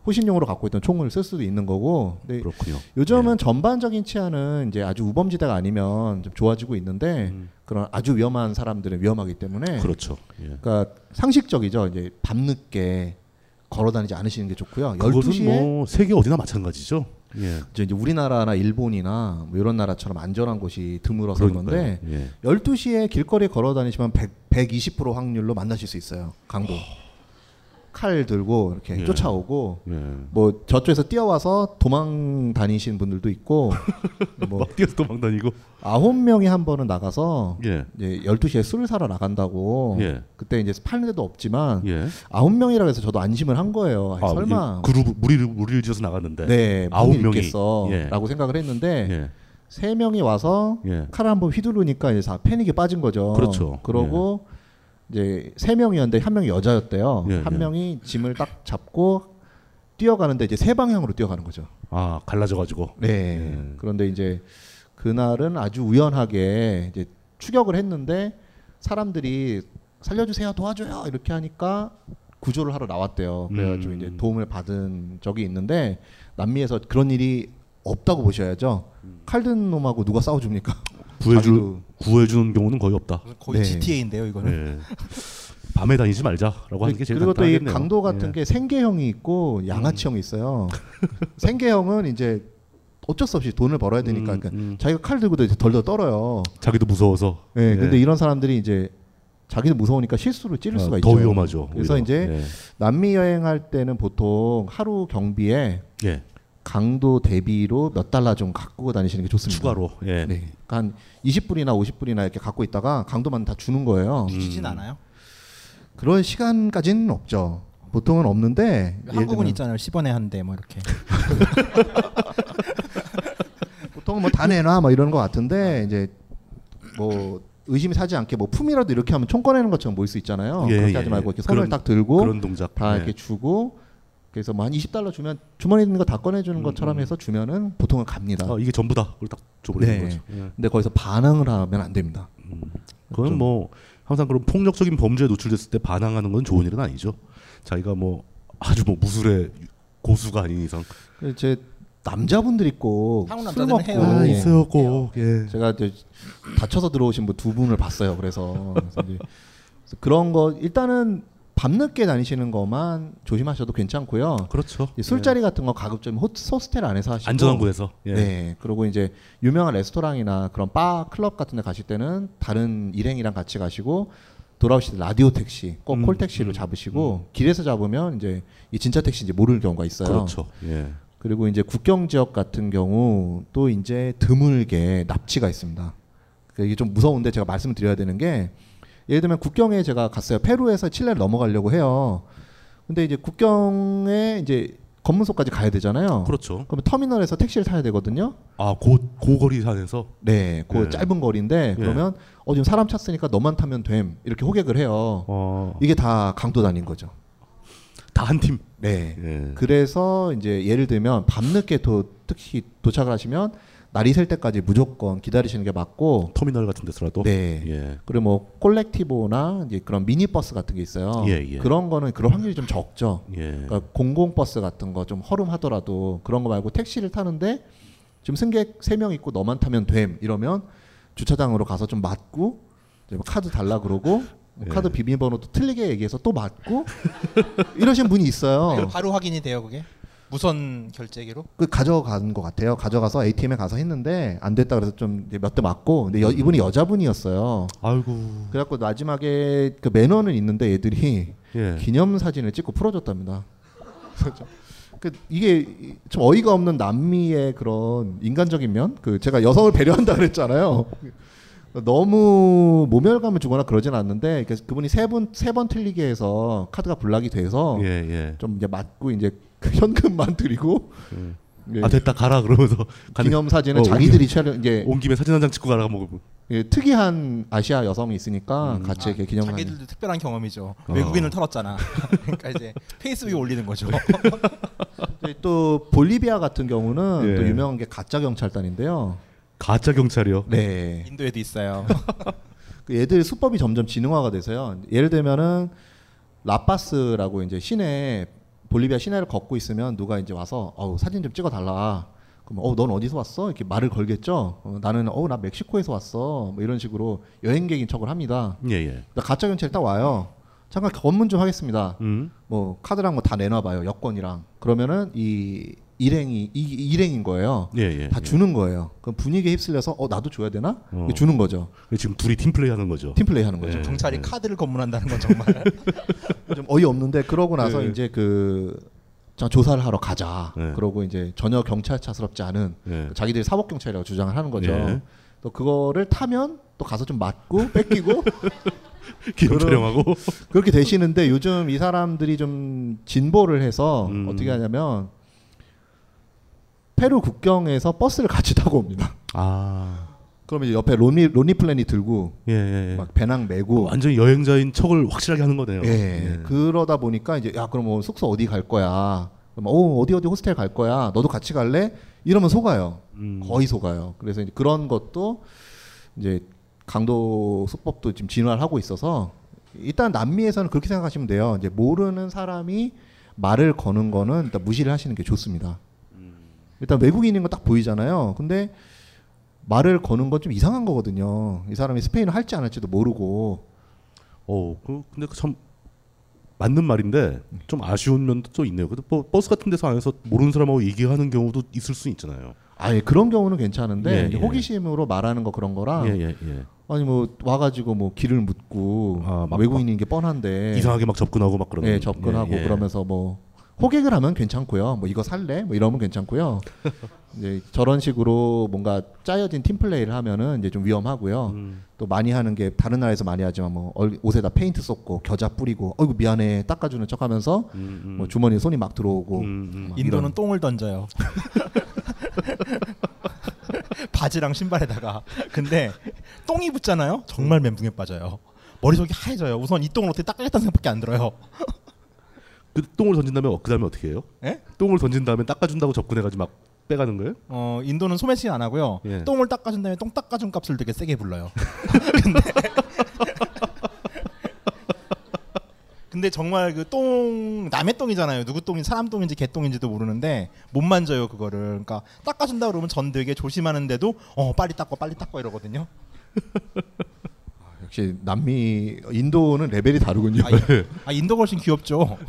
Speaker 10: 호신용으로 갖고 있던 총을 쓸 수도 있는 거고. 근데
Speaker 9: 그렇군요. 예.
Speaker 10: 요즘은 전반적인 치안은 이제 아주 우범지대가 아니면 좀 좋아지고 있는데 그런 아주 위험한 사람들은 위험하기 때문에
Speaker 9: 음. 그렇죠. 예.
Speaker 10: 그러니까 상식적이죠. 이제 밤늦게 걸어다니지 않으시는 게 좋고요.
Speaker 9: 그것은
Speaker 10: 아, 12시에
Speaker 9: 뭐 세계 어디나 마찬가지죠. 예.
Speaker 10: 이제 이제 우리나라나 일본이나 뭐 이런 나라처럼 안전한 곳이 드물어서
Speaker 9: 그러니까요.
Speaker 10: 그런데
Speaker 9: 예.
Speaker 10: 12시에 길거리 걸어 다니시면 100, 120% 확률로 만나실 수 있어요. 강도. 칼 들고 이렇게
Speaker 9: 예.
Speaker 10: 쫓아오고
Speaker 9: 예.
Speaker 10: 뭐 저쪽에서 뛰어와서 도망 다니신 분들도
Speaker 9: <laughs>
Speaker 10: 있고 뭐
Speaker 9: 막 뛰어서 도망 다니고
Speaker 10: 아홉 명이 한 번은 나가서
Speaker 9: 예.
Speaker 10: 이제 12시에 술을 사러 나간다고
Speaker 9: 예.
Speaker 10: 그때 이제 파는 데도 없지만
Speaker 9: 예.
Speaker 10: 아홉 명이라고 해서 저도 안심을 한 거예요. 아니,
Speaker 9: 아,
Speaker 10: 설마
Speaker 9: 예. 그룹 무리를 무리를 지어서 나갔는데
Speaker 10: 네,
Speaker 9: 아홉 명이 예.
Speaker 10: 있겠어라고 생각을 했는데 세 명이 와서
Speaker 9: 예.
Speaker 10: 칼을 한번 휘두르니까 이제 다 패닉에 빠진 거죠.
Speaker 9: 그렇죠.
Speaker 10: 그러고 이제 세 명이었는데 한 명이 여자였대요.
Speaker 9: 예,
Speaker 10: 한
Speaker 9: 예.
Speaker 10: 명이 짐을 딱 잡고 뛰어가는데 이제 세 방향으로 뛰어가는 거죠.
Speaker 9: 아 갈라져 가지고
Speaker 10: 네.
Speaker 9: 음.
Speaker 10: 그런데 이제 그날은 아주 우연하게 이제 추격을 했는데 사람들이 살려주세요, 도와줘요 이렇게 하니까 구조를 하러 나왔대요. 그래가지고
Speaker 9: 음.
Speaker 10: 이제 도움을 받은 적이 있는데 남미에서 그런 일이 없다고 보셔야죠. 칼든 놈하고 누가 싸워줍니까?
Speaker 9: 음. <laughs> 구해주 구해주는 경우는 거의 없다.
Speaker 10: 거의 네. GTA
Speaker 11: 인데요, 이거는.
Speaker 9: 예. 밤에 다니지 말자라고 하는 게 제일
Speaker 10: 그리고 또 이
Speaker 9: 간단하겠네요.
Speaker 10: 강도 같은
Speaker 9: 예. 음.
Speaker 10: 게 생계형이 있고 양아치형이 있어요. <laughs> 생계형은 이제 어쩔 수 없이 돈을 벌어야 되니까 그러니까 자기가 칼 들고도 이제 덜덜 떨어요.
Speaker 9: 음, 자기도 무서워서.
Speaker 10: 네,
Speaker 9: 예.
Speaker 10: 근데 이런 사람들이 이제 자기도 무서우니까 실수로 찌를
Speaker 9: 아,
Speaker 10: 수가
Speaker 9: 더
Speaker 10: 있죠.
Speaker 9: 위험하죠,
Speaker 10: 그래서
Speaker 9: 오히려.
Speaker 10: 이제
Speaker 9: 예.
Speaker 10: 남미 여행할 때는 보통 하루 경비에
Speaker 9: 예.
Speaker 10: 강도 대비로 몇 달러 좀 갖고 다니시는 게 좋습니다.
Speaker 9: 추가로. 예.
Speaker 10: 네. 그러니까 한 20불이나 50불이나 이렇게 갖고 있다가 강도만 다 주는 거예요.
Speaker 11: 주진 않아요?
Speaker 10: 그런 시간까지는 없죠. 보통은 없는데 예를
Speaker 11: 한국은
Speaker 10: 들면
Speaker 11: 있잖아요. 10원에 한 대 뭐 이렇게.
Speaker 10: <laughs> 보통은 뭐 다 내놔 뭐 이런 것
Speaker 11: 아.
Speaker 10: 같은데 이제 뭐 의심이 사지 않게 뭐 품이라도 이렇게 하면 총 꺼내는 것처럼 보일 수 있잖아요.
Speaker 9: 예,
Speaker 10: 그렇게
Speaker 9: 예,
Speaker 10: 하지
Speaker 9: 예.
Speaker 10: 말고 이렇게 손을
Speaker 9: 그런-
Speaker 10: 딱 들고
Speaker 9: 그런 동작.
Speaker 10: 다
Speaker 11: 네.
Speaker 9: 예.
Speaker 10: 이렇게 주고 그래서 뭐 한 20달러 주면 주머니에 있는 거 다
Speaker 11: 음,
Speaker 10: 꺼내주는 것처럼 해서 주면은 보통은 갑니다.
Speaker 9: 아, 이게 전부다. 그걸 딱 줘버리는
Speaker 10: 네.
Speaker 9: 거죠. 예.
Speaker 10: 근데 거기서 반항을 하면 안 됩니다.
Speaker 9: 그건
Speaker 10: 좀-
Speaker 9: 뭐 항상 그런 폭력적인 범죄에 노출됐을 때 반항하는 건 좋은 일은 아니죠. 자기가 뭐 아주 뭐 무술의 고수가 아닌 이상
Speaker 10: 그래서 제 남자분들이 꼭
Speaker 9: 한국
Speaker 10: 술
Speaker 9: 남자들은
Speaker 10: 먹고
Speaker 9: 해요. 아, 있어요, 꼭. 예.
Speaker 10: 제가 이제 다쳐서 들어오신 분 두 분을 봤어요. 그래서, 그래서 이제 그래서 그런 거 일단은 밤늦게 다니시는 것만 조심하셔도 괜찮고요.
Speaker 9: 그렇죠.
Speaker 10: 이 예. 술자리 같은 거 가급적 호, 호스텔 안에서 하시고
Speaker 9: 안전한 곳에서, 예.
Speaker 10: 네. 그리고 이제 유명한 레스토랑이나 그런 바 클럽 같은 데 가실 때는 다른 일행이랑 같이 가시고 돌아오실 때 라디오 택시,
Speaker 9: 음,
Speaker 10: 꼭 콜택시로 잡으시고 길에서 잡으면 이제 이 진짜 택시인지 모를 경우가 있어요.
Speaker 9: 그렇죠. 예.
Speaker 10: 그리고 이제 국경 지역 같은 경우 또 이제 드물게 납치가 있습니다. 그 이게 좀 무서운데 제가 말씀을 드려야 되는 게 예를 들면 국경에 제가 갔어요. 페루에서 칠레를 넘어가려고 해요. 근데 이제 국경에 이제 검문소까지 가야 되잖아요.
Speaker 9: 그렇죠.
Speaker 10: 그럼 터미널에서 택시를 타야 되거든요.
Speaker 9: 아, 고, 고거리 산에서?
Speaker 10: 네, 그
Speaker 9: 예.
Speaker 10: 짧은 거리인데
Speaker 9: 예.
Speaker 10: 그러면 어 지금 사람 찼으니까 너만 타면 됨 이렇게 호객을 해요.
Speaker 9: 어.
Speaker 10: 이게 다 강도 단인 거죠.
Speaker 9: 다 한 팀.
Speaker 10: 네.
Speaker 9: 예.
Speaker 10: 그래서 이제 예를 들면 밤늦게 도, 특히 도착을 하시면 날이 셀 때까지 무조건 기다리시는 게 맞고
Speaker 9: 터미널 같은 데서라도 예.
Speaker 10: 네. 그리고 뭐 콜렉티보나 이제 그런 미니버스 같은 게 있어요.
Speaker 9: 예, 예.
Speaker 10: 그런 거는 그런 확률이 좀 적죠.
Speaker 9: 예.
Speaker 10: 그러니까 공공버스 같은 거 좀 허름하더라도 그런 거 말고 택시를 타는데 지금 승객 세 명 있고 너만 타면 됨 이러면 주차장으로 가서 좀 맞고 이제 뭐 카드 달라 그러고 뭐 카드 비밀번호도 틀리게 얘기해서 또 맞고 이러신 분이 있어요.
Speaker 11: 바로 확인이 돼요 그게 무선 결제기로?
Speaker 10: 그 가져간 것 같아요. 가져가서 ATM에 가서 했는데 안 됐다 그래서 좀 몇 대 맞고 근데 여- 이분이 여자분이었어요.
Speaker 9: 아이고.
Speaker 10: 그래갖고 마지막에 그 매너는 있는데 애들이
Speaker 9: 예.
Speaker 10: 기념 사진을 찍고 풀어줬답니다. 그래서 좀- 그 이게 좀 어이가 없는 남미의 그런 인간적인 면, 그 제가 여성을 배려한다 그랬잖아요. 너무 모멸감을 주거나 그러진 않는데 그래서 그분이 세 번 세 번 틀리게 해서 카드가 불락이 돼서
Speaker 9: 예,
Speaker 10: 좀 이제 맞고 이제 그 현금만 드리고 예.
Speaker 9: 아 됐다
Speaker 10: <laughs>
Speaker 9: 가라 그러면서 가는-
Speaker 10: 기념 예. 사진은
Speaker 9: 어,
Speaker 10: 자기들이
Speaker 9: 온 김-
Speaker 10: 촬영 이제
Speaker 9: 온 김에 사진 한 장 찍고 가라 뭐
Speaker 10: 예, 특이한 아시아 여성이 있으니까
Speaker 9: 음.
Speaker 10: 같이 이렇게 기념 사진
Speaker 11: 아, 자기들도 특별한 경험이죠.
Speaker 10: 어.
Speaker 11: 외국인을 털었잖아. 그러니까 이제 페이스북에 올리는 거죠.
Speaker 10: 저희 네, 또 볼리비아 같은 경우는
Speaker 9: 예.
Speaker 10: 또 유명한 게 가짜 경찰단인데요.
Speaker 9: 가짜 경찰이요?
Speaker 10: 네.
Speaker 11: 인도에도 있어요.
Speaker 10: <laughs> 그 얘들 수법이 점점 진흥화가 돼서요. 예를 들면은 라파스라고 이제 시내 볼리비아 시내를 걷고 있으면 누가 이제 와서 어우 사진 좀 찍어 달라. 그럼 어넌 어디서 왔어? 이렇게 말을 걸겠죠. 어, 나는 어우 나 멕시코에서 왔어. 뭐 이런 식으로 여행객인 척을 합니다.
Speaker 9: 예, 예.
Speaker 10: 그러니까 가짜 경찰이 딱 와요. 잠깐 검문 좀 하겠습니다. 뭐 카드랑 뭐 다 내놔봐요. 여권이랑. 그러면은 이 일행이 이 일행인 거예요.
Speaker 9: 예, 예,
Speaker 10: 다
Speaker 9: 예.
Speaker 10: 주는 거예요. 그럼 분위기에 휩쓸려서 어 나도 줘야 되나?
Speaker 9: 어. 예,
Speaker 10: 주는 거죠.
Speaker 9: 지금 둘이 팀플레이 하는 거죠.
Speaker 10: 팀플레이 하는 거죠.
Speaker 11: 경찰이 카드를 검문한다는 건 정말
Speaker 10: <laughs> 좀 어이없는데 그러고 나서
Speaker 9: 예.
Speaker 11: 네.
Speaker 10: 이제 그 자, 조사를 하러 가자. 그러고 이제 전혀 경찰차스럽지 않은
Speaker 9: 예.
Speaker 10: 자기들이 사법 경찰이라고 주장을 하는 거죠.
Speaker 9: 네.
Speaker 10: 또 그거를 타면 또 가서 좀 맞고
Speaker 9: <laughs>
Speaker 10: 뺏기고 그렇죠.
Speaker 9: 기념
Speaker 10: 그런-
Speaker 9: 촬영하고.
Speaker 10: 그렇게 되시는데 요즘 이 사람들이 좀 진보를 해서
Speaker 9: 음.
Speaker 10: 어떻게 하냐면 페루 국경에서 버스를 <laughs> 같이 타고 옵니다.
Speaker 9: 아.
Speaker 10: 그러면 이제 옆에 론리 론리 플랜이 들고
Speaker 9: 예, 예, 예.
Speaker 10: 막 배낭 메고
Speaker 9: 완전 여행자인 척을 확실하게 하는 거네요.
Speaker 10: 예. 그러다 보니까 이제 야 그럼 뭐 숙소 어디 갈 거야? 그럼 어 어디 어디 호스텔 갈 거야? 너도 같이 갈래? 이러면 속아요.
Speaker 9: 음.
Speaker 10: 거의 속아요. 그래서 이제 그런 것도 이제 강도 수법도 지금 진화를 하고 있어서 일단 남미에서는 그렇게 생각하시면 돼요. 이제 모르는 사람이 말을 거는 거는 일단 무시를 하시는 게 좋습니다.
Speaker 9: 음.
Speaker 10: 일단 외국인인 거 딱 보이잖아요. 근데 말을 거는 건 좀 이상한 거거든요. 이 사람이 스페인을 할지 안 할지도 모르고
Speaker 9: 어, 그 근데 그 참 맞는 말인데
Speaker 10: 음.
Speaker 9: 좀 아쉬운 면도 또 있네요. 그래도 뭐 버- 버스 같은 데서 안에서 모르는 사람하고 얘기하는 경우도 있을 수 있잖아요.
Speaker 10: 아예 그런 경우는 괜찮은데
Speaker 9: 예,
Speaker 10: 이제
Speaker 9: 예.
Speaker 10: 호기심으로 말하는 거 그런 거랑
Speaker 9: 예, 예, 예.
Speaker 10: 아니 뭐 와가지고 뭐 길을 묻고
Speaker 9: 아, 막-
Speaker 10: 외국인인 게 뻔한데
Speaker 9: 이상하게 막 접근하고 막 그러는.
Speaker 10: 예, 접근하고
Speaker 9: 예, 예.
Speaker 10: 그러면서 뭐 호객을 하면 괜찮고요. 뭐 이거 살래? 뭐 이러면
Speaker 9: <laughs>
Speaker 10: 괜찮고요. 이제 저런 식으로 뭔가 짜여진 팀 플레이를 하면은 이제 좀 위험하고요.
Speaker 9: 음.
Speaker 10: 또 많이 하는 게 다른 나라에서 많이 하지만 뭐 얼- 옷에다 페인트 쏟고 겨자 뿌리고 어이구 미안해 닦아주는 척하면서
Speaker 9: 음.
Speaker 10: 뭐 주머니에 손이 막 들어오고 막 이런.
Speaker 11: 인도는 똥을 던져요. 바지랑 신발에다가 근데 똥이 붙잖아요. 정말 멘붕에 빠져요. 머릿속이 하얘져요. 우선 이 똥을 어떻게 닦겠다는 생각밖에 안 들어요.
Speaker 9: 그 똥을 던진 다음에 어, 그다음에 어떻게 해요?
Speaker 11: 예?
Speaker 9: 똥을 던진 다음에 닦아준다고 접근해가지고 막 빼가는 거예요?
Speaker 11: 어 인도는 소매치기 안 하고요.
Speaker 9: 예.
Speaker 11: 똥을 닦아준 다음에 똥 닦아준 값을 되게 세게 불러요. 근데 근데 정말 그 똥 남의 똥이잖아요. 누구 똥인 사람 똥인지 개 똥인지도 모르는데 못 만져요 그거를. 그러니까 닦아준다 그러면 전 되게 조심하는데도 어 빨리 닦고 빨리 닦고 이러거든요.
Speaker 10: <laughs> 아, 역시 남미 인도는 레벨이 다르군요.
Speaker 11: 아, 아 인도가 훨씬 귀엽죠.
Speaker 10: <laughs>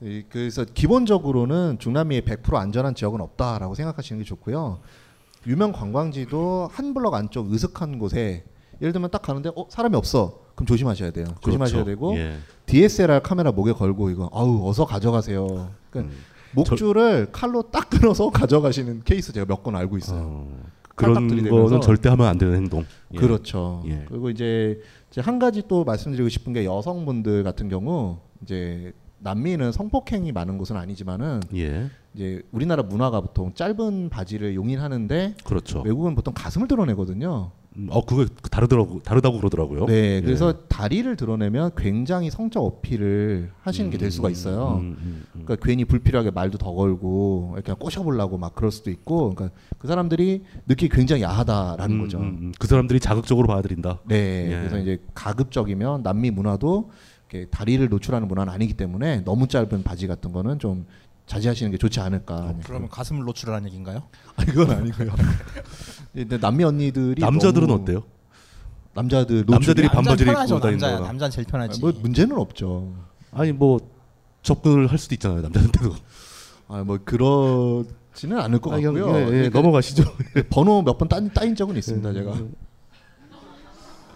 Speaker 10: 이- 그래서 기본적으로는 중남미의 100% 안전한 지역은 없다라고 생각하시는 게 좋고요. 유명 관광지도 한 블럭 안쪽 으슥한 곳에 예를 들면 딱 가는데 어 사람이 없어 그럼 조심하셔야 돼요. 조심하셔야 되고
Speaker 9: 예.
Speaker 10: DSLR 카메라 목에 걸고 이거 아우 어서 가져가세요.
Speaker 9: 음.
Speaker 10: <laughs> 그러니까 목줄을 칼로 딱 끊어서 가져가시는 케이스 제가 몇 건 알고 있어요.
Speaker 9: 그런
Speaker 10: 들이대면서.
Speaker 9: 거는 절대 하면 안 되는 행동. 예.
Speaker 10: 그렇죠.
Speaker 9: 예.
Speaker 10: 그리고 이제, 이제 한 가지 또 말씀드리고 싶은 게 여성분들 같은 경우 이제 남미는 성폭행이 많은 곳은 아니지만은
Speaker 9: 예.
Speaker 10: 이제 우리나라 문화가 보통 짧은 바지를 용인하는데
Speaker 9: 그렇죠.
Speaker 10: 외국은 보통 가슴을 드러내거든요.
Speaker 9: 음, 어 그거 다르더라고 다르다고 그러더라고요.
Speaker 10: 네,
Speaker 9: 예.
Speaker 10: 그래서 다리를 드러내면 굉장히 성적 어필을 하시는 게 될 수가 있어요.
Speaker 9: 음, 음,
Speaker 10: 그러니까 괜히 불필요하게 말도 더 걸고 그냥 꼬셔보려고 막 그럴 수도 있고, 그러니까 그 사람들이 느끼기 굉장히 야하다라는
Speaker 9: 음,
Speaker 10: 거죠.
Speaker 9: 음, 음. 그 사람들이 자극적으로 받아들인다.
Speaker 10: 네,
Speaker 9: 예.
Speaker 10: 그래서 이제 가급적이면 남미 문화도 이렇게 다리를 노출하는 문화는 아니기 때문에 너무 짧은 바지 같은 거는 좀 자제하시는 게 좋지 않을까.
Speaker 11: 어, 그러면 가슴을 노출하라는 얘기인가요?
Speaker 10: 이건 <laughs> 아니고요. <laughs> 근데 남미 언니들이
Speaker 9: 남자들은
Speaker 10: 너무-
Speaker 9: 어때요?
Speaker 10: 남자들 노출이-
Speaker 9: 남자들이 반바지를
Speaker 11: 편하죠,
Speaker 9: 입고 다니는
Speaker 11: 남자야.
Speaker 9: 거라.
Speaker 11: 남자는 제일 편하지.
Speaker 10: 뭐 문제는 없죠.
Speaker 9: 아니 뭐 접근을 할 수도 있잖아요 남자한테도.
Speaker 10: 아뭐 그러지는 않을 것
Speaker 9: 아, 형,
Speaker 10: 같고요.
Speaker 9: 예, 예,
Speaker 10: 그러니까
Speaker 9: 넘어가시죠.
Speaker 10: 번호 몇 번 따인 적은 있습니다,
Speaker 9: 네.
Speaker 10: 제가.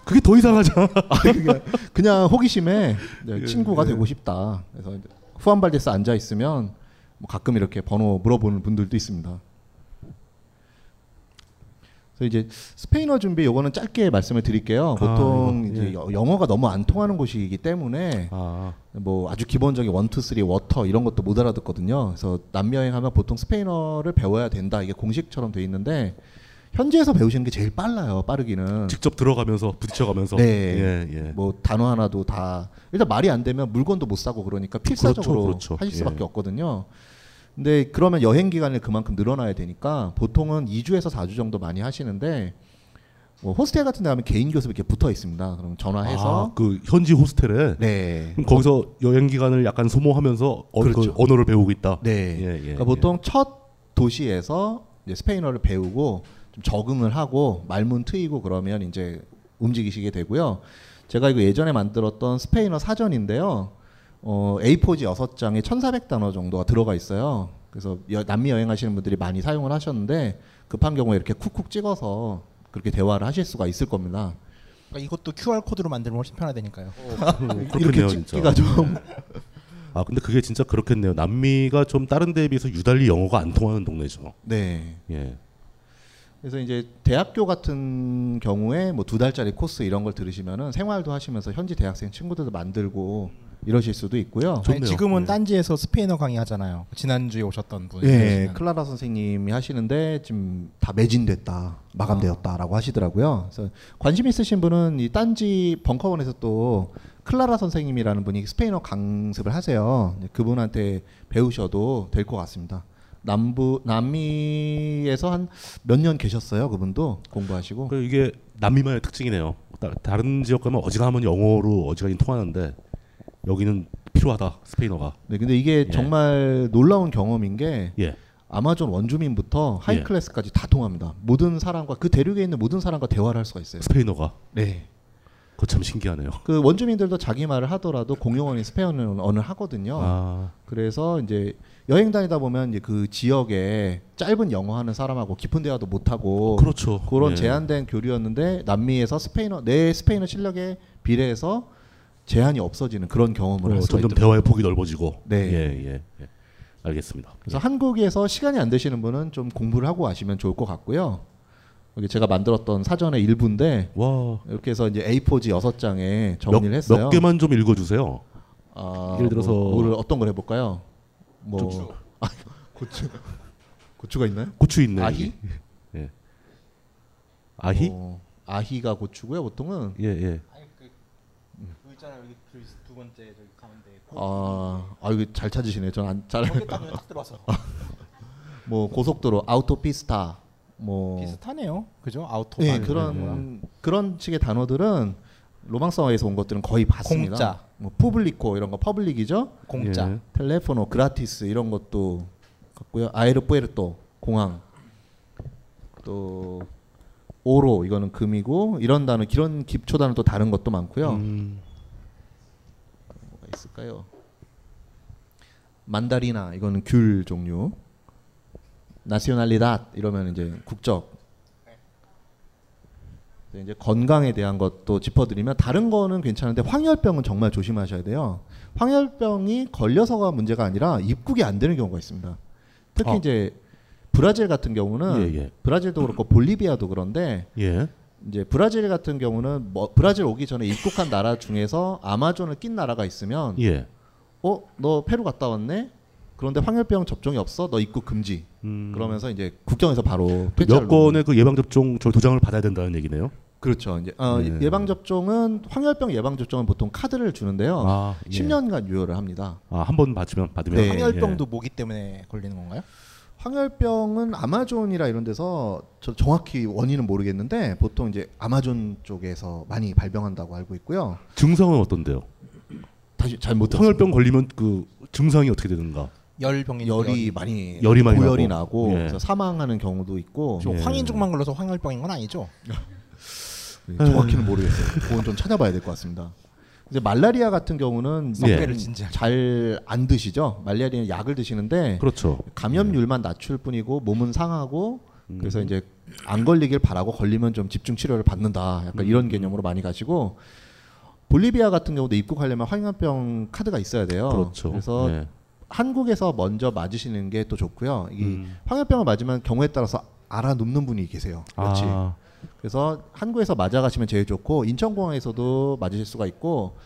Speaker 9: 그게 더 이상하잖아.
Speaker 10: 그냥, 그냥
Speaker 9: <laughs>
Speaker 10: 호기심에 네, 친구가 되고 싶다. 그래서 이제 후안발데스 앉아 있으면 뭐 가끔 이렇게 번호 물어보는 분들도 있습니다. 그래서 이제 스페인어 준비 요거는 짧게 말씀을 드릴게요.
Speaker 9: 아,
Speaker 10: 보통
Speaker 9: 이거,
Speaker 10: 이제
Speaker 9: 예.
Speaker 10: 여- 영어가 너무 안 통하는 곳이기 때문에 뭐 아주 기본적인 원투 쓰리 워터 이런 것도 못 알아듣거든요. 그래서 남미 여행하면 보통 스페인어를 배워야 된다 이게 공식처럼 돼 있는데 현지에서 배우시는 게 제일 빨라요. 빠르기는
Speaker 9: <laughs> 직접 들어가면서 부딪혀가면서.
Speaker 10: 아. 네.
Speaker 9: 예, 예.
Speaker 10: 뭐 단어 하나도 다 일단 말이 안 되면 물건도 못 사고 그러니까 필사적으로
Speaker 9: 그렇죠.
Speaker 10: 하실
Speaker 9: 예.
Speaker 10: 수밖에 없거든요. 근데 그러면 여행 기간을 그만큼 늘어나야 되니까 보통은 2주에서 4주 정도 많이 하시는데 뭐 호스텔 같은 데 가면 개인 교습 이렇게 붙어 있습니다. 그럼 전화해서
Speaker 9: 아, 그 현지 호스텔에.
Speaker 10: 네.
Speaker 9: 그럼 거기서 여행 기간을 약간 소모하면서 어, 그
Speaker 10: 그렇죠.
Speaker 9: 언어를 배우고 있다.
Speaker 10: 네.
Speaker 9: 예, 예,
Speaker 10: 그러니까 보통 첫 도시에서 이제 스페인어를 배우고 좀 적응을 하고 말문 트이고 그러면 이제 움직이시게 되고요. 제가 이거 예전에 만들었던 스페인어 사전인데요. 어, A4지 6장에 1,400단어 정도가 들어가 있어요. 그래서 여- 남미 여행하시는 분들이 많이 사용을 하셨는데 급한 경우에 이렇게 쿡쿡 찍어서 그렇게 대화를 하실 수가 있을 겁니다.
Speaker 11: 그러니까 이것도 QR 코드로 만들면 훨씬 편하다니까요.
Speaker 9: 어, 음, 그렇겠네요, 진짜. 아 근데 그게 진짜 그렇겠네요. 남미가 좀 다른 데에 비해서 유달리 영어가 안 통하는 동네죠.
Speaker 10: <laughs> 네.
Speaker 9: 예.
Speaker 10: 그래서 이제 대학교 같은 경우에 뭐 두 달짜리 코스 이런 걸 들으시면은 생활도 하시면서 현지 대학생 친구들도 만들고 이러실 수도 있고요. 네.
Speaker 11: 아니, 지금은 딴지에서 스페인어 강의하잖아요. 지난주에 오셨던 분.
Speaker 9: 네.
Speaker 10: 예, 클라라 선생님이 하시는데 지금 다 매진됐다, 마감되었다라고 하시더라고요. 그래서 관심 있으신 분은 이 딴지 벙커원에서 또 클라라 선생님이라는 분이 스페인어 강습을 하세요. 이제 그분한테 배우셔도 될 것 같습니다. 남부 남미에서 한 몇 년 계셨어요, 그분도 공부하시고.
Speaker 9: 그 이게 남미만의 특징이네요. 다, 다른 지역 가면 어지간하면 영어로 어지간히 통하는데 여기는 필요하다 스페인어가.
Speaker 10: 네, 근데 이게
Speaker 9: 예.
Speaker 10: 정말 놀라운 경험인 게
Speaker 9: 예.
Speaker 10: 아마존 원주민부터
Speaker 9: 예.
Speaker 10: 하이클래스까지 다 통합니다. 모든 사람과 그 대륙에 있는 모든 사람과 대화를 할 수가 있어요.
Speaker 9: 스페인어가.
Speaker 10: 네.
Speaker 9: 그거 참 신기하네요.
Speaker 10: 그 원주민들도 자기 말을 하더라도 공용어인 스페인어를 하거든요.
Speaker 9: 아.
Speaker 10: 그래서 이제 여행 다니다 보면 이제 그 지역에 짧은 영어 하는 사람하고 깊은 대화도 못 하고
Speaker 9: 그렇죠.
Speaker 10: 런
Speaker 9: 예.
Speaker 10: 뭐 제한된 교류였는데 남미에서 스페인어 내 스페인어 실력에 비례해서 제한이 없어지는 그런 경험을
Speaker 9: 어,
Speaker 10: 할 수가
Speaker 9: 점점
Speaker 10: 있더라고요.
Speaker 9: 대화의 폭이 넓어지고.
Speaker 10: 네.
Speaker 9: 예, 예, 예. 알겠습니다.
Speaker 10: 그래서 한국에서 시간이 안 되시는 분은 좀 공부를 하고 아시면 좋을 것 같고요. 여기 제가 만들었던 사전의 일부인데 이렇게 해서 이제 A4지 6장에 정리를
Speaker 9: 예. 몇,
Speaker 10: 했어요.
Speaker 9: 몇 개만 좀 읽어주세요.
Speaker 10: 아,
Speaker 9: 예를 들어서
Speaker 10: 뭐, 뭐를 어떤 걸 해볼까요? 뭐
Speaker 9: 고추.
Speaker 10: 아, <laughs> 고추 고추가 있나요?
Speaker 9: 고추 있네.
Speaker 10: 아히
Speaker 9: 여기. 예. 아히?
Speaker 10: 어, 아히가 고추고요. 보통은
Speaker 9: 예, 예.
Speaker 11: 그 있잖아요. 여기 그 두 번째 저기 가운데.
Speaker 10: 아, 아 이거 잘 찾으시네. 전안잘
Speaker 11: 거기 딱 그냥 딱 들어와서.
Speaker 10: <laughs> 뭐 고속도로 아우토피스타 뭐
Speaker 11: 비슷하네요. 그죠? 아우토.
Speaker 10: 네,
Speaker 11: 음.
Speaker 10: 그런 그런 식의 단어들은 로망성어에서 온 것들은 거의 봤습니다.
Speaker 11: 공짜.
Speaker 10: 뭐 푸블리코 이런 거 퍼블릭이죠.
Speaker 11: 공짜. 예.
Speaker 10: 텔레포노 그라티스 이런 것도 같고요. 아에르푸에르토 공항. 또 오로 이거는 금이고 이런 단어 이런 기초 단어 또 다른 것도 많고요. 어, 뭐가 있을까요? 만다리나 이거는 귤 종류. 나시오날리닷 이러면 이제 국적. 네, 이제 건강에 대한 것도 짚어드리면 다른 거는 괜찮은데 황열병은 정말 조심하셔야 돼요. 황열병이 걸려서가 문제가 아니라 입국이 안 되는 경우가 있습니다. 특히
Speaker 9: 아.
Speaker 10: 이제 브라질 같은 경우는
Speaker 9: 예, 예.
Speaker 10: 브라질도 그렇고 볼리비아도 그런데
Speaker 9: 예.
Speaker 10: 이제 브라질 같은 경우는 뭐- 브라질 오기 전에 입국한 나라 중에서 아마존을 낀 나라가 있으면
Speaker 9: 예.
Speaker 10: 어, 너 페루 갔다 왔네? 그런데 황열병 접종이 없어? 너 입국 금지. 그러면서 이제 국경에서 바로
Speaker 9: 그
Speaker 10: 퇴짜를
Speaker 9: 음. 여권의 그 예방 접종 저 도장을 받아야 된다는 얘기네요.
Speaker 10: 그렇죠. 이제 어,
Speaker 9: 네.
Speaker 10: 예방 접종은 황열병 예방 접종은 보통 카드를 주는데요.
Speaker 9: 아, 예.
Speaker 10: 10년간 유효를 합니다.
Speaker 9: 아, 한 번 맞으면 예. 받으면
Speaker 10: 황열병도
Speaker 11: 모기 때문에 걸리는 건가요?
Speaker 10: 네. 황열병은 아마존이라 이런 데서 저 정확히 원인은 모르겠는데 보통 이제 아마존 쪽에서 많이 발병한다고 알고 있고요.
Speaker 9: 증상은 어떤데요?
Speaker 10: 다시 잘못
Speaker 9: 성열병 걸리면 그 증상이 어떻게 되는가?
Speaker 11: 열병이
Speaker 10: 열이 많이
Speaker 9: 열이 많이
Speaker 10: 고열이
Speaker 9: 나고.
Speaker 10: 나고
Speaker 9: 예.
Speaker 10: 그래서 사망하는 경우도 있고
Speaker 11: 저 황인종만 걸려서 황열병인 건 아니죠?
Speaker 10: 네,
Speaker 11: 예.
Speaker 10: 정확히는 모르겠어요. 그건 좀 찾아봐야 될 것 같습니다. 이제 말라리아 같은 경우는
Speaker 9: 예.
Speaker 11: 성패를 진지하게.
Speaker 10: 잘 안 드시죠. 말라리아는 약을 드시는데
Speaker 9: 그렇죠.
Speaker 10: 감염률만 낮출 뿐이고 몸은 상하고
Speaker 11: 음.
Speaker 10: 그래서 이제 안 걸리길 바라고 걸리면 좀 집중 치료를 받는다. 약간
Speaker 11: 음.
Speaker 10: 이런 개념으로 많이 가시고 볼리비아 같은 경우도 입국하려면 황염병 카드가 있어야 돼요.
Speaker 9: 그렇죠.
Speaker 10: 래서
Speaker 9: 예.
Speaker 10: 한국에서 먼저 맞으시는 게 또 좋고요. 이
Speaker 11: 음.
Speaker 10: 황염병을 맞으면 경우에 따라서 알아눕는 분이 계세요. 그렇지.
Speaker 9: 아.
Speaker 10: 그래서 한국에서 맞아가시면 제일 좋고 인천공항에서도 맞으실 수가 있고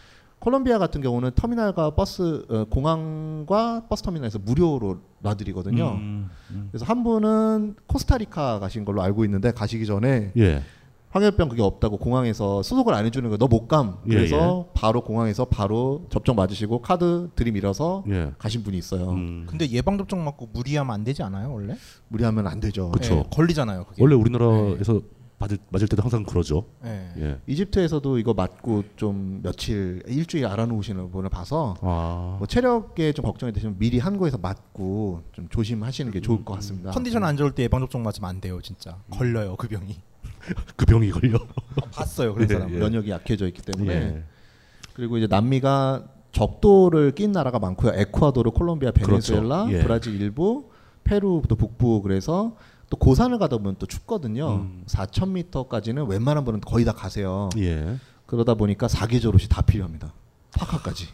Speaker 10: 콜롬비아 같은 경우는 터미널과 버스 어, 공항과 버스 터미널에서 무료로 놔드리거든요.
Speaker 9: 음, 음.
Speaker 10: 그래서 한 분은 코스타리카 가신 걸로 알고 있는데 가시기 전에
Speaker 9: 예.
Speaker 10: 황열병 그게 없다고 공항에서 수속을 안 해주는 거예요. 너 못 감.
Speaker 9: 예,
Speaker 10: 그래서 바로 공항에서 바로 접종 맞으시고 카드 들이밀어서
Speaker 9: 예. 음.
Speaker 10: 가신 분이 있어요.
Speaker 11: 근데 예방 접종 맞고 무리하면 안 되지 않아요 원래?
Speaker 10: 무리하면 안 되죠.
Speaker 9: 그렇죠.
Speaker 11: 예, 걸리잖아요, 그게.
Speaker 9: 원래 우리나라에서 맞을, 맞을 때도 항상 그러죠.
Speaker 11: 예.
Speaker 10: 네.
Speaker 9: 예.
Speaker 10: 이집트에서도 이거 맞고 좀 며칠 일주일 알아놓으시는 분을 봐서
Speaker 9: 아.
Speaker 10: 뭐 체력에 좀 걱정이 되시면 미리 한국에서 맞고 좀 조심하시는 게 좋을 것 같습니다.
Speaker 11: 컨디션 안 좋을 때 예방 접종 맞으면 안 돼요 진짜 걸려요 그 병이.
Speaker 9: 그 병이 걸려.
Speaker 11: 봤어요 그런 사람.
Speaker 10: 네, 예. 면역이 약해져 있기 때문에
Speaker 11: 예.
Speaker 10: 그리고 이제 남미가 적도를 낀 나라가 많고요. 에콰도르, 콜롬비아, 베네수엘라,
Speaker 9: 그렇죠. 예.
Speaker 10: 브라질 일부, 페루 또 북부 그래서 또 고산을 가다 보면 또 춥거든요.
Speaker 11: 음.
Speaker 10: 4,000m까지는 웬만한 분은 거의 다 가세요.
Speaker 9: 예.
Speaker 10: 그러다 보니까 사계절옷이 다 필요합니다. 파카까지.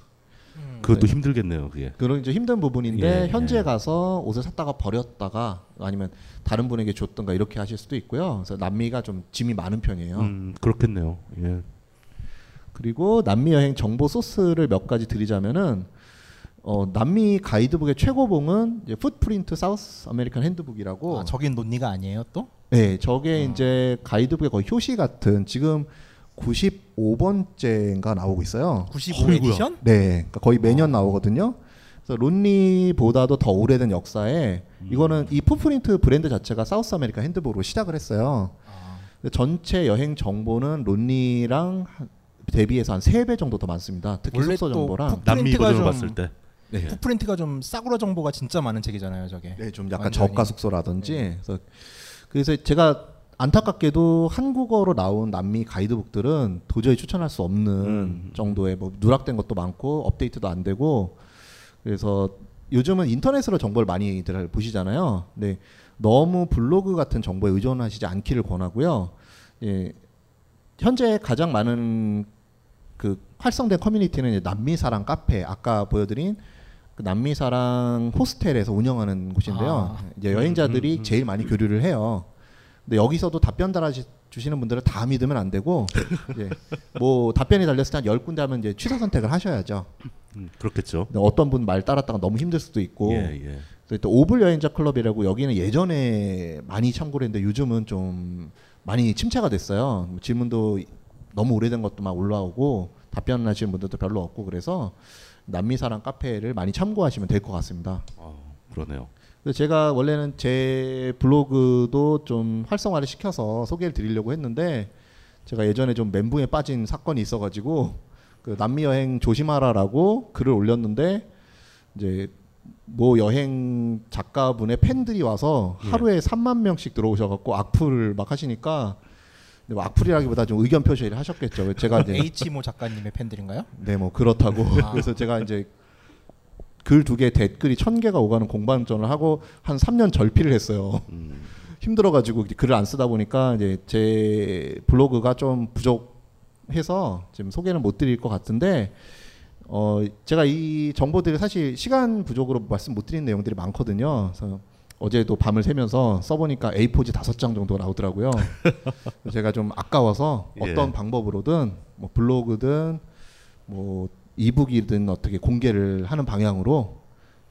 Speaker 9: 그것도 힘들겠네요, 그게.
Speaker 10: 그런 이제 힘든 부분인데
Speaker 9: 예,
Speaker 10: 현지에 가서 옷을 샀다가 버렸다가 아니면 다른 분에게 줬던가 이렇게 하실 수도 있고요. 그래서 남미가 좀 짐이 많은 편이에요.
Speaker 9: 음, 그렇겠네요. 예.
Speaker 10: 그리고 남미 여행 정보 소스를 몇 가지 드리자면은 어, 남미 가이드북의 최고봉은 이제 풋프린트 사우스 아메리칸 핸드북이라고
Speaker 11: 아, 저긴 논리가 아니에요 또? 아.
Speaker 10: 네, 저게 이제 가이드북의 거의 효시 같은 지금 95번째인가 나오고 있어요.
Speaker 11: 95 어이구야. 에디션?
Speaker 10: 네, 그러니까 거의 매년 나오거든요. 그래서 론리보다도 더 오래된 역사에
Speaker 11: 음.
Speaker 10: 이거는 이 풋프린트 브랜드 자체가 사우스 아메리카 핸드북으로 시작을 했어요.
Speaker 11: 아.
Speaker 10: 근데 전체 여행 정보는 론리랑 한- 대비해서 한 3배 정도 더 많습니다. 특히
Speaker 11: 원래
Speaker 10: 숙소
Speaker 11: 또
Speaker 10: 정보랑
Speaker 11: 남미 풋프린트가 버전을 좀- 봤을
Speaker 9: 때.
Speaker 10: 네.
Speaker 11: 풋프린트가 좀 싸구려 정보가 진짜 많은 책이잖아요 저게.
Speaker 10: 네, 좀 약간
Speaker 11: 완전히. 네.
Speaker 10: 저가 숙소라든지 그래서 그래서 제가 안타깝게도 한국어로 나온 남미 가이드북들은 도저히 추천할 수 없는
Speaker 11: 음,
Speaker 10: 정도의 뭐 누락된 것도 많고 업데이트도 안 되고 그래서 요즘은 인터넷으로 정보를 많이들 보시잖아요. 근데 너무 블로그 같은 정보에 의존하시지 않기를 권하고요. 예, 현재 가장 많은 그 활성된 커뮤니티는 이제 남미사랑 카페 아까 보여드린 그 남미사랑 호스텔에서 운영하는 곳인데요.
Speaker 11: 아.
Speaker 10: 이제
Speaker 9: 음,
Speaker 10: 여행자들이 제일 많이 교류를 해요. 근데 여기서도 답변 달아 주시는 분들은 다 믿으면 안
Speaker 9: <laughs>
Speaker 10: 되고 이제 뭐 답변이 달렸을 때 한 열 군데 하면 이제 취사 선택을 하셔야죠.
Speaker 9: 음, 그렇겠죠.
Speaker 10: 근데 어떤 분 말 따랐다가 너무 힘들 수도 있고.
Speaker 9: 예, 예.
Speaker 10: 근데 또 오블 여행자 클럽이라고 여기는 예전에 많이 참고를 했는데 요즘은 좀 많이 침체가 됐어요. 뭐 질문도 너무 오래된 것도 막 올라오고 답변하시는 분들도 별로 없고 그래서 남미사랑 카페를 많이 참고하시면 될 것 같습니다.
Speaker 9: 아, 그러네요.
Speaker 10: 근데 제가 원래는 제 블로그도 좀 활성화를 시켜서 소개를 드리려고 했는데 제가 예전에 좀 멘붕에 빠진 사건이 있어가지고 그 남미 여행 조심하라라고 글을 올렸는데 이제 뭐 여행 작가분의 팬들이 와서
Speaker 9: 예.
Speaker 10: 하루에 3만 명씩 들어오셔갖고 악플을 막 하시니까 근데 뭐 악플이라기보다 좀 의견 표시를 하셨겠죠. 제가 이제
Speaker 11: H 모 작가님의 팬들인가요?
Speaker 10: 네, 뭐 그렇다고.
Speaker 11: 아.
Speaker 10: 그래서 제가 이제 글 두 개 댓글이 천 개가 오가는 공방전을 하고 한 3년 절필을 했어요. <laughs>
Speaker 9: 음.
Speaker 10: 힘들어가지고 이제 글을 안 쓰다 보니까 이제 제 블로그가 좀 부족해서 지금 소개는 못 드릴 것 같은데 어 제가 이 정보들이 사실 시간 부족으로 말씀 못 드린 내용들이 많거든요. 그래서 어제도 밤을 새면서 써보니까 A4지 다섯 장 정도 나오더라고요. 그래서 제가 좀 아까워서
Speaker 20: 예.
Speaker 10: 어떤 방법으로든 뭐 블로그든 뭐 이북이든 어떻게 공개를 하는 방향으로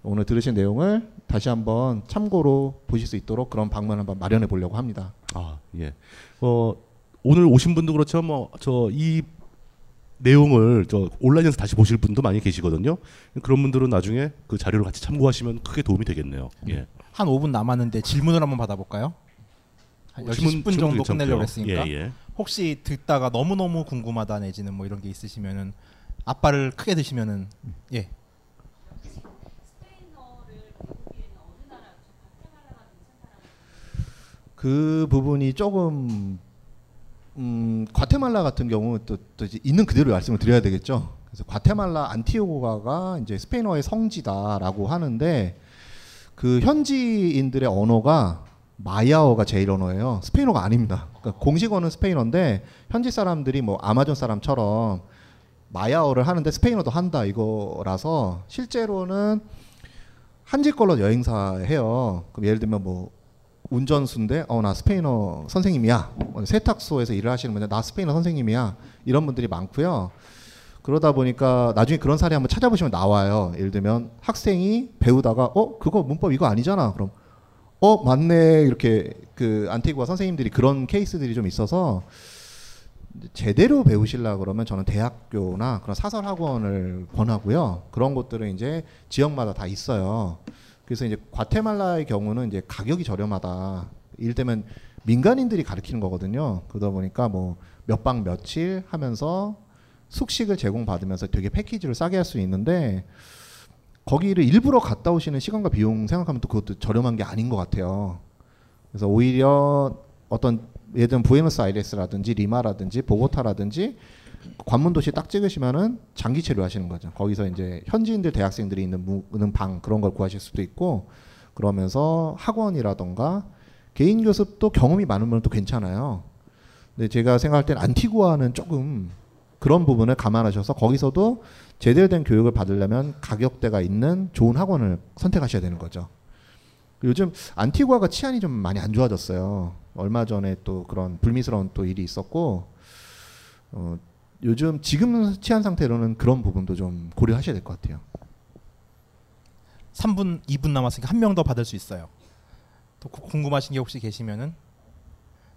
Speaker 10: 오늘 들으신 내용을 다시 한번 참고로 보실 수 있도록 그런 방문 한번 마련해 보려고 합니다.
Speaker 9: 아, 예. 어, 오늘 오신 분도 그렇지만 뭐 저 이 내용을 저 온라인에서 다시 보실 분도 많이 계시거든요. 그런 분들은 나중에 그 자료를 같이 참고하시면 크게 도움이 되겠네요.
Speaker 11: 음.
Speaker 9: 예.
Speaker 11: 한 5분 남았는데 질문을 한번 받아보까요? 한 10,
Speaker 9: 질문-
Speaker 11: 10분 정도
Speaker 9: 질문도
Speaker 11: 끝내려고
Speaker 9: 괜찮고요.
Speaker 11: 했으니까
Speaker 9: 예, 예.
Speaker 11: 혹시 듣다가 너무너무 궁금하다 내지는 뭐 이런 게 있으시면은 아빠를 크게 드시면은 예
Speaker 10: 그 부분이 조금 음, 과테말라 같은 경우 또, 또 이제 있는 그대로 말씀을 드려야 되겠죠. 그래서 과테말라 안티오고가가 이제 스페인어의 성지다라고 하는데 그 현지인들의 언어가 마야어가 제일 언어예요. 스페인어가 아닙니다. 그러니까 공식어는 스페인어인데 현지 사람들이 뭐 아마존 사람처럼 마야어를 하는데 스페인어도 한다 이거라서 실제로는 한지 걸로 여행사 해요. 그럼 예를 들면 뭐 운전수인데 어 나 스페인어 선생님이야. 어, 세탁소에서 일을 하시는 분들 나 스페인어 선생님이야. 이런 분들이 많고요. 그러다 보니까 나중에 그런 사례 한번 찾아보시면 나와요. 예를 들면 학생이 배우다가 어 그거 문법 이거 아니잖아. 그럼 어 맞네 이렇게 그 안티구아 선생님들이 그런 케이스들이 좀 있어서 이제 제대로 배우시려 그러면 저는 대학교나 그런 사설 학원을 권하고요. 그런 곳들은 이제 지역마다 다 있어요. 그래서 이제 과테말라의 경우는 이제 가격이 저렴하다. 이를테면 민간인들이 가르치는 거거든요. 그러다 보니까 뭐 몇 방 며칠 하면서 숙식을 제공받으면서 되게 패키지를 싸게 할 수 있는데 거기를 일부러 갔다 오시는 시간과 비용 생각하면 또 그것도 저렴한 게 아닌 것 같아요. 그래서 오히려 어떤 예를 들면 부에노스아이레스라든지 리마라든지 보고타라든지 관문 도시 딱 찍으시면은 장기 체류하시는 거죠. 거기서 이제 현지인들 대학생들이 있는, 무- 있는 방 그런 걸 구하실 수도 있고 그러면서 학원이라던가 개인 교습도 경험이 많은 분은 또 괜찮아요. 근데 제가 생각할 땐 안티구아는 조금 그런 부분을 감안하셔서 거기서도 제대로 된 교육을 받으려면 가격대가 있는 좋은 학원을 선택하셔야 되는 거죠. 요즘 안티구아가 치안이 좀 많이 안 좋아졌어요. 얼마 전에 또 그런 불미스러운 또 일이 있었고 어, 요즘 지금 치안 상태로는 그런 부분도 좀 고려하셔야 될 것 같아요.
Speaker 11: 3분 2분 남았으니까 한 명 더 받을 수 있어요. 또 구- 궁금하신 게 혹시 계시면은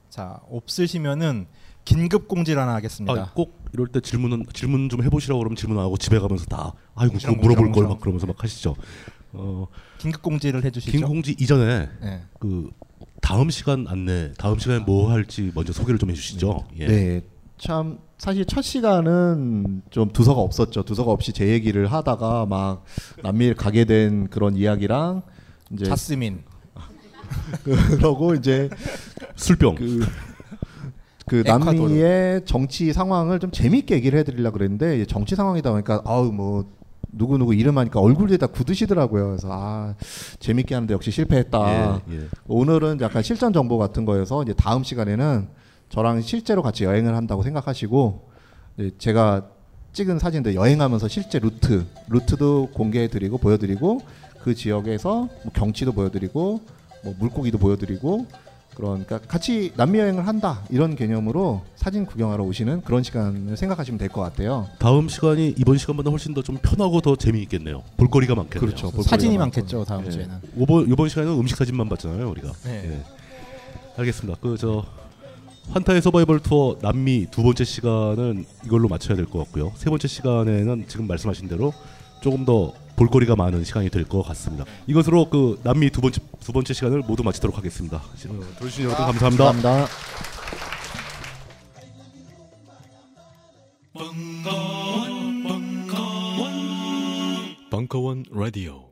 Speaker 11: 자 없으시면은 긴급 공지를 하나 하겠습니다.
Speaker 9: 아, 꼭 이럴 때 질문은 질문 좀 해보시라고 그러면 질문하고 집에 가면서 다 아이고 그거
Speaker 11: 뭉치렁,
Speaker 9: 물어볼 걸
Speaker 11: 뭉치렁.
Speaker 9: 막 그러면서 막 하시죠. 어,
Speaker 11: 긴급 공지를 해주시죠.
Speaker 9: 긴 공지 이전에
Speaker 11: 네.
Speaker 9: 그 다음 시간 안내, 다음 시간에 뭐 할지 먼저 소개를 좀 해주시죠. 예.
Speaker 10: 네, 참 사실 첫 시간은 좀 두서가 없었죠. 두서가 없이 제 얘기를 하다가 막 남미를 가게 된 그런 이야기랑 이제
Speaker 11: 자스민
Speaker 10: <laughs> 그러고 이제
Speaker 9: 술병
Speaker 10: 그, 그
Speaker 11: 에콰도르.
Speaker 10: 남미의 정치 상황을 좀 재밌게 얘기를 해드리려 그랬는데 이제 정치 상황이다 보니까 아우 뭐 누구 누구 이름 하니까 얼굴에다 굳으시더라고요. 그래서 아 재밌게 하는데 역시
Speaker 11: 아.
Speaker 10: 실패했다.
Speaker 9: 예, 예.
Speaker 10: 오늘은 약간 실전 정보 같은 거여서 이제 다음 시간에는 저랑 실제로 같이 여행을 한다고 생각하시고 이제 제가 찍은 사진들 여행하면서 실제 루트 루트도 공개해드리고 보여드리고 그 지역에서 뭐 경치도 보여드리고 뭐 물고기도 보여드리고 그러니까 같이 남미 여행을 한다 이런 개념으로 사진 구경하러 오시는 그런 시간을 생각하시면 될 것 같아요.
Speaker 9: 다음 시간이 이번 시간보다 훨씬 더 좀 편하고 더 재미있겠네요. 볼거리가 많겠네요.
Speaker 10: 그렇죠. 볼거리가 네.
Speaker 11: 사진이 많겠죠 다음
Speaker 9: 예.
Speaker 11: 주에는.
Speaker 9: 이번 이번 시간에는 음식 사진만 봤잖아요 우리가.
Speaker 11: 네.
Speaker 9: 예. 알겠습니다. 그 저 환타의 서바이벌 투어 남미 두 번째 시간은 이걸로 마쳐야 될 것 같고요. 세 번째 시간에는 지금 말씀하신 대로 조금 더 볼거리가 많은 시간이 될 것 같습니다. 이것으로 그 남미 두 번째 두 번째 시간을 모두 마치도록 하겠습니다. 어, 들어주신
Speaker 10: 아,
Speaker 9: 여러분 감사합니다.
Speaker 10: 감사합니다.
Speaker 1: 벙커원
Speaker 7: 벙커원 라디오